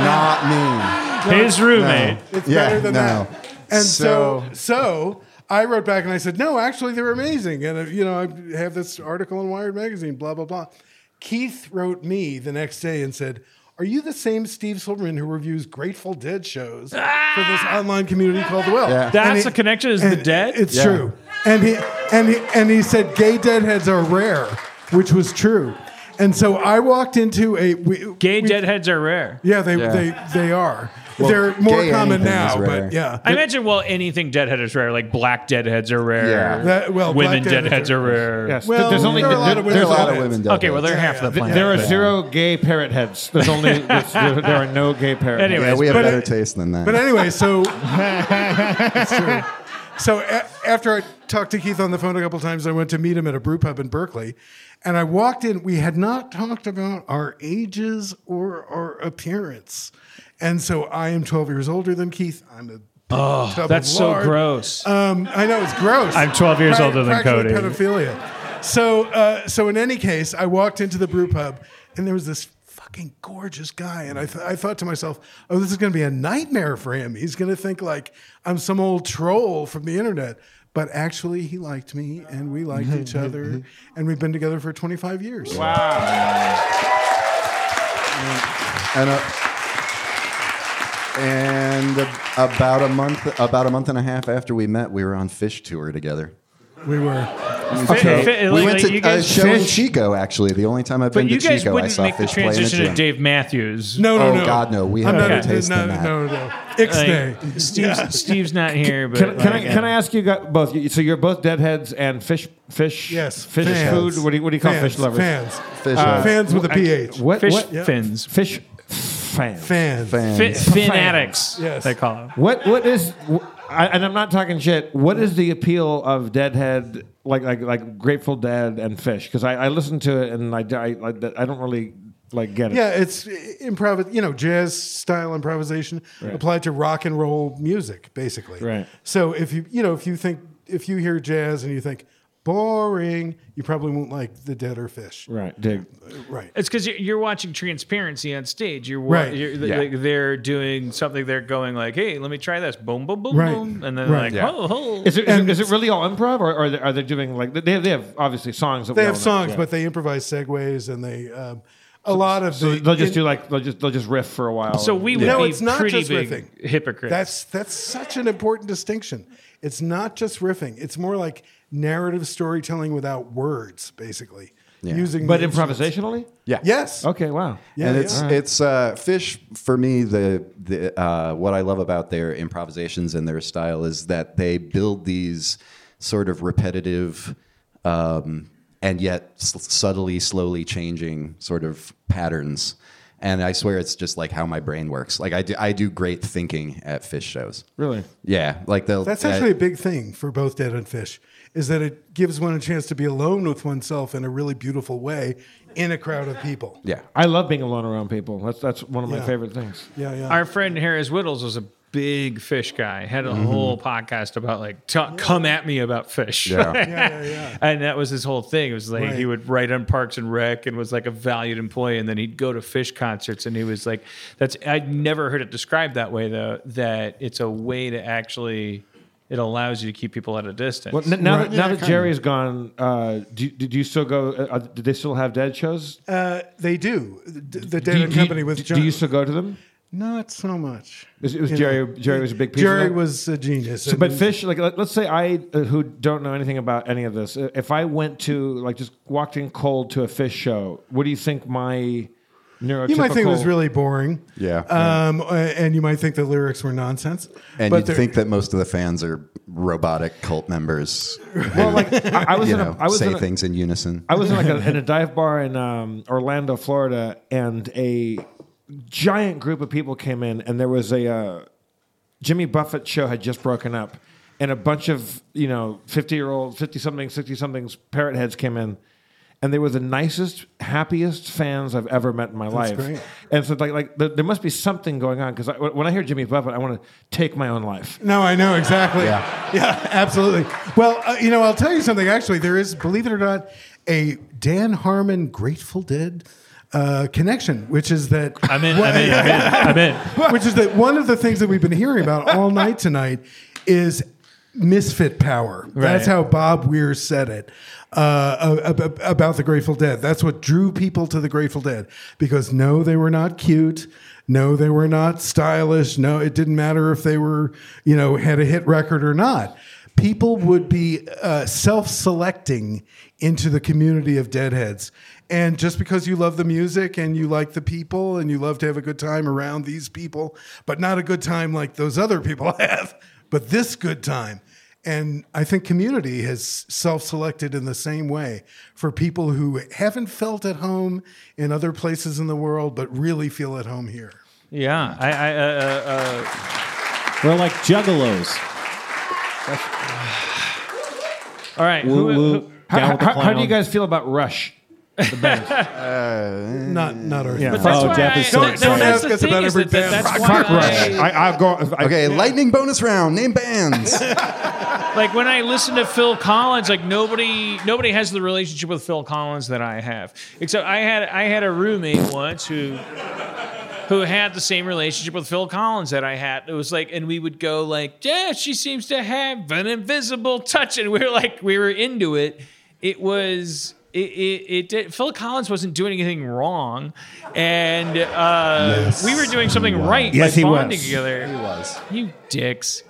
not me.
His roommate.
No.
It's
yeah,
better than
no.
that. And so, so, I wrote back and I said, no, actually, they're amazing. And, uh, you know, I have this article in Wired Magazine, blah, blah, blah. Keith wrote me the next day and said, are you the same Steve Silverman who reviews Grateful Dead shows for this online community called The Well?
Yeah.
And
Ah! that's
he-
the connection is the
and
dead
It's
Yeah.
true. And he and he and he said gay deadheads are rare, which was true. And so I walked into a we,
gay
we-
deadheads are rare
Yeah, they
Yeah.
they they are.
Well,
They're more
gay
common
anything is
now,
rare.
but yeah.
I imagine, well, anything deadhead is rare. Like black deadheads are rare.
Yeah. That- well,
women
black
deadheads
deadheads
are
are-
rare.
Yes. Well, there's only
there are a lot of
there's
women deadheads.
Okay, well, they're half the planet.
There are
but-
zero gay parrot heads. There's
<laughs>
only there's, there, there are no gay parrot. heads.
yeah, we have better taste than that.
But
<laughs>
anyway, so It's true. so a- after I talked to Keith on the phone a couple times, I went to meet him at a brew pub in Berkeley, and I walked in. We had not talked about our ages or our appearance, and so I am 12 years older than Keith. I'm a
Oh,
tub of
that's so
lard.
gross.
Um, I know it's gross.
I'm 12 years older than Cody.
practically Pedophilia. So, uh, so in any case, I walked into the brew pub, and there was this fucking gorgeous guy, and I, th- I thought to myself, "Oh, this is going to be a nightmare for him. He's going to think like I'm some old troll from the internet." But actually, he liked me, and we liked each other, and we've been together for 25 years.
Wow.
and a, and a- about a month, about a month and a half after we met, we were on fish tour together.
We were.
Fi- fi-
we
like-
went
like
to
you
a
guys-
show in
Fish-
Chico. Actually, the only time I've
But
been
you
to
guys
Chico, I
wouldn't
saw
make the
fish play in the
transition to
gym.
Dave Matthews.
No, no, Oh, no. God, no. We have
no,
better taste
no,
than that.
no, no, Ix
Like,
day.
Steve's,
Yeah.
Steve's not here, but
Can, can I
like,
can I ask you got both? You- So you're both deadheads and fish fish
Yes,
fish
fans.
food. What do you what do you call
Fans,
fish lovers?
fans. Fish uh, heads. Fans with a
I-
PH.
What
Fish
what-
fins.
Fish fans.
Fans.
Fans.
Fi- fin addicts, Yes. they call 'em.
What what is? wh- I, and I'm not talking shit. What is the appeal of Deadhead? Like like like Grateful Dead and Fish? Because I, I listen to it and I, I I don't really like get it.
Yeah, it's improv, you know, jazz style improvisation
Right.
applied to rock and roll music, basically.
Right.
So if you, you know, if you think, if you hear jazz and you think boring, you probably won't like the Dead or Fish.
Right. Dig.
Right.
It's because you're, you're watching Transparency on stage. You're, wa-
Right.
you're
Yeah.
like, they're doing something. They're going like, "Hey, let me try this." Boom, boom, boom, boom, and then like, "Oh, oh."
Is it, is, it- is it really all improv, or are they, are they doing like they have, they have obviously songs? That
They
we
have
all know,
songs,
yeah.
but they improvise segues and they, um, a lot of
so
the,
they'll just
in-
do like they'll just they'll just riff for a while.
So we would
no,
be
it's not
pretty
just
big
riffing.
hypocrites.
That's that's such an important distinction. It's not just riffing. It's more like narrative storytelling without words, basically.
Yeah.
Using
but
the instruments.
improvisationally.
Yeah.
Yes.
Okay. Wow.
Yeah,
and
yeah.
it's it's uh, fish for me. The the uh, what I love about their improvisations and their style is that they build these sort of repetitive um, and yet s- subtly, slowly changing sort of patterns. And I swear it's just like how my brain works. Like I do, I do great thinking at fish shows.
Really?
Yeah. Like they'll.
That's
uh,
actually a big thing for both Dead and Fish, is that it gives one a chance to be alone with oneself in a really beautiful way in a crowd of people.
Yeah.
I love being alone around people. That's that's one of my
Yeah.
favorite things.
Yeah, yeah.
Our friend Harris Whittles was a big fish guy. Had a
Mhm.
whole podcast about like, "Ta- "Come at me about fish." <laughs>
Yeah. Yeah,
<laughs> yeah,
and that was his whole thing. It was like he
Right.
would write on Parks and Rec and was like a valued employee, and then he'd go to fish concerts, and he was like, "That's." I'd never heard it described that way though. That it's a way to actually. It allows you to keep people at a distance.
Well, n- now that, now that Jerry's gone, uh, do, do do you still go? Uh, do they still have dead shows?
Uh, they do. The, the Dead
do,
and
do-
Company with
do,
John.
do you still go to them?
Not so much.
It was, it was
You
Jerry.
know,
Jerry was a big piece. of
Jerry
that?
was a genius.
So, but
and-
fish, like let, us say I, uh, who don't know anything about any of this, uh, if I went to like just walked in cold to a fish show, what do you think my neurotypical?
You might think it was really boring.
Yeah.
Um, uh, And you might think the lyrics were nonsense.
and
but
you'd
they're-
think that most of the fans are robotic cult members.
Well, like I, I was
you
in a,
know,
I was
say
in a,
things in unison.
I was in like a,
<laughs>
in a dive bar in um, Orlando, Florida, and a giant group of people came in, and there was a uh, Jimmy Buffett show had just broken up, and a bunch of you know fifty year old, fifty something, sixty somethings parrot heads came in, and they were the nicest, happiest fans I've ever met in my
That's
life.
great.
And so like like there, there must be something going on because when I hear Jimmy Buffett, I want to take my own life.
No, I know exactly.
Yeah.
Yeah, absolutely. Well, uh, you know, I'll tell you something. Actually, there is, believe it or not, a Dan Harmon Grateful Dead uh, connection, which is that I'm in.
I'm in, I'm in, I'm in.
<laughs> Which is that one of the things that we've been hearing about all night tonight is misfit power. That's
Right.
how Bob Weir said it uh, ab- ab- about the Grateful Dead. That's what drew people to the Grateful Dead because no, they were not cute. No, they were not stylish. No, it didn't matter if they were, you know, had a hit record or not. People would be uh, self selecting into the community of deadheads. And just because you love the music and you like the people and you love to have a good time around these people, but not a good time like those other people <laughs> have, but this good time. And I think community has self selected in the same way for people who haven't felt at home in other places in the world, but really feel at home here.
Yeah, I, I uh, uh, uh,
We're like juggalos.
All right.
Woo, woo. Down
How,
with the
how- how do
clown.
you guys feel about Rush? The band.
<laughs>
Uh,
not not our.
Yeah.
thing.
That's Oh, why Jeff is I- so
don't,
excited.
don't
that's
ask
the
us
thing
about
is
every
that- that-
band.
that's why
Fuck
I-
Rush.
I, I've gone. I,
okay, lightning bonus round. Name bands.
like when I listen to Phil Collins, like nobody nobody has the relationship with Phil Collins that I have. Except I had I had a roommate once who who had the same relationship with Phil Collins that I had. It was like, and we would go like, yeah, she seems to have an invisible touch, and we were like, we were into it. It was. It, it, it did. Phil Collins wasn't doing anything wrong, and uh,
Yes,
we were doing something right
Yes,
by
he was.
bonding together. He was. You dicks.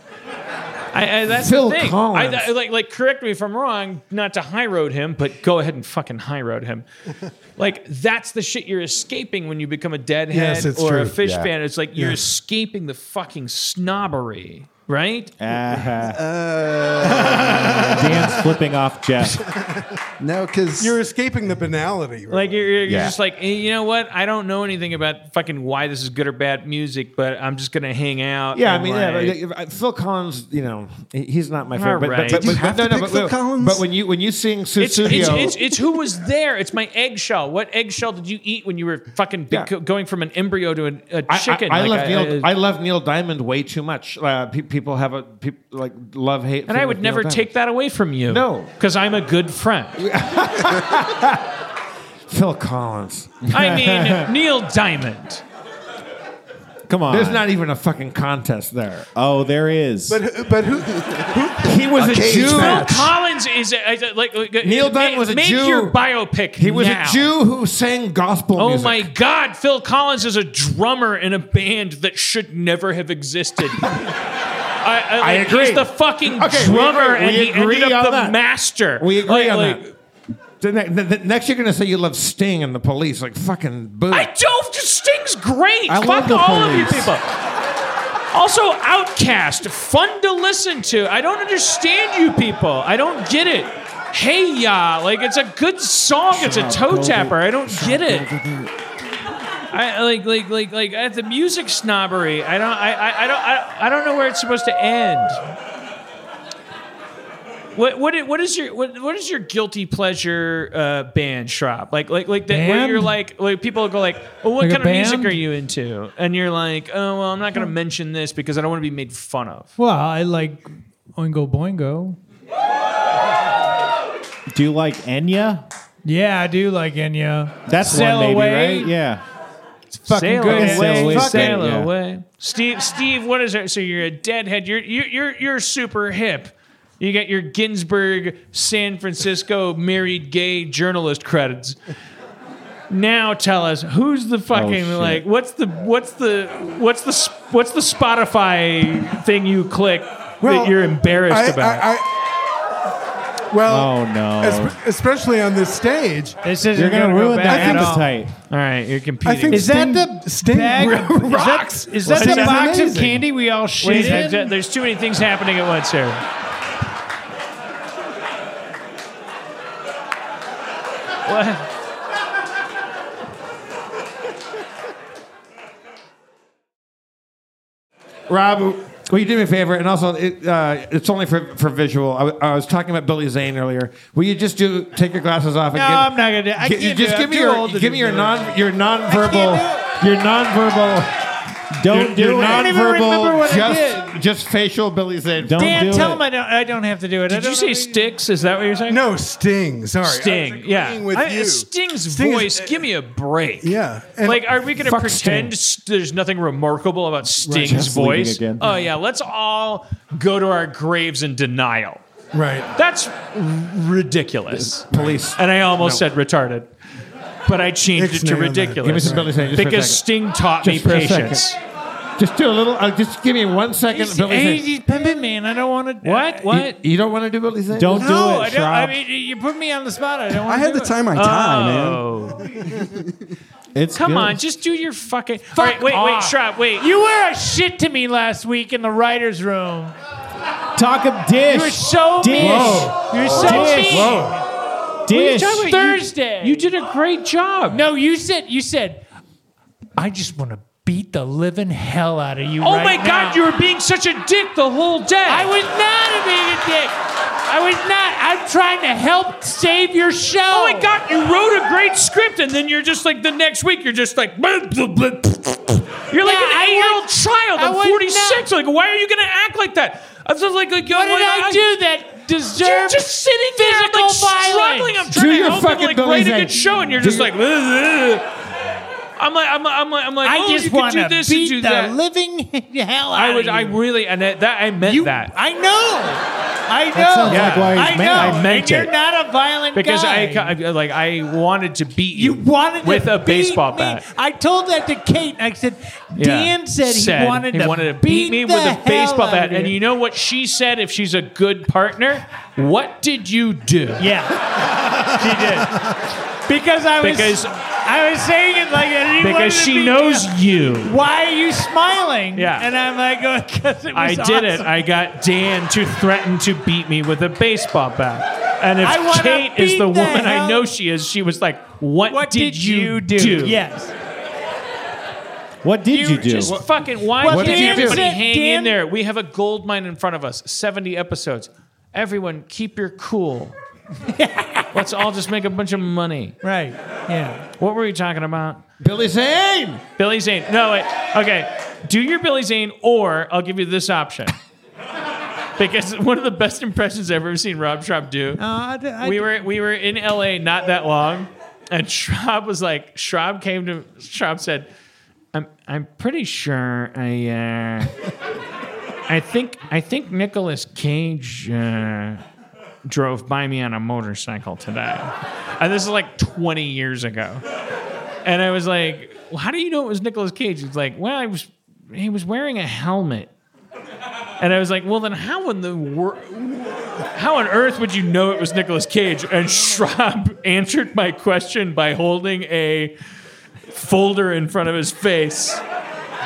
I, I, that's
Phil
the thing.
Collins.
I, I- like, like, correct me if I'm wrong. Not to high road him, but go ahead and fucking high road
<laughs>
him. like that's the shit you're escaping when you become a deadhead
Yes, it's
or a
true.
fish
Yeah.
fan. It's like you're
Yeah.
escaping the fucking snobbery, right?
Dan's flipping off Jeff.
No, because
you're escaping the banality.
Like you're, you're
Yeah.
just like "Eh, you know what? I don't know anything about fucking why this is good or bad music, but I'm just gonna hang out.
Yeah, I
and,
mean, yeah,
like-
but, uh, Phil Collins. You know, he- he's not my
All
favorite.
right.
But, but,
Did you
but-
have
no,
to
no,
pick
but-
Phil
but-
Collins?
But when you when you sing Su
it's,
Studio,
it's, it's, it's who was there. It's my eggshell. What eggshell did you eat when you were fucking big, going from an embryo to an, a
I-
chicken?
I, I
Like, uh,
love Neil. I, love Neil Diamond way too much. Uh, pe- people have a peop like love hate.
and I would never take that away from you.
No.
because I'm a good friend.
<laughs> Phil Collins.
I
<laughs>
mean, Neil Diamond.
Come on.
There's not even a fucking contest there.
Oh, there is.
But who- but who, who
he was a, Jew.
Phil Collins is a, is a- like like-
Neil Diamond
make-
was a
make
Jew.
your biopic.
He was
now.
a Jew who sang gospel
Oh
music.
my God! Phil Collins is a drummer in a band that should never have
<laughs>
existed. I, I,
I
like,
agree.
He's the fucking
Okay, we
drummer, and
agree- we
he ended
agree
up the
on that.
master.
We agree
Like-
on
like,
that. The ne- the- the- next, you're gonna say you love Sting and the Police, like fucking boo.
I don't. Sting's <laughs> great.
I
Fuck
love the
all of you
Police.
people. Also, Outcast, fun to listen to. I don't understand you people. I don't get it. Hey ya, like it's a good song. It's a toe tapper. I don't get it. I like like like like I the music snobbery. I don't I, I, I don't I, I don't know where it's supposed to end. What what i- what is your what, what is your guilty pleasure uh, band shop like like like that where
Band?
you're like like people go like oh what
Like a
kind of music
band?
are you into and you're like oh well I'm not gonna mention this because I don't want to be made fun of.
Well, I like Oingo Boingo.
Do you like Enya?
Yeah, I do like Enya.
That's
Sail
one maybe,
away.
right? Yeah.
It's fucking
sail
good.
away,
Sail away,
fucking
sail
sail
yeah.
away. Steve, Steve, what is it? So you're a deadhead. You're you're you're, you're super hip. You got your Ginsburg, San Francisco married gay journalist credits. Now tell us who's
Oh,
the fucking
shit.
like what's the what's the what's the s- what's the Spotify thing you click
Well,
that you're embarrassed
I-
about?
I- Well,
Oh, no.
espe- especially on this stage,
This isn't You're gonna gonna go ruin bad that at all. appetite.
All right, you're
I
competing.
think
Is that
the Sting
<laughs>
<laughs>
bag- is that-
rocks?
is that
Sting
the box of
amazing.
candy we all
Wait,
shit
I've
in?
got- there's too many things happening at once here. What?
Rob, will you do me a favor? And also, it, uh, it's only for, for visual. I, w- I was talking about Billy Zane earlier. Will you just do take your glasses off? And
No,
give,
I'm not gonna do it. I
gi-
can't
Just
do
give
it. I'm
me
too
your
old to
give me
do
your
it.
non your nonverbal your nonverbal.
Don't
your,
do
your
it.
Nonverbal,
I don't even remember what I
just, just facial Billy Zane.
Don't
Dan, tell him I don't. I don't have to do it. I
Did you
don't
say sticks? Is that what you're saying?
No, Sting. Sorry, I was
Sting. Yeah.
agreeing with
I- uh,
you.
Sting's
Sting is-
voice. give me a break.
Yeah, and-
like, are we going to
Fuck
pretend s there's nothing remarkable about Sting's
Just leaving
voice?
again.
Oh yeah. Let's all go to our graves in denial.
Right.
That's r- ridiculous.
Police.
And I almost said retarded, but I changed
It's
it to
nailed that.
ridiculous.
Give me some Billy Zane, just for a
because
second.
Sting taught
Just
me
for a second.
patience.
Just do a little. Uh, just give me one second.
He's,
Billy
hey,
Zane.
he's pimping me, and I don't uh, want to.
What? What? You, you don't want to do Billy Zane?
Don't
no,
do it,
I don't, I
Shroff.
mean,
you put me on the spot. I don't
I
want.
had the time I
Uh,
time,
<laughs>
It's
Come
good.
on, just do your fucking.
All right, wait, wait, Shrop, wait.
You were a shit to me last week in the writers' room.
Talk of dish.
You were so
dish.
mean. You were so
dish.
mean.
Dish.
What are you talking about? You- Thursday.
You, did a great job.
No, you said you said. I just want to beat the living hell out of you.
oh
right
my
now."
God, you were being such a dick the whole day.
I was not a being a dick. I was not. I'm trying to help save your show.
Oh my God, you wrote a great script, and then you're just like the next week, you're just like. "Blah, blah, blah, blah, blah." You're like
Yeah, I
an eight year old
would-
child.
I
I'm
would
46. Like, why are you going to act like that? I was just like, like yo,
What did
like,
I do that deserved
You're just sitting there like
physical
struggling. I'm trying
violence? Do
to
your
help him,
fucking
like
Billy
write a
Zane.
good show, and you're
Do
just
your-
like. "Ugh, ugh." I'm like, I'm, I'm like, I'm like.
I
oh,
just
you could
want
do
to
this and
beat
do
the
that.
living <laughs> hell out
I would.
of
I
you.
really and that, that I meant that.
I know. I know.
That sounds like why he's
I
mad.
know.
I meant
and
it.
You're not a violent
because
guy.
I, ca- I- like I wanted to beat you. You
wanted to
with a
beat
baseball
me.
bat.
I told that to Kate. I said,
Yeah.
Dan said, he wanted to
beat, me with
the
a baseball
hell out
bat,
of
and you know what she said? If she's a good partner, what did you do?
Yeah, she did. Because I was
Because-
I was saying it like that. He wanted
because
to
she
beat
knows
me up.
you.
Why are you smiling?
Yeah.
and I'm like, because <laughs> it was
I did it.
awesome.
I got Dan to threaten to beat me with a baseball bat. And
I
if
wanna
Kate is
beat
the
the
woman I
hell-
know she is, she was like, "What,
What did, you do? Yes.
What did you, do?
Just fucking. Why
What
can't
did you do?
everybody
Dan-
hang in
Dan-
there? We have a gold mine in front of us. Seventy episodes. Everyone, keep your cool. Let's all just make a bunch of money.
Right. Yeah.
What were we talking about?
Billy Zane.
Billy Zane. No, wait. Okay. Do your Billy Zane, or I'll give you this option. <laughs> Because one of the best impressions I've ever seen Rob Schraub do.
I d- I
we
d-
were we were in LA not that long, and <laughs> Schraub was like, Schraub came to Schraub said, I'm I'm pretty sure I uh, I think I think Nicolas Cage uh, drove by me on a motorcycle today. And this is like 20 years ago. And I was like, well, how do you know it was Nicolas Cage? He's like, well, I was he was wearing a helmet. And I was like, well, then how in the wor- how on earth would you know it was Nicolas Cage? And Schraub <laughs> answered my question by holding a folder in front of his face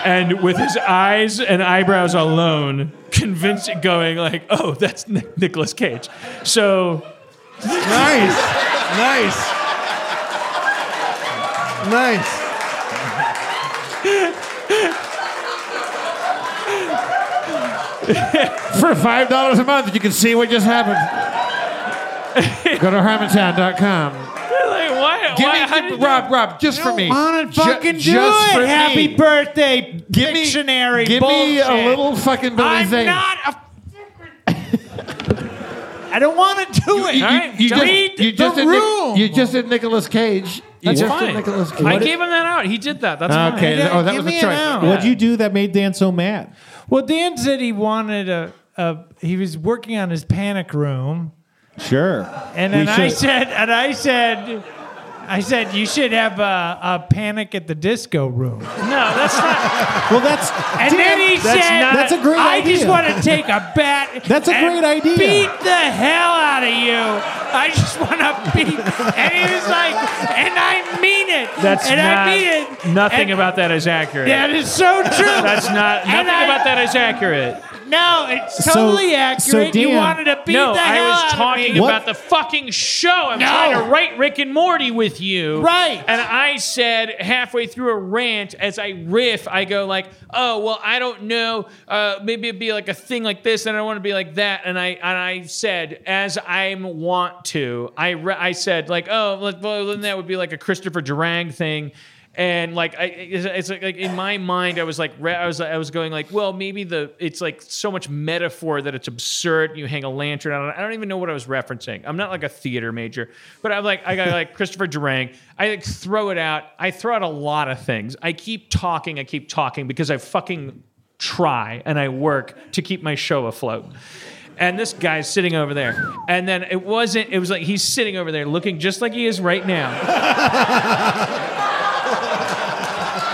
and with his eyes and eyebrows alone, convinced going like, oh, that's Nic- Nicolas Cage. So
Nice. nice. Nice.
For five dollars a month, you can see what just happened. Go to harmontown.com.
like, why?
Give
why
me
how did you-
Rob, Rob, just for me.
Want to
Ju-
fucking do
just
it?
for me.
Happy birthday,
Give me-
dictionary
Give
bullshit.
me a little fucking Billy
I'm
Zane.
not a. I don't want to do it.
You- you, just,
read
you just
the
did Nic-
room.
you just did Nicolas Cage. You
That's
just
fine.
Did Nicolas Cage.
I gave him that out. He did that. That's
Ah,
fine.
Okay, oh, that
Give
was
me
a
an
choice.
hour.
What'd you do that made Dan so mad?
Well, Dan said he wanted a, a he was working on his panic room,
Sure.
and
We
then I
should-
said, and I said, I said you should have a, a panic at the disco room.
No, that's
<laughs>
not.
Well, that's
And then he
That's
said,
not- That's
a great
I just
idea.
want to take a
<laughs>
bat.
That's a
and
great idea.
Beat the hell out of you. I just want to beat. And he was like, and I mean it.
That's
and
not.
I mean it.
Nothing
And
about that is accurate.
That is so true.
That's not.
And
Nothing
I-
about that is accurate.
No, it's
So-
totally
so
accurate. you
Dan-
wanted to beat
no,
the hell
I was
out
talking
of me.
What?
about the fucking show. I'm
No.
trying to write Rick and Morty with you.
Right.
And I said halfway through a rant, as I riff, I go like, "Oh, well, I don't know. Uh, maybe it'd be like a thing like this, and I want to be like that." And I and I said, as I want to, I re- I said like, "Oh, like, well, then that would be like a Christopher Durang thing." And like I, it's, it's like, like in my mind, I was like, re- I was, I was going like, well, maybe the it's like so much metaphor that it's absurd. You hang a lantern on it. I don't even know what I was referencing. I'm not like a theater major, but I'm like, I got like Christopher Durang. I like throw it out. I throw out a lot of things. I keep talking. I keep talking because I fucking try and I work to keep my show afloat. And this guy's sitting over there. And then it wasn't, it was like he's sitting over there looking just like he is right now.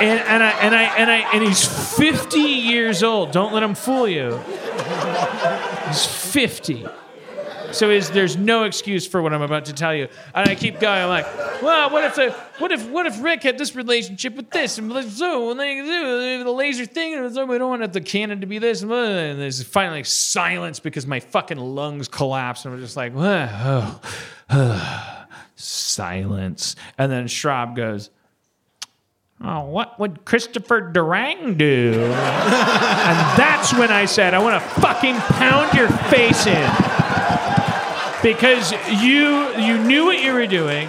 and, and I and I and I and he's 50 years old. Don't let him fool you. He's 50. So is there's no excuse for what I'm about to tell you. And I keep going. I'm like, well, what if the, what if what if Rick had this relationship with this and so and they do the laser thing and so we don't want the canon to be this and, blah, blah, blah. and there's finally silence because my fucking lungs collapse and I'm just like, well, oh, <sighs> silence. And then Schraub goes. Oh, what would Christopher Durang do? <laughs> and that's when I said, I want to fucking pound your face in. Because you you knew what you were doing.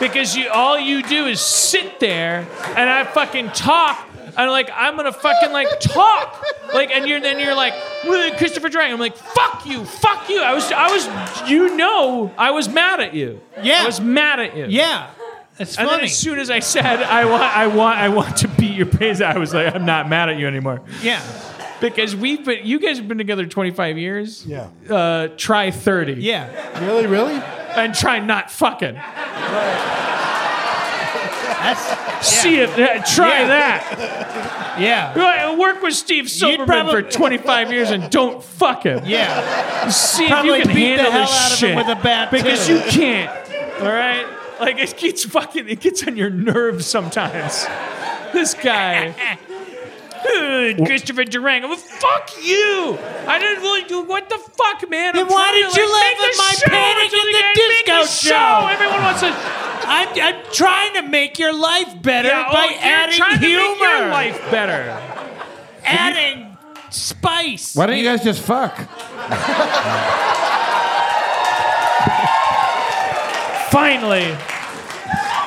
because you all you do is sit there and I fucking talk. And like I'm gonna fucking like talk, like, and you're then you're like "Well, Christopher Durang. I'm like, fuck you, fuck you. I was, I was, you know, I was mad at you. Yeah, I was mad at you.
Yeah,
it's
funny.
And then as soon as I said I want, I want, I want to beat your brains, out, I was like, I'm not mad at you anymore.
Yeah.
Because we've been, you guys have been together 25 years.
Yeah.
Uh, try 30.
Yeah.
Really, really?
And try not fucking.
That's,
See if uh, try that.
Yeah.
Right, Work with Steve Silverman
probab-
for 25 years and don't fuck him.
Yeah.
See
Probably
if you can
beat the
handle
hell
this
out of him
shit
with a bat,
because
too.
you can't. All right. Like it gets fucking, it gets on your nerves sometimes. This guy.
<laughs>
Uh, Christopher Durang. Well, fuck you! I didn't really do what the fuck, man.
Then
I'm
why
trying
did
to,
you
like, make
laugh at
the
my
show
panic
so
in
they
the
can make
disco show?
Everyone wants to.
I'm, I'm trying to make your life better
Yeah, oh,
by
you're
adding
trying to make
humor.
your life better.
Adding spice.
Why don't you guys just fuck?
Finally.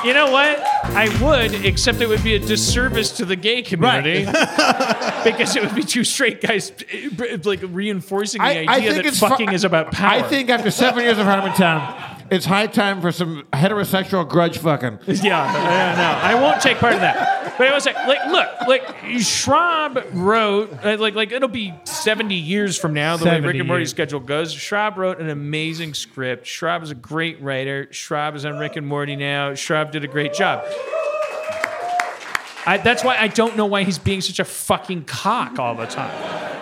You know what? I would, except it would be a disservice to the gay community <laughs> because it would be two straight guys eh, like reinforcing the idea that
fu-
fucking is about power.
I think after seven years of Harmontown, it's high time for some heterosexual grudge fucking.
<laughs> Yeah, I know. I won't take part in that. But I was like, like, look, like Schraub wrote, uh, like, like it'll be seventy years from now the way
70
Rick and Morty
years.
schedule goes. Schraub wrote an amazing script. Schraub is a great writer. Schraub is on Rick and Morty now. Schraub did a great job. I, that's why I don't know why he's being such a fucking cock all the time.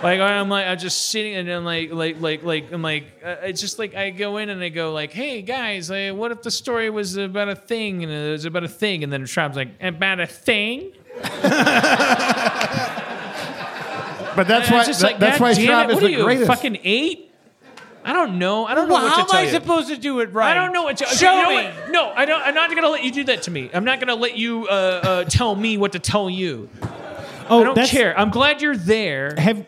Like I'm like I'm just sitting and I'm like like like like I'm like uh, it's just like I go in and I go like hey guys like, what if the story was about a thing and it was about a thing and then Trump's like about a
<laughs>
thing.
But that's
And
why
it's just
that-
like,
that's
God
why
damn
Schraub
it,
is
what
the
are you,
greatest.
Fucking eight. I don't know. I don't
Well,
know what
how
to tell
am I
you.
supposed to do it right?
I don't know what to
Show
you know
me.
what? No, I don't. I'm not gonna let you do that to me. I'm not gonna let you uh, uh, tell me what to tell you.
Oh,
I don't
that's-
care. I'm glad you're there.
Have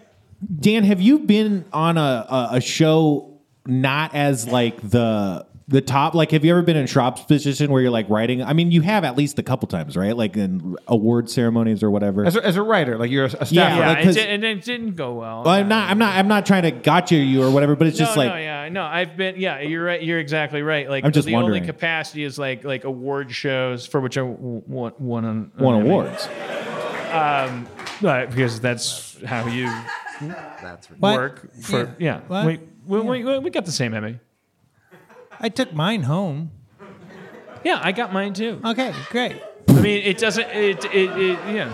Dan? Have you been on a, a a show not as like the the top? Like, have you ever been in Shrop's position where you're like writing? I mean, you have at least a couple times, right? Like in award ceremonies or whatever.
As a, as a writer, like you're a staff.
Yeah,
yeah,
like,
it
'cause-
di- and it didn't go well.
Well, I'm not. I'm not. I'm not trying to gotcha you or whatever. But it's just
no,
like
no, yeah, no. I've been, yeah. You're right. You're exactly right. Like
I'm just
the
wondering.
only capacity is like like award shows for which I w- won won, an,
won
an Emmy.
awards.
Um, right, because that's how you that's
What?
work for yeah.
Yeah. What?
Wait, we, we- we, we got the same Emmy.
I took mine home.
Yeah, I got mine too.
Okay, great.
I mean, it doesn't. It it, it yeah.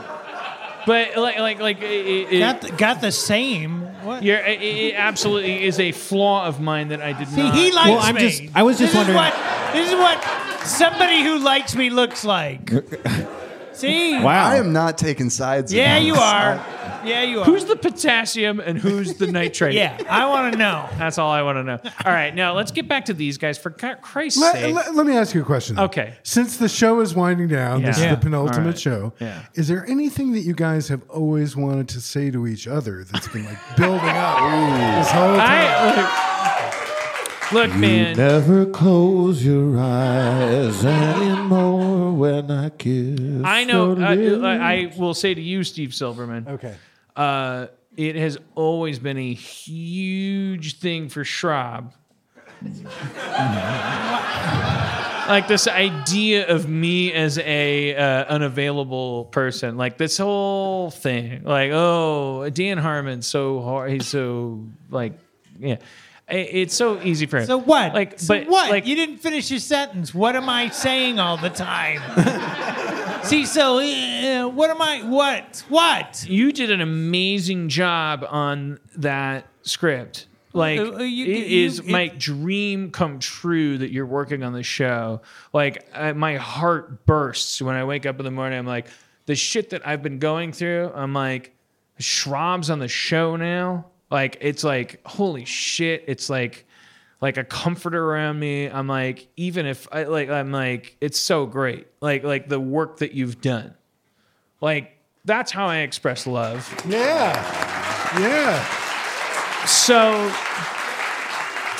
But like like like it, it,
Got the, got the same. What?
you're, it, it absolutely is a flaw of mine that I did
See,
not.
he likes
Well, I'm
me.
just- I was just
this
wondering-
Is what, this is what somebody who likes me
<laughs>
looks like. See?
I am not taking sides. in
Yeah,
this.
you are. Yeah, you are.
Who's the potassium and who's
<laughs>
the nitrate?
yeah, I want to know.
That's all I want to know. All right, now let's get back to these guys for Ch- Christ's
Let,
sake.
let- let me ask you a question. though.
Okay.
Since the show is winding down, this is
Yeah.
the penultimate
All right.
show.
Yeah.
Is there anything that you guys have always wanted to say to each other that's been like building up this whole time?
I look, look man.
Never close your eyes anymore when I kiss.
I know.
your
I,
lips.
I I will say to you, Steve Silverman.
Okay.
Uh, it has always been a huge thing for Schraub. <laughs> like this idea of me as a uh, unavailable person, like this whole thing, like oh, Dan Harmon's so hard, he's so like, yeah, I- it's so easy for him.
So what?
Like,
so
but
what?
like,
you didn't finish your sentence. What am I saying all the time? <laughs> See, so uh, what am I? What? What?
You did an amazing job on that script. Like
Uh, uh, you-
it
you-
is
it-
my dream come true that you're working on the show. Like I, my heart bursts when I wake up in the morning. I'm like the shit that I've been going through. I'm like Schraub's on the show now. Like it's like holy shit. It's like like a comforter around me. I'm like even if I like I'm like it's so great. Like like the work that you've done. Like that's how I express love.
Yeah. Yeah.
So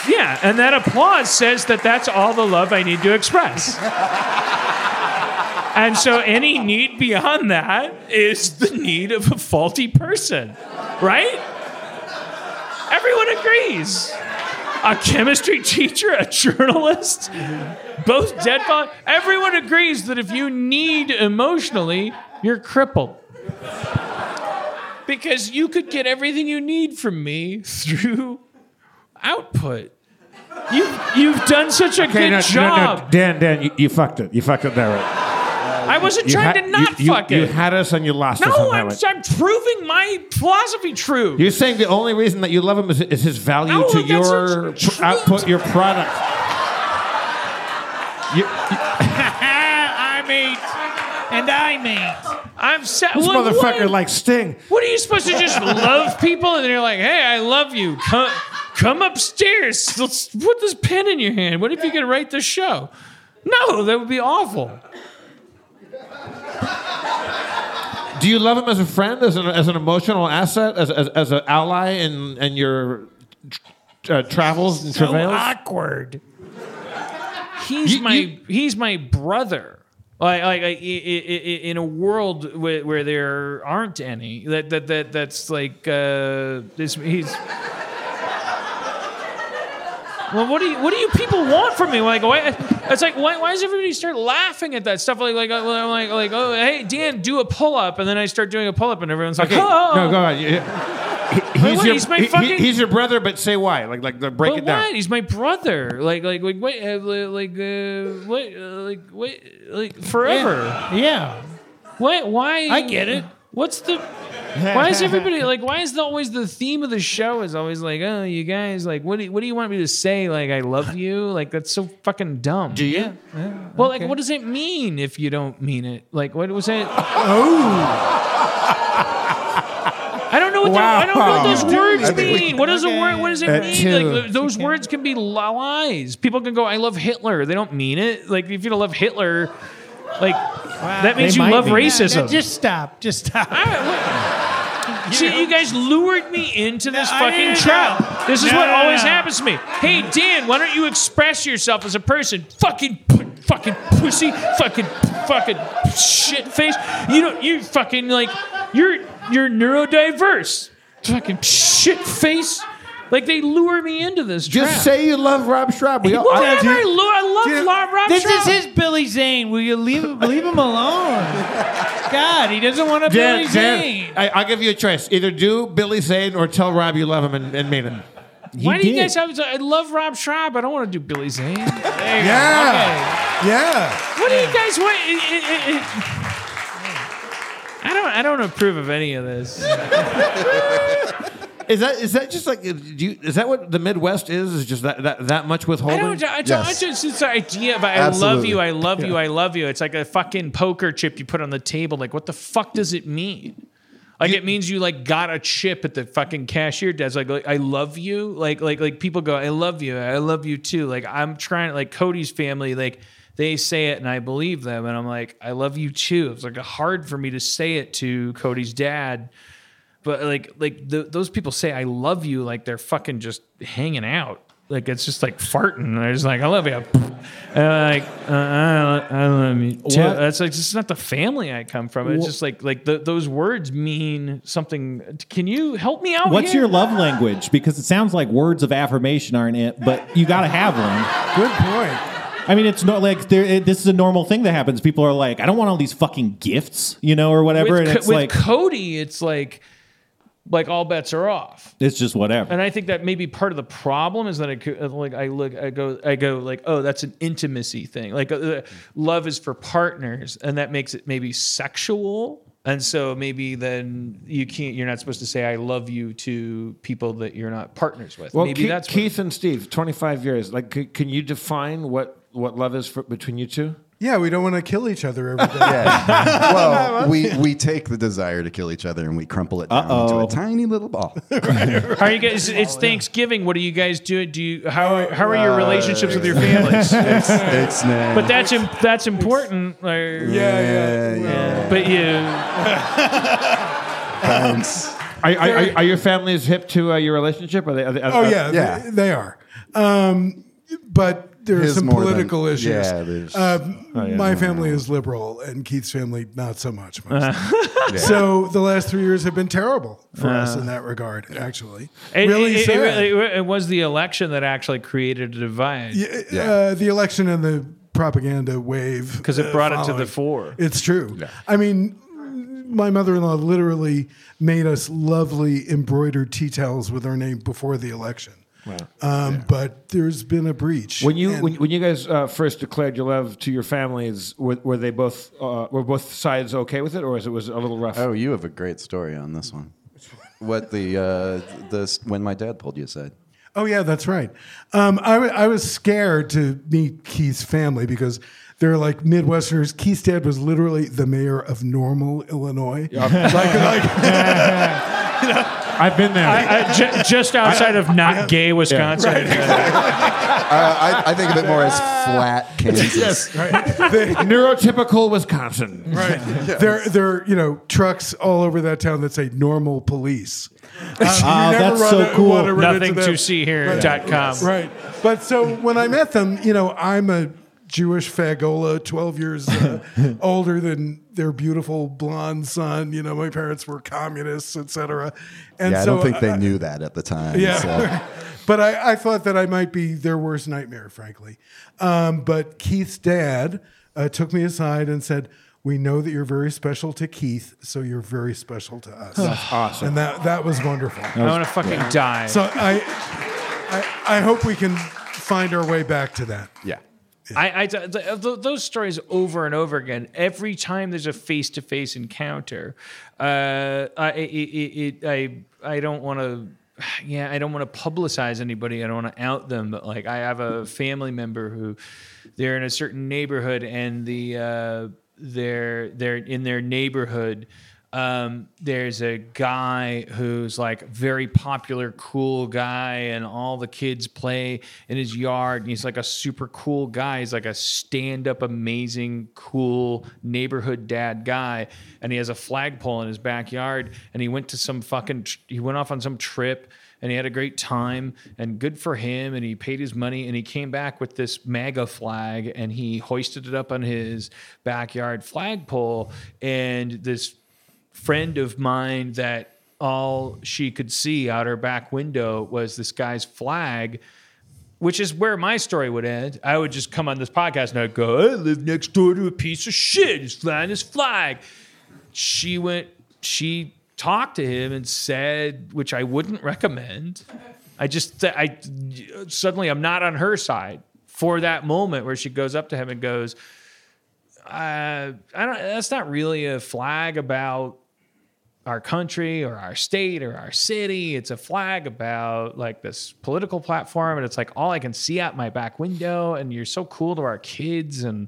yeah, and that applause says that that's all the love I need to express. <laughs> and so any need beyond that is the need of a faulty person, right? Everyone agrees. A chemistry teacher, a journalist, both dead body. Everyone agrees that if you need emotionally, you're crippled. Because you could get everything you need from me through output. You, you've done such a good
no, No,
job.
no, Dan, Dan, you, you fucked it. You fucked it there.
I wasn't trying to not
you,
fuck
you,
it.
You had us and you lost us.
no,
on that
I'm,
one.
I'm proving my philosophy true.
You're saying the only reason that you love him is, is his value
No,
to
that's
your
not true.
pr- output, your product. You-
<laughs>
I meet, and I meet.
I'm set.
this
What-
motherfucker
what-
likes Sting.
What are you supposed to just love people and then you're like, hey, I love you. Come, come upstairs. Let's put this pen in your hand. What if you could write the show? No, that would be awful.
Do you love him as a friend, as an, as an emotional asset, as, as, as an ally in, in your uh, travels and
So
travails?
awkward. He's my he's my brother. Like, like, like, i- i- i- in a world where, where there aren't any, that that, that that's like uh, this. He's well, what do you what do you people want from me? Like, why? It's like why, why does everybody start laughing at that stuff? Like, like uh, I'm like like oh hey Dan, do a pull up, and then I start doing a pull up, and everyone's like
Okay,
oh
no, go on. You- He,
Wait,
he's,
what?
your,
He's my
he- he-
fucking-
he's your brother, but say why? Like, like, like break
but
it down.
what? He's my brother. Like, like, like, wait, uh, like, uh, what, uh, like, wait, like, forever.
Yeah.
What? Why?
I get it.
What's the? Why is <laughs>
<laughs>
everybody like? Why is the, always the theme of the show is always like, oh, you guys, like, what do you, what do you want me to say? Like, I love you. Like, that's so fucking dumb. Do you? Well, like, what does it mean if you don't mean it? Like, what was it? oh. I don't know what the- I don't know what
Wow.
those
You do
words
mean it.
mean. What does a word? What does it
Okay.
mean? Like,
Attitude.
th- those words can be lies. People can go, "I love Hitler." They don't mean it. Like if you don't love Hitler, like that means
They
you
might
love
be. Yeah,
racism.
Just stop. Just stop.
See, you guys lured me into this
I
fucking
didn't know.
trap. This is
No,
what
no,
always
no.
happens to me. Hey, Dan, why don't you express yourself as a person? Fucking, pu- fucking pussy, fucking, fucking shit face. You don't, you fucking like, you're you're neurodiverse. Fucking shit face. Like they lure me into this trap.
Just say you love Rob Schraub. We all,
Well,
I-
I, I, lo- I love Rob- Rob
This
Schraub.
is his Billy Zane. Will you leave him, leave him alone? God, he doesn't want a
Dan,
Billy Zane.
Dan, I, I'll give you a choice. Either do Billy Zane or tell Rob you love him and, and mean it.
Why do you guys have? I love Rob Schraub. I don't want to do Billy Zane. There you go.
Yeah.
Okay. What do you guys want? It- it- it- it- I don't. I don't approve of any of this.
Is that is that just like do you, is that what the Midwest is? Is just that that, that much
I
withholding?
don't. I don't I just, it's the idea of I love
Absolutely.
you. I love you. I love you. It's like a fucking poker chip you put on the table. Like, what the fuck does it mean? Like it means you like got a chip at the fucking cashier desk. Like, like, I love you. Like like like people go, I love you. I love you too. Like I'm trying. Like Cody's family. Like they say it and I believe them. And I'm like, I love you too. It's like hard for me to say it to Cody's dad. But like like th those people say I love you. Like they're fucking just hanging out. Like it's just like farting. And They're just like I love you. And I'm like uh, I, I love you too.
What?
That's like this is not the family I come from. It's
Wha-
just like like th those words mean something. Can you help me out?
What's
here?
your love language? Because it sounds like words of affirmation aren't it, but you got to have one.
Good point.
I mean, it's not like there, it, this is a normal thing that happens. People are like, I don't want all these fucking gifts, you know, or whatever.
With,
and
Co-
it's
with
like,
Cody, it's like like all bets are off.
It's just whatever.
And I think that maybe part of the problem is that I could, uh, like I look I go I go like oh that's an intimacy thing like uh, love is for partners and that makes it maybe sexual and so maybe then you can't you're not supposed to say I love you to people that you're not partners with.
Well,
maybe
Keith,
that's what-
Keith and Steve, 25 years. Like, c- can you define what, what love is for, between you two?
Yeah, we don't want to kill each other every
<laughs>
day.
well, we, we take the desire to kill each other and we crumple it down into a tiny little ball.
How are you guys? It's Thanksgiving. What do you guys do? Do you how how are your relationships with your families?
It's- it's nice.
But that's im- that's important. like-
yeah,
But you.
Thanks.
Are, are, are, are your families hip to uh, your relationship? Are they? Are they are-
oh
are-
yeah, They, they are. Um, but there are
His
some
more than-
political issues.
yeah, there's-
Um,
Oh, yeah.
my family is liberal, and Keith's family not so much.
Uh. Yeah.
So the last three years have been terrible for us
Uh.
in that regard. Actually,
It,
really
it, it,
sad.
really- it was the election that actually created a divide.
uh, the election and the propaganda wave
'Cause it
uh,
brought it to
following.
the fore.
It's true. I mean, my mother-in-law literally made us lovely embroidered tea towels with our name before the election.
Wow.
Um, But there's been a breach.
When you
And-
when, when you guys uh, first declared your love to your families, were, were they both uh, were both sides okay with it, or was it was it a little rough?
<laughs> Oh, you have a great story on this one. What the uh, the when my dad pulled you aside?
Oh yeah, that's right. Um, I wa- I was scared to meet Keith's family because they're like Midwesterners. Keith's dad was literally the mayor of Normal, Illinois. <laughs> Like- like- you know,
<laughs> I've been there.
I, I, ju- just outside of not gay Wisconsin.
I, I think of it
<laughs>
more as flat Kansas.
Yes, right.
Neurotypical Wisconsin.
Right. There, there are, you know, trucks all over that town that say
<laughs>
normal police. Um, you
Ah,
never
that's
run
so
a-
cool.
wanna run into
Nothing
them.
to see here
Right.
dot com.
Right. But so when I met them, you know, I'm a Jewish fagola, 12
<laughs>
years uh, older than their beautiful blonde son. You know, my parents were communists, etc. And
yeah,
so
I don't think
I-
they knew that at the time.
yeah. <laughs>
so.
but I, I thought that I might be their worst nightmare, frankly. Um, but Keith's dad uh, took me aside and said, we know that you're very special to Keith, so you're very special to
<sighs>
us.
That's awesome.
And that, that was wonderful.
I wanna fucking Yeah. die.
So I, I, I hope we can find our way back to that.
Yeah.
I, I th- th- those stories over and over again. Every time there's a face to face encounter, uh, I, it, it, it, I I don't want to. Yeah, I don't want to publicize anybody. I don't want to out them. But like, I have a family member who they're in a certain neighborhood, and the uh, they're they're in their neighborhood um, there's a guy who's like very popular, cool guy, and all the kids play in his yard. And he's like a super cool guy. He's like a stand up, amazing, cool neighborhood dad guy. And he has a flagpole in his backyard. And he went to some fucking, tr- he went off on some trip and he had a great time and good for him and he paid his money and he came back with this maga flag and he hoisted it up on his backyard flagpole and this friend of mine that all she could see out her back window was this guy's flag which is where my story would end. I would just come on this podcast and I'd go, I live next door to a piece of shit. He's flying his flag. She went, she talked to him and said, which I wouldn't recommend. I just, I suddenly I'm not on her side for that moment where she goes up to him and goes, uh, I don't, that's not really a flag about our country or our state or our city. It's a flag about like this political platform. And it's like all I can see out my back window. And you're so cool to our kids. And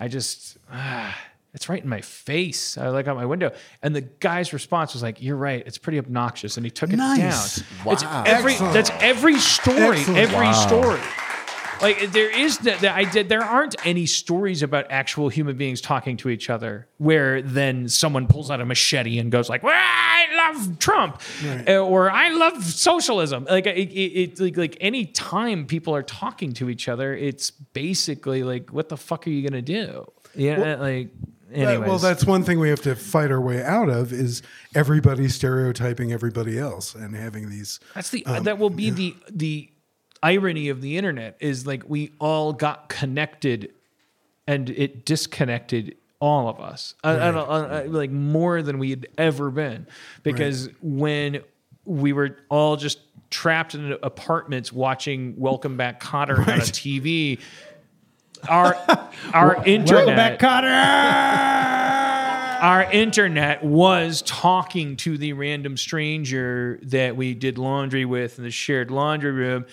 I just, ah, it's right in my face. I like out my window. And the guy's response was like, You're right. It's pretty obnoxious. And he took
Nice.
it down. It's
Wow.
every,
Excellent.
that's every story,
Excellent.
every
Wow.
story. Like there is that that I did. There aren't any stories about actual human beings talking to each other where then someone pulls out a machete and goes like, "Well, "I love Trump," uh, or "I love socialism." Like it, it, it like like any time people are talking to each other, it's basically like, "What the fuck are you gonna do?" Yeah,
Well-
like
That-
anyways.
well, that's one thing we have to fight our way out of is everybody stereotyping everybody else and having these.
That's the
um,
that will be the the irony of the internet is like we all got connected, and it disconnected all Uh, of us, I- I don't- I- I- like more than we had ever been, because when we were all just trapped in apartments watching Welcome Back Cotter on a TV. Our our
Welcome
internet
Back, Cotter!
<laughs> Our internet was talking to the random stranger that we did laundry with in the shared laundry room,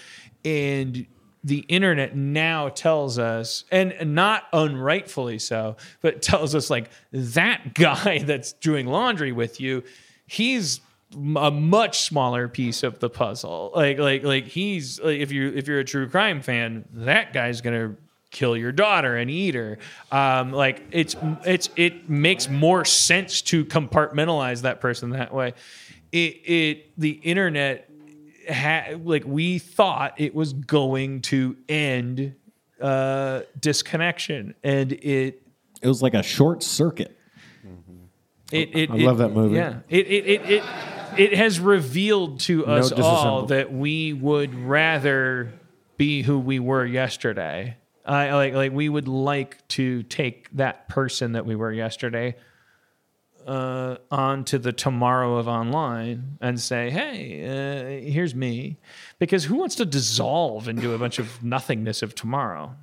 and the internet now tells us, and not unrightfully so, but <laughs> tells us like that guy <laughs> that's doing laundry with you, he's m- a much smaller piece of the puzzle. Like like like he's like, if you if you're a true crime fan, that guy's gonna kill your daughter and eat her. Um, like it's it's it makes more sense to compartmentalize that person that way. It it the internet ha- like we thought it was going to end uh, disconnection, and it
It was like a short circuit.
it, it
I love
it-
that movie.
Yeah, it it it it, it has revealed to
No,
us all
disassemble.
that we would rather be who we were yesterday. I like like we would like to take that person that we were yesterday uh, onto the tomorrow of online and say, hey, uh, here's me, because who wants to dissolve into a bunch
<laughs>
of nothingness of tomorrow?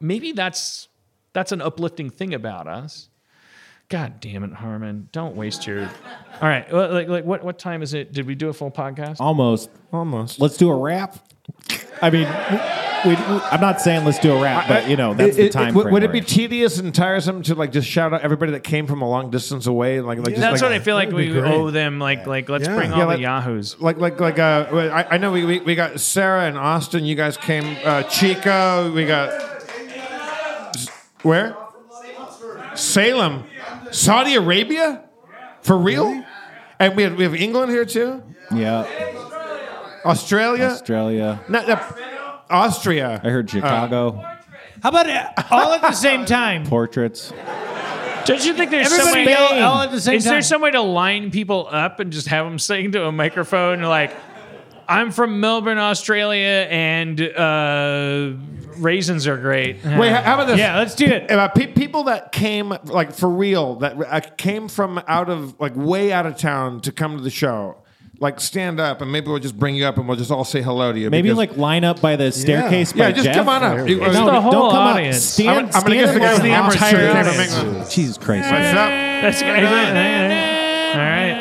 Maybe that's that's an uplifting thing about us. God damn it, Harmon! Don't waste your. All right, well, like, like what what time is it? Did we do a full podcast?
Almost. Almost. Let's do a wrap. I mean, we, we- I'm not saying let's do a wrap, but you know that's
It-
the
it-
time
would-
frame
Would it
we're
be
in.
tedious and tiresome to like just shout out everybody that came from a long distance away? Like, like just,
That's
like-
what I feel like we owe them. Like like let's
Yeah.
bring all
Yeah,
the
like-
yahoos.
Like like like uh, I, I know we, we we got Sarah and Austin. You guys came. Uh, Chico, we got where? Salem, Saudi Arabia, for real? And we have, we have England here too.
Yeah.
Australia,
Australia.
No, no, Austria. Uh,
I heard Chicago
How about uh, all at the same time?
portraits.
Don't you think there's
Everybody
some way
yell all at the same
Is there
time.
some way to line people up and just have them sing to a microphone like I'm from Melbourne, Australia, and uh, raisins are great.
Wait, how how about this?
Yeah, let's do it.
About pe- people that came, like for real, that uh, came from out of, like way out of town to come to the show. Like stand up, and maybe we'll just bring you up, and we'll just all say hello to you.
Maybe
because-
like line up by the staircase.
Yeah,
by
just
Jeff.
come on up.
No,
It's the
don't
whole
come
audience.
up. Stand,
I'm- I'm gonna
stand
guess the guy
where
with the
I'm
amateur
tired.
came from England.
Jesus Christ.
What's up?
That's good. All right.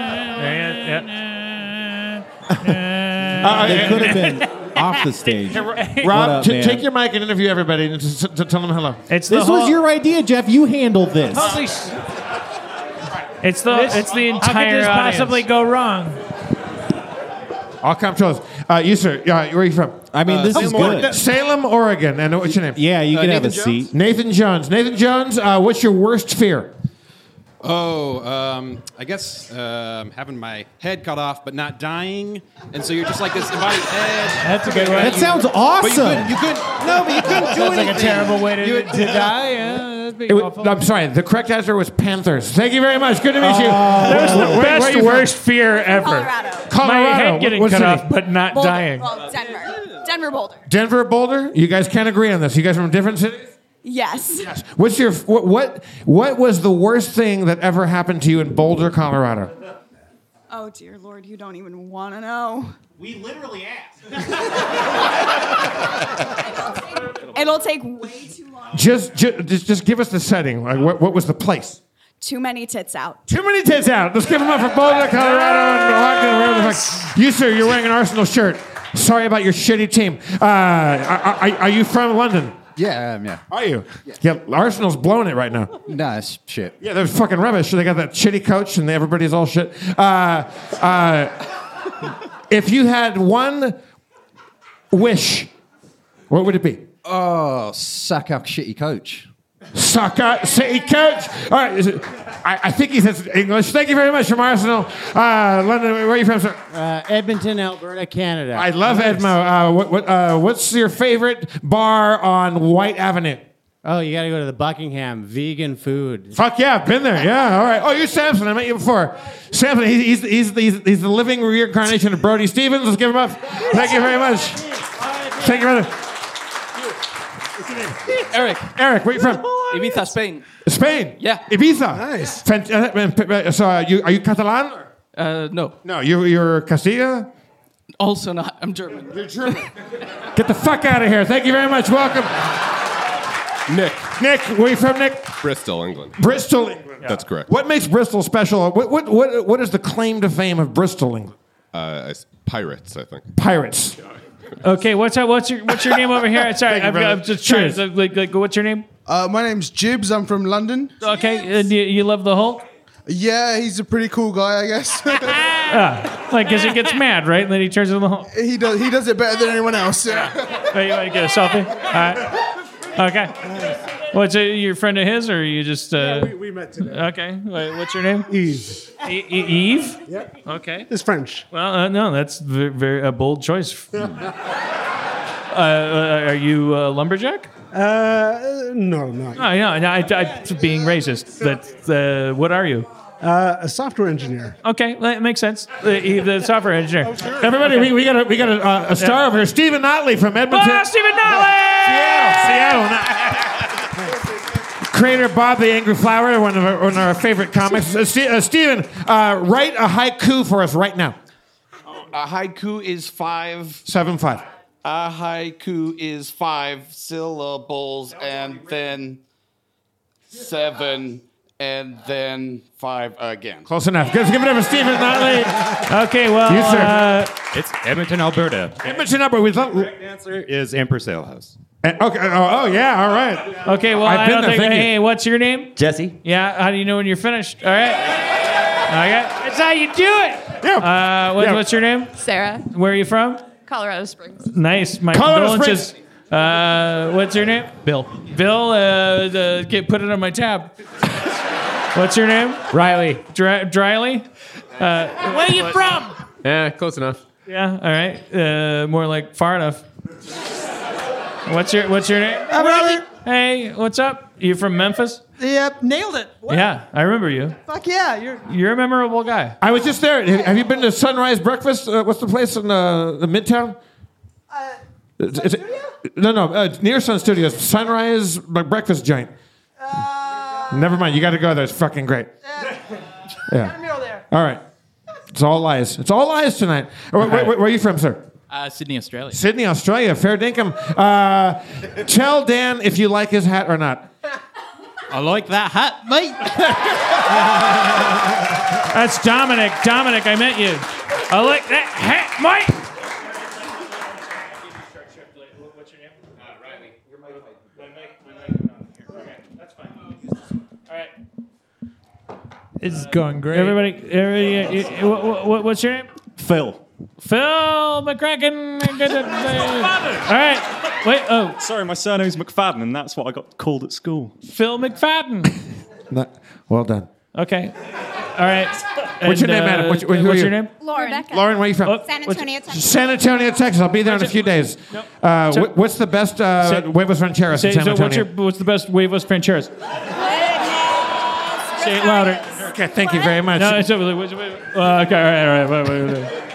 There you go.
Uh, they could have been
<laughs>
off the stage.
Rob,
What up,
t-
man?
take your mic and interview everybody, and just, to tell them hello.
It's
This was your idea, Jeff. You handled this.
Holy sh-
It's the it's the
How could
entire
this possibly go wrong?
All comptrols. Uh, you sir, uh, where are you from?
I mean, this is
Salem,
good.
Salem, Oregon, and what's your name?
Yeah, you Uh, can have Nathan a Jones? seat.
Nathan Jones. Nathan Jones. Uh, what's your worst fear?
Oh, um, I guess um, having my head cut off, but not dying, and so you're just like this invited head.
That's a good way.
That sounds
But you
awesome.
couldn't, you couldn't. No, but you couldn't do
Sounds
anything.
like a terrible way to,
You- <laughs>
to die. Yeah, that'd be
It wa-
awful.
I'm sorry. The correct answer was Panthers. Thank you very much. Good to meet you.
That was
Where-
the
where are
best
you from?
worst fear ever. Colorado.
Colorado.
My head getting
What
cut
city?
off, but not
Boulder-
dying.
Well, Denver. Denver Boulder.
Denver, Boulder. You guys can't agree on this. You guys from different cities.
Yes.
What's your what, what? What was the worst thing that ever happened to you in Boulder, Colorado?
Oh dear lord, you don't even want to know.
We literally asked.
<laughs> <laughs> It'll take way too long.
Just, ju- just, just give us the setting. Like, what, what was the place?
Too many tits out.
Too many tits out. Let's give them up for Boulder, Colorado, and Oaxaca, wherever the fuck. You, sir, you're wearing an Arsenal shirt. Sorry about your shitty team. Uh, are, are, are you from London?
Yeah, um, yeah.
Are you? Yeah, Arsenal's blowing it right now.
Nice shit.
Yeah, they're fucking rubbish. They got that shitty coach, and everybody's all shit. Uh, uh, if you had one wish, what would it be?
Oh, suck up shitty coach.
Sucker City coach. All right, is it- I, I think he says English. Thank you very much from Arsenal. Uh, London, where are you from, sir?
Uh, Edmonton, Alberta, Canada.
I love Edmo. Uh, what, what, uh, what's your favorite bar on White Avenue?
Oh, you got to go to the Buckingham vegan food.
Fuck yeah, I've been there. Yeah, all right. Oh, you're Samson. I met you before. Samson, he's, he's, he's, he's, he's the living reincarnation of Brody Stevens. Let's give him up. Thank you very much. Thank you very much.
Eric.
Eric, where you from?
Ibiza, Spain.
uh, Spain. Yeah. Ibiza. Nice. Fan- uh, uh, so, are you, are you Catalan?
Uh, no.
No, you're, you're Castilla?
Also not. I'm German.
You're German.
Get the fuck out of here. Thank you very much. Welcome.
Nick.
Nick, where you from, Nick?
Bristol, England.
Bristol, England.
That's correct.
What makes Bristol special? What, what, what, what is the claim to fame of Bristol, England?
Uh, I s- pirates, I think.
Pirates.
Okay, what's up? What's your what's your name over here? Sorry,
Thank you,
I'm,
brother.
I'm just trying.
Cheers.
To, like, like, what's your name?
Uh, my name's Jibs. I'm from London.
Okay, and you, you love the Hulk?
Yeah, he's a pretty cool guy, I guess.
<laughs> Ah, like, because he gets mad, right? And then he turns into the Hulk.
he does. He does it better than anyone else. Yeah.
Hey, you want to get a selfie? All right. Okay. What's it, your friend of his, or you just? Uh,
we, we met today.
Okay. Wait, what's your name? Eve. E- E- Eve.
Yep.
Okay.
It's French.
Well, uh, no, that's very, very a bold choice. uh, uh, are you uh, lumberjack?
Uh, no,
No,
not.
no, no. I, I, being racist. That. Uh, what are you?
Uh, a software engineer. Oh,
Okay, well, it makes sense. Uh, Eve, the software engineer.
Everybody, we, we got a, we got a, uh, a star over here. Stephen Notley from Edmonton.
Ah, Stephen Notley!
Seattle. Seattle. Creator Bob the Angry Flower, one of our, one of our favorite comics. Uh, Ste- uh, Stephen, uh, write a haiku for us right now.
A haiku is five.
Seven five.
A haiku is five syllables and then seven and then five again.
Close enough. Give, give it up for Stephen Notley.
Okay, well,
you sir.
uh,
It's Edmonton, Alberta.
Edmonton, Alberta. We'd love.
Answer is Empress Ale House.
Uh, okay. Oh, oh, yeah. All right.
Okay. Well,
I've
I
been
don't
there,
think.
thank you.
Hey, what's your name?
Jesse.
Yeah. How do you know when you're finished? All right. Okay. That's how you do it. Yeah. Uh, what,
Yeah.
What's your name?
Sarah,
Where are you from?
Colorado Springs.
Nice. My
Colorado
condolences. Uh, what's your name? Bill. Bill. Uh, the, get put it on my tab. what's your name? Riley. Dry, Dryly. Uh,
Where you from? Yeah, close enough.
yeah. All right. Uh, more like far enough. What's your What's your name? Hey, what's up? You from Memphis?
Yep, nailed it. What?
Yeah, I remember you.
Fuck yeah, you're.
You're a memorable guy.
I was just there. Have have you been to Sunrise Breakfast? Uh, what's the place in uh, the Midtown? Uh, no, no, uh, near Sun Studios. Sunrise b- Breakfast Joint. Never mind. You got to go there. It's fucking great. yeah. All right. It's all lies. It's all lies tonight. Uh, Where, where- where are you from, sir?
Uh, Sydney, Australia.
Sydney, Australia. Fair dinkum. Uh, tell Dan if you like his hat
<laughs>
or not.
I like that hat, mate.
That's Dominic. Dominic, I met you. I like that hat, Mike.
This is going great.
Everybody, everybody uh, you- what, what, what's your name?
Phil.
Phil McCracken. All right. Wait, oh.
Sorry, my surname's McFadden, and that's what I got called at school.
Phil McFadden.
No, <laughs> well done.
Okay. All right.
What's your name, madam? What's- who are
uh, what's your
you?
name?
Lauren. Rebecca.
Lauren, where are you from? Oh,
San
what's-
Antonio, Texas.
San Antonio, Texas. I'll be there in a few days. Uh, wh- what's the best uh, Huevos Rancheros
Say,
in San
so
Antonio?
what's, your, what's the best Huevos Rancheros? Say it louder.
Okay, thank you very much.
No, it's over. Wait, wait, wait. Uh, okay, all right, all right. Wait, wait, wait. wait.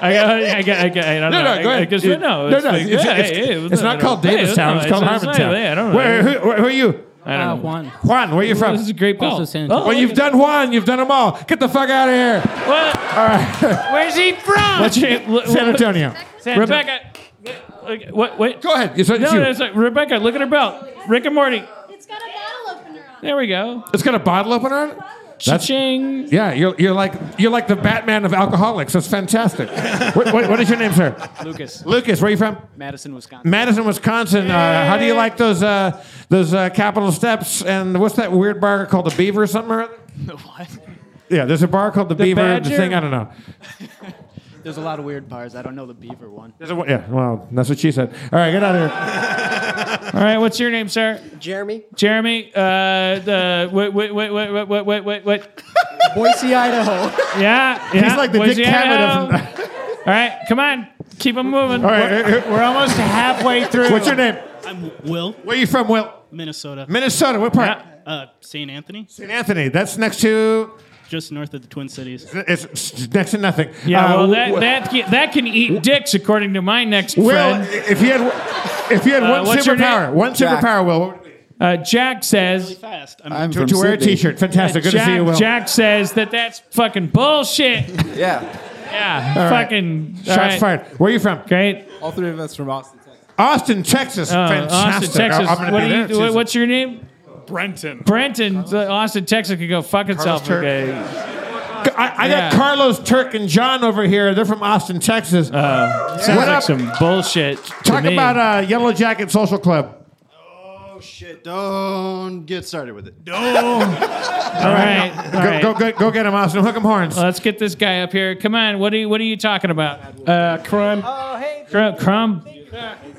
I got, I got, I got, I don't
No,
know.
no, go
I, I
ahead.
guess,
You-
no,
no,
it's
no,
like,
it's-
yeah,
it's-
hey, hey,
it's not
no,
called
no, hey,
Davistown,
no,
it's called
not-
Harmontown.
Hey, I don't know.
Where- who- who are you?
I don't
Uh,
know.
Juan. Oh. Juan, where are you from?
This is a great
Also
bill.
San Antonio. Well, you've done one. You've done them all. Get the fuck out of here.
What?
All right.
<laughs> Where's he from?
What's your name? San Antonio.
San Rebecca. Wait, What? Wait.
Go ahead. It's, it's
no,
you.
no, it's like, Rebecca, look at her belt. Rick and Morty. There we go.
It's got a bottle opener on it?
Cha-ching.
Yeah, you're, you're like you're like the Batman of alcoholics. That's fantastic. what, what, what is your name, sir?
Lucas.
Lucas, where are you from?
Madison, Wisconsin.
Madison, Wisconsin. Uh, how do you like those uh, those uh, Capitol steps? And what's that weird bar called the Beaver or something or other?
what?
Yeah, there's a bar called the,
The
Beaver. The
Badger?
thing I don't know.
There's a lot of weird bars. I don't know the Beaver one.
There's a, yeah, well, that's what she said. All right, get out of here. <laughs>
All right, what's your name, sir?
Jeremy.
Jeremy. Uh, the wait, wait, wait, wait, wait, wait, wait, wait, wait.
Boise, Idaho.
Yeah,
He's
yeah,
like the
Boise,
Dick Cavett
Idaho. All right, come on, keep them moving.
All right,
uh,
here- here-
we're almost
halfway
through.
What's your name?
I'm Will.
Where are you from, Will?
Minnesota.
Minnesota. What part?
Uh, St. Anthony. St.
Anthony. That's next to.
Just north of the Twin Cities.
It's it's next to nothing.
Yeah,
Uh,
well, that,
wh-
that can, that can eat dicks, according to my next
Will,
friend.
if you had if you had
Uh,
one
what's your
superpower,
name?
one
Jack.
superpower, Will. what would it be?
Uh, Jack says,
fast.
I'm
to, to wear a T-shirt. Fantastic. Good
Jack,
to see you, Will.
Jack says that that's fucking bullshit.
Yeah.
yeah.
All right.
Fucking all
Shots
right.
fired. Where are you from?
Great.
All three of us from Austin, Texas.
Austin, Texas.
Uh,
Fantastic.
Austin, Texas.
I'm gonna
What
be
do
there
you-
Tuesday.
what- what's your name?
Brenton.
Brenton. Uh, Austin, Texas could go fuck itself.
Turk.
okay.
I, I
Yeah.
got Carlos, Turk, and John over here. They're from Austin, Texas.
Uh, sounds like some bullshit.
Talk about uh, Yellow Jacket Social Club.
Oh shit! Don't get started with it.
All right. Uh,
Go, go, go, go get him, Austin. Hook him horns.
Let's get this guy up here. Come on. What are you What are you talking about? Uh, crumb. Oh hey. Crumb.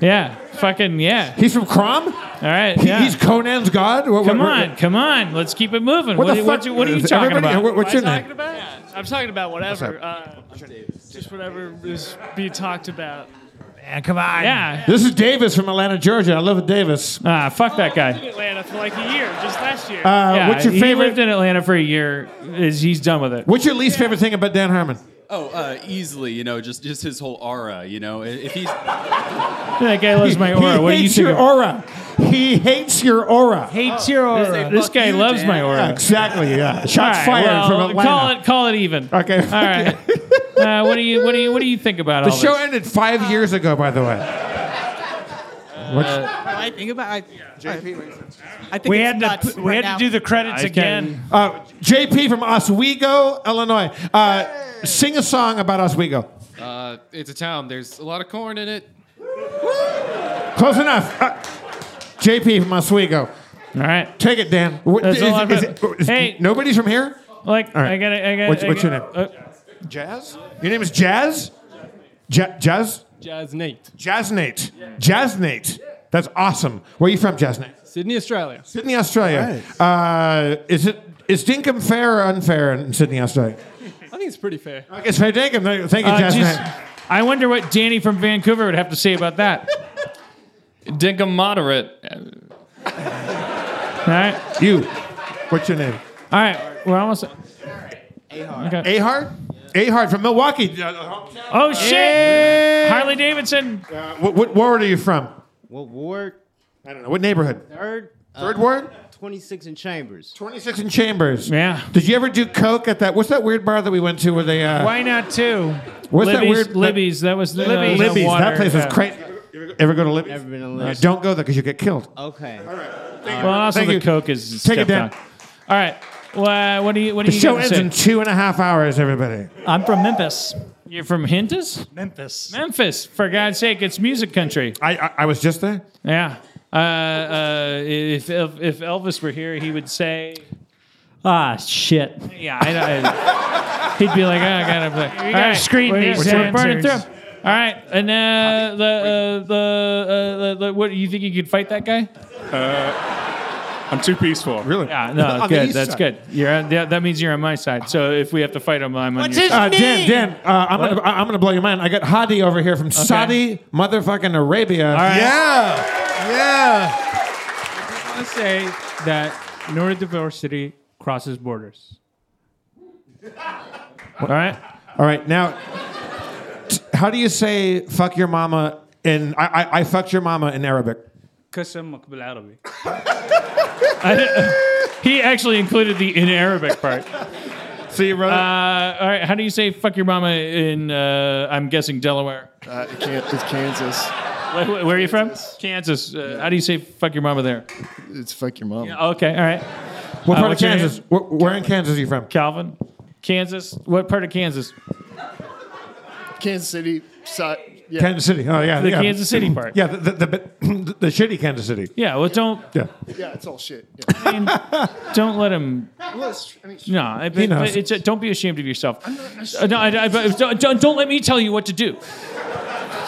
Yeah. Fucking yeah.
He's from Crumb. All
right.
He-
yeah.
he's Conan's god. What-
come
what-
on. come on. Let's keep it moving.
What
What,
the
are- what
fuck-
you- what are you
is
talking
everybody-
about?
what- what's your
Am I
name?
talking
about?
Yeah, I'm talking about whatever.
What's
Uh, just whatever is being talked about.
Uh,
Man, come on.
Yeah.
This is Davis from Atlanta, Georgia. I love Davis.
Ah, fuck that
I lived in Atlanta for like a year, just last year.
Uh,
Yeah,
what's your
he
favorite-
lived in Atlanta for a year. Is he's done with it?
What's your least favorite thing about Dan Harmon?
<laughs> Oh, uh, easily, you know, just just his whole aura, you know. I- If he's
That guy loves my aura.
He
What do you
hates
think
your
of-
aura. He hates your aura.
Hates your aura.
This guy loves my aura.
Yeah, exactly. Yeah. Shots
All right,
fired
well,
from Atlanta.
Call it. Call it even.
Okay.
All
<laughs>
right. Uh, what do you What do you What do you think about
The
all
show
this?
ended five years ago, by the way.
Uh,
Well, Uh, I think about. I, I think
We
it's
had to
nuts
p- we
right
had to
now.
do the credits again.
Uh, JP from Oswego, Illinois. Uh, sing a song about Oswego.
Uh, it's a town. There's a lot of corn in it.
Close enough. Uh, JP from Oswego.
All right.
Take it, Dan. What-
That's a
is-
lot of
is
fun.
it- is-
Hey.
Nobody's from here?
Like
All right.
I got I uh, got
What's- what's your name? Jazz? Your name is Jazz? Ja- Jazz?
Jazz Nate.
Jazz Nate. Jazz Nate. That's awesome. Where are you from, Jazz Nate?
Sydney, Australia.
Sydney, Australia. Uh, is it is Dinkum fair or unfair in Sydney, Australia?
I think it's pretty fair.
It's fair Dinkum. Thank you,
Uh,
Jazz
just-
Nate.
I wonder what Danny from Vancouver would have to say about that.
Dinkum moderate.
All right.
You. What's your name?
All right. We're almost. Okay.
Ahart? Ahart from Milwaukee. Uh,
Oh shit!
Yeah.
Harley Davidson.
What, what ward are you from?
What ward?
I don't know. What neighborhood?
Third.
Third ward?
Twenty-six in Chambers.
Twenty-six in Chambers.
Yeah.
Did you ever do coke at that? What's that weird bar that we went to where they? Uh,
Why not two?
What's that
Libby's,
weird-
Libby's. That was the
Libby's.
the water.
That place was
Yeah.
crazy. Ever go to Libby's?
Never been to
Uh,
Libby's.
don't go there because you get killed.
Okay. All right.
Well, and also
Thank
the
you.
coke is
Take it
stepped
down.
on. All right. Well, uh, what do you What
The
do you
show
got to
ends
say?
in two and a half hours. Everybody.
I'm from Memphis.
You're from Hintus?
Memphis.
Memphis. For God's sake, it's music country.
I I, I was just there.
Yeah. Uh, uh, if, if if Elvis were here, he would say,
Ah, shit.
"Yeah, I,
<laughs>
I He'd be
<laughs>
like, "Oh, I gotta play."
You gotta screen
we're,
these
we're burning through.
answers.
All right, and uh, the uh, the, uh, the the what? You think you could fight that guy?
Uh, I'm too peaceful.
Really?
Yeah,
<laughs>
no, good. That's good. You're on, yeah, that means you're on my side. So if we have to fight him, I'm on your
uh,
side.
Dan, Dan, uh, I'm gonna I- I'm gonna blow your mind. I got Hadi over here from Saudi motherfucking Arabia.
right.
Yeah, yeah.
I want to say that neurodiversity crosses borders.
All right.
All right, now, t- how do you say "fuck your mama"? In I, I, I fucked your mama in Arabic.
Kasam Makbul Arabi.
<laughs> I didn't- he actually included the in Arabic part.
See you, brother.
Uh, all right. How do you say "fuck your mama" in? Uh, I'm guessing Delaware.
Uh, it's Kansas.
Where, where are you from? Kansas. Uh, How do you say "fuck your mama" there?
It's fuck your mom.
Yeah, okay. All right.
What
Uh,
part of
what's your name?
Kansas? Where, where in Kansas are you from?
Calvin. Kansas. What part of
<laughs>
Kansas?
Kansas City. So, yeah.
Kansas City. Oh yeah,
The
yeah.
Kansas City part.
Yeah, the <clears throat> the, the, the shitty Kansas City.
Yeah. Well, don't
Yeah.
Yeah, it's all shit.
don't let him.
Yeah. well, it's, I mean,
No, I,
He
but, but
knows.
it's, don't be ashamed of yourself. Uh, no, I, I, but don't, don't- don't let me tell you what to do.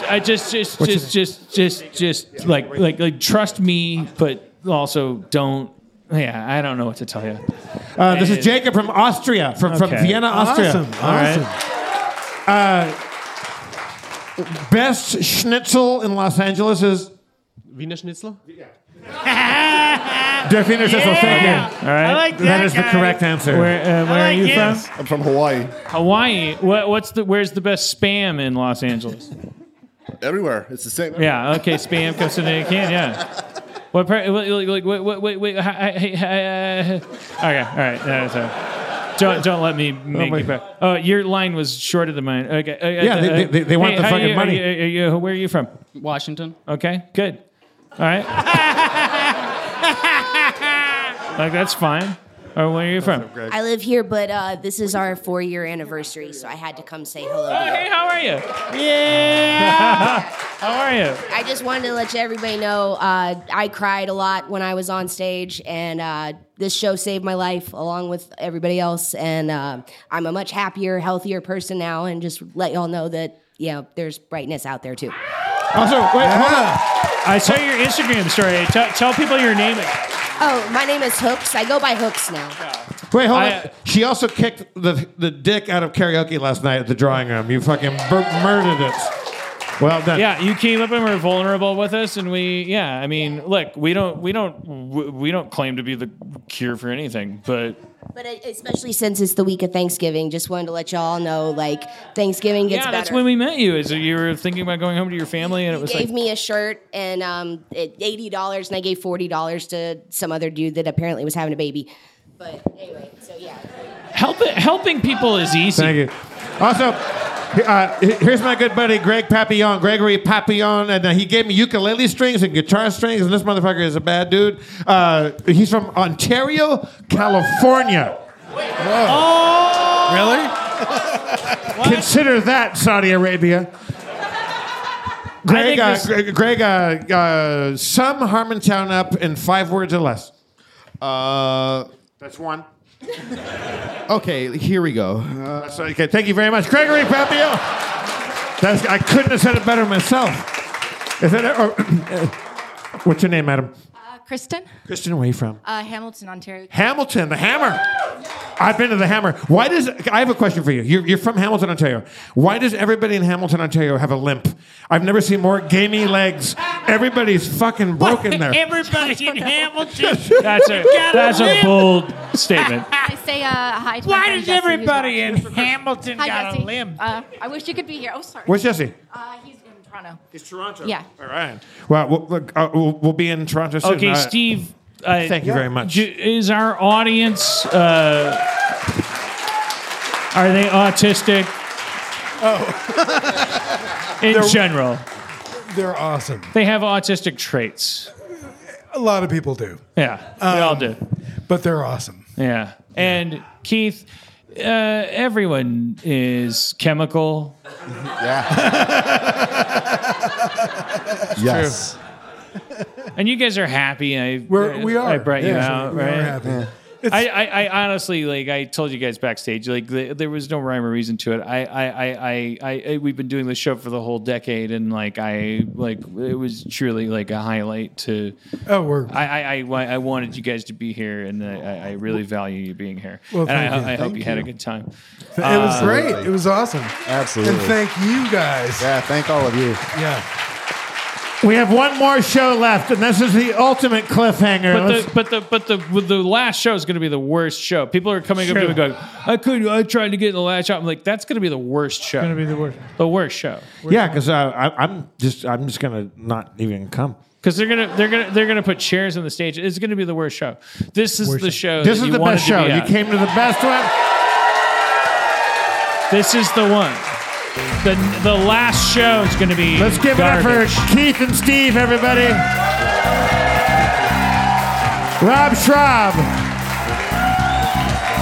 I just, just,
What's
just, just, just, just, like, like, like, trust me, but also don't. Yeah, I don't know what to tell you.
Uh, this
Uh,
is Jacob from Austria, from, from
okay.
Vienna, Austria.
Awesome,
All right. Uh, best schnitzel in Los Angeles is
Wiener Schnitzel? Yeah.
Der Wiener Schnitzel. Thank you.
All right.
I like that.
that is the
guy.
correct answer.
Where, uh, where are
like
you
his.
from?
I'm from Hawaii.
Hawaii. What, what's the? Where's the best spam in Los Angeles?
<coughs>
Everywhere. It's the same.
Yeah. Okay. Spam comes into a can. Yeah. What? Part, like, like, wait, wait, wait, wait. hi- hi- hi- uh, okay, all right. Uh, sorry. Don't don't let me make
my
you. back. Oh, your line was shorter than mine. Okay. uh,
Yeah,
uh,
they- they- they want
hey,
the
how
fucking
you-
money.
are you- are you- where are you from?
Washington.
Okay. Good. All right. <laughs> like that's fine. Or where are you from?
I live here, but uh, this is our four year anniversary, so I had to come say
Oh,
hello. to you.
hey, how are you? Yeah. how are you?
<laughs> I just wanted to let everybody know uh, I cried a lot when I was on stage, and uh, this show saved my life along with everybody else. And uh, I'm a much happier, healthier person now, and just let y'all know that, yeah, there's brightness out there too.
Also, wait, hold on. I saw your Instagram story. Tell, tell people your name.
Oh, my name is Hooks. I go by Hooks now.
Wait, hold
I-
on. She also kicked the the dick out of karaoke last night at the drawing room. You fucking bur- murdered it. Well done.
Yeah, you came up and were vulnerable with us, and we, yeah, I mean, look, we don't, we don't, w- we don't claim to be the cure for anything, but
But uh, especially since it's the week of Thanksgiving, just wanted to let y'all know like Thanksgiving gets
yeah,
better.
that's when we met you. Is that you were thinking about going home to your family, and it was
gave
like,
me a shirt and um, it- eighty dollars, and I gave forty dollars to some other dude that apparently was having a baby. But anyway, so yeah.
helping helping people is easy.
Thank you. Also, uh, here's my good buddy Greg Papillon, Gregory Papillon, and uh, he gave me ukulele strings and guitar strings, and this motherfucker is a bad dude. Uh, he's from Ontario, California.
Oh.
Really? Consider that Saudi Arabia. Greg,
I
uh,
think
Greg, Greg, uh, uh, sum Harmontown up in five words or less. Uh, That's one.
Okay, here we go.
That's Uh, okay, thank you very much, Gregory Papio. That's, I couldn't have said it better myself. Is that or, <clears throat> uh, what's your name, madam?
Uh, Kristen,
Christian, where are you from?
uh, Hamilton, Ontario.
Hamilton, the Hammer. I've been to the Hammer. Why does I have a question for you? You're, you're from Hamilton, Ontario. Why does everybody in Hamilton, Ontario have a limp? I've never seen more gamey legs. Everybody's fucking broken there.
Everybody
<laughs>
in Hamilton.
<laughs> That's a that's a bold statement.
I say uh, hi to my
Why
friend
does
Jesse, who's
everybody in
watching.
Hamilton
hi,
got a
Jesse.
limb?
Uh, I wish you could be here. Oh, sorry.
Where's Jesse?
Uh, he's in Toronto.
He's Toronto.
Yeah.
All right. Well, we'll, look, uh, we'll, we'll be in Toronto soon.
Okay,
Uh,
Steve. Uh,
thank you very much.
j- is our audience uh, are they autistic
Oh.
in
They're-
general?
They're awesome.
They have autistic traits.
A lot of people do.
Yeah, we all do.
Um, But they're awesome.
Yeah. And Keith, uh, everyone is chemical. <laughs> Yeah.
Yes.
And you guys are happy. I
We're- we
I
are.
brought you
Yeah,
out,
we are
right?
happy. Yeah.
I, I, I honestly like I told you guys backstage like th- there was no rhyme or reason to it. I I, I, I, I I we've been doing this show for the whole decade and like I like it was truly like a highlight to.
Oh, we're
I I, I, wa- I wanted you guys to be here and I, I- I really value you being here.
Well,
and I,
thank you.
I hope
Thank
you, had a
you.
good time. Uh,
It was great. It was awesome.
Absolutely.
And thank you guys.
Yeah, thank all of you.
Yeah.
We have one more show left, and this is the ultimate cliffhanger.
But
Let's-
the, but the but the with the last show is going to be the worst show. People are coming up
Sure.
to me going, "I could I tried to get in the last show." I'm like, "That's going to be the worst show." going to be the worst. The worst show.
yeah, because uh, I- I'm just I'm just gonna not even come.
Because they're gonna they're gonna they're gonna put chairs on the stage. It's gonna be the worst show. This is the show.
This
is
is the best show. You came to the best one.
This is the one. The the last show is gonna be.
Let's give it up for Keith and Steve, everybody. Rob Schraub,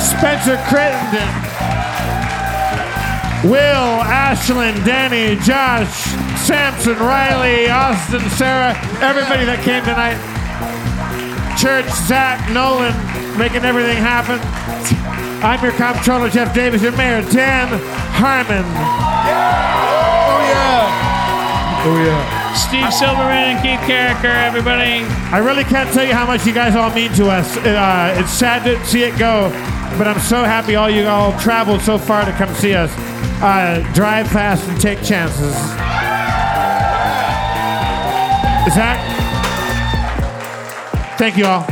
Spencer Crittenden, Will, Ashlyn, Danny, Josh, Samson, Riley, Austin, Sarah, everybody that came tonight. Church, Zach, Nolan, making everything happen. I'm your comptroller, Jeff Davis, your mayor, Dan Harmon. Oh, yeah.
Oh, yeah.
Steve Silverman and Keith Carricker, everybody.
I really can't tell you how much you guys all mean to us. It, uh, it's sad to see it go, but I'm so happy all you all traveled so far to come see us. Uh, drive fast and take chances. Zach, thank you all.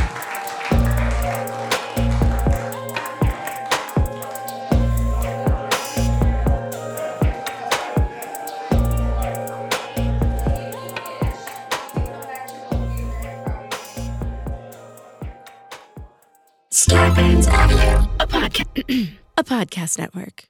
Bands Audio, a, podca- a podcast network.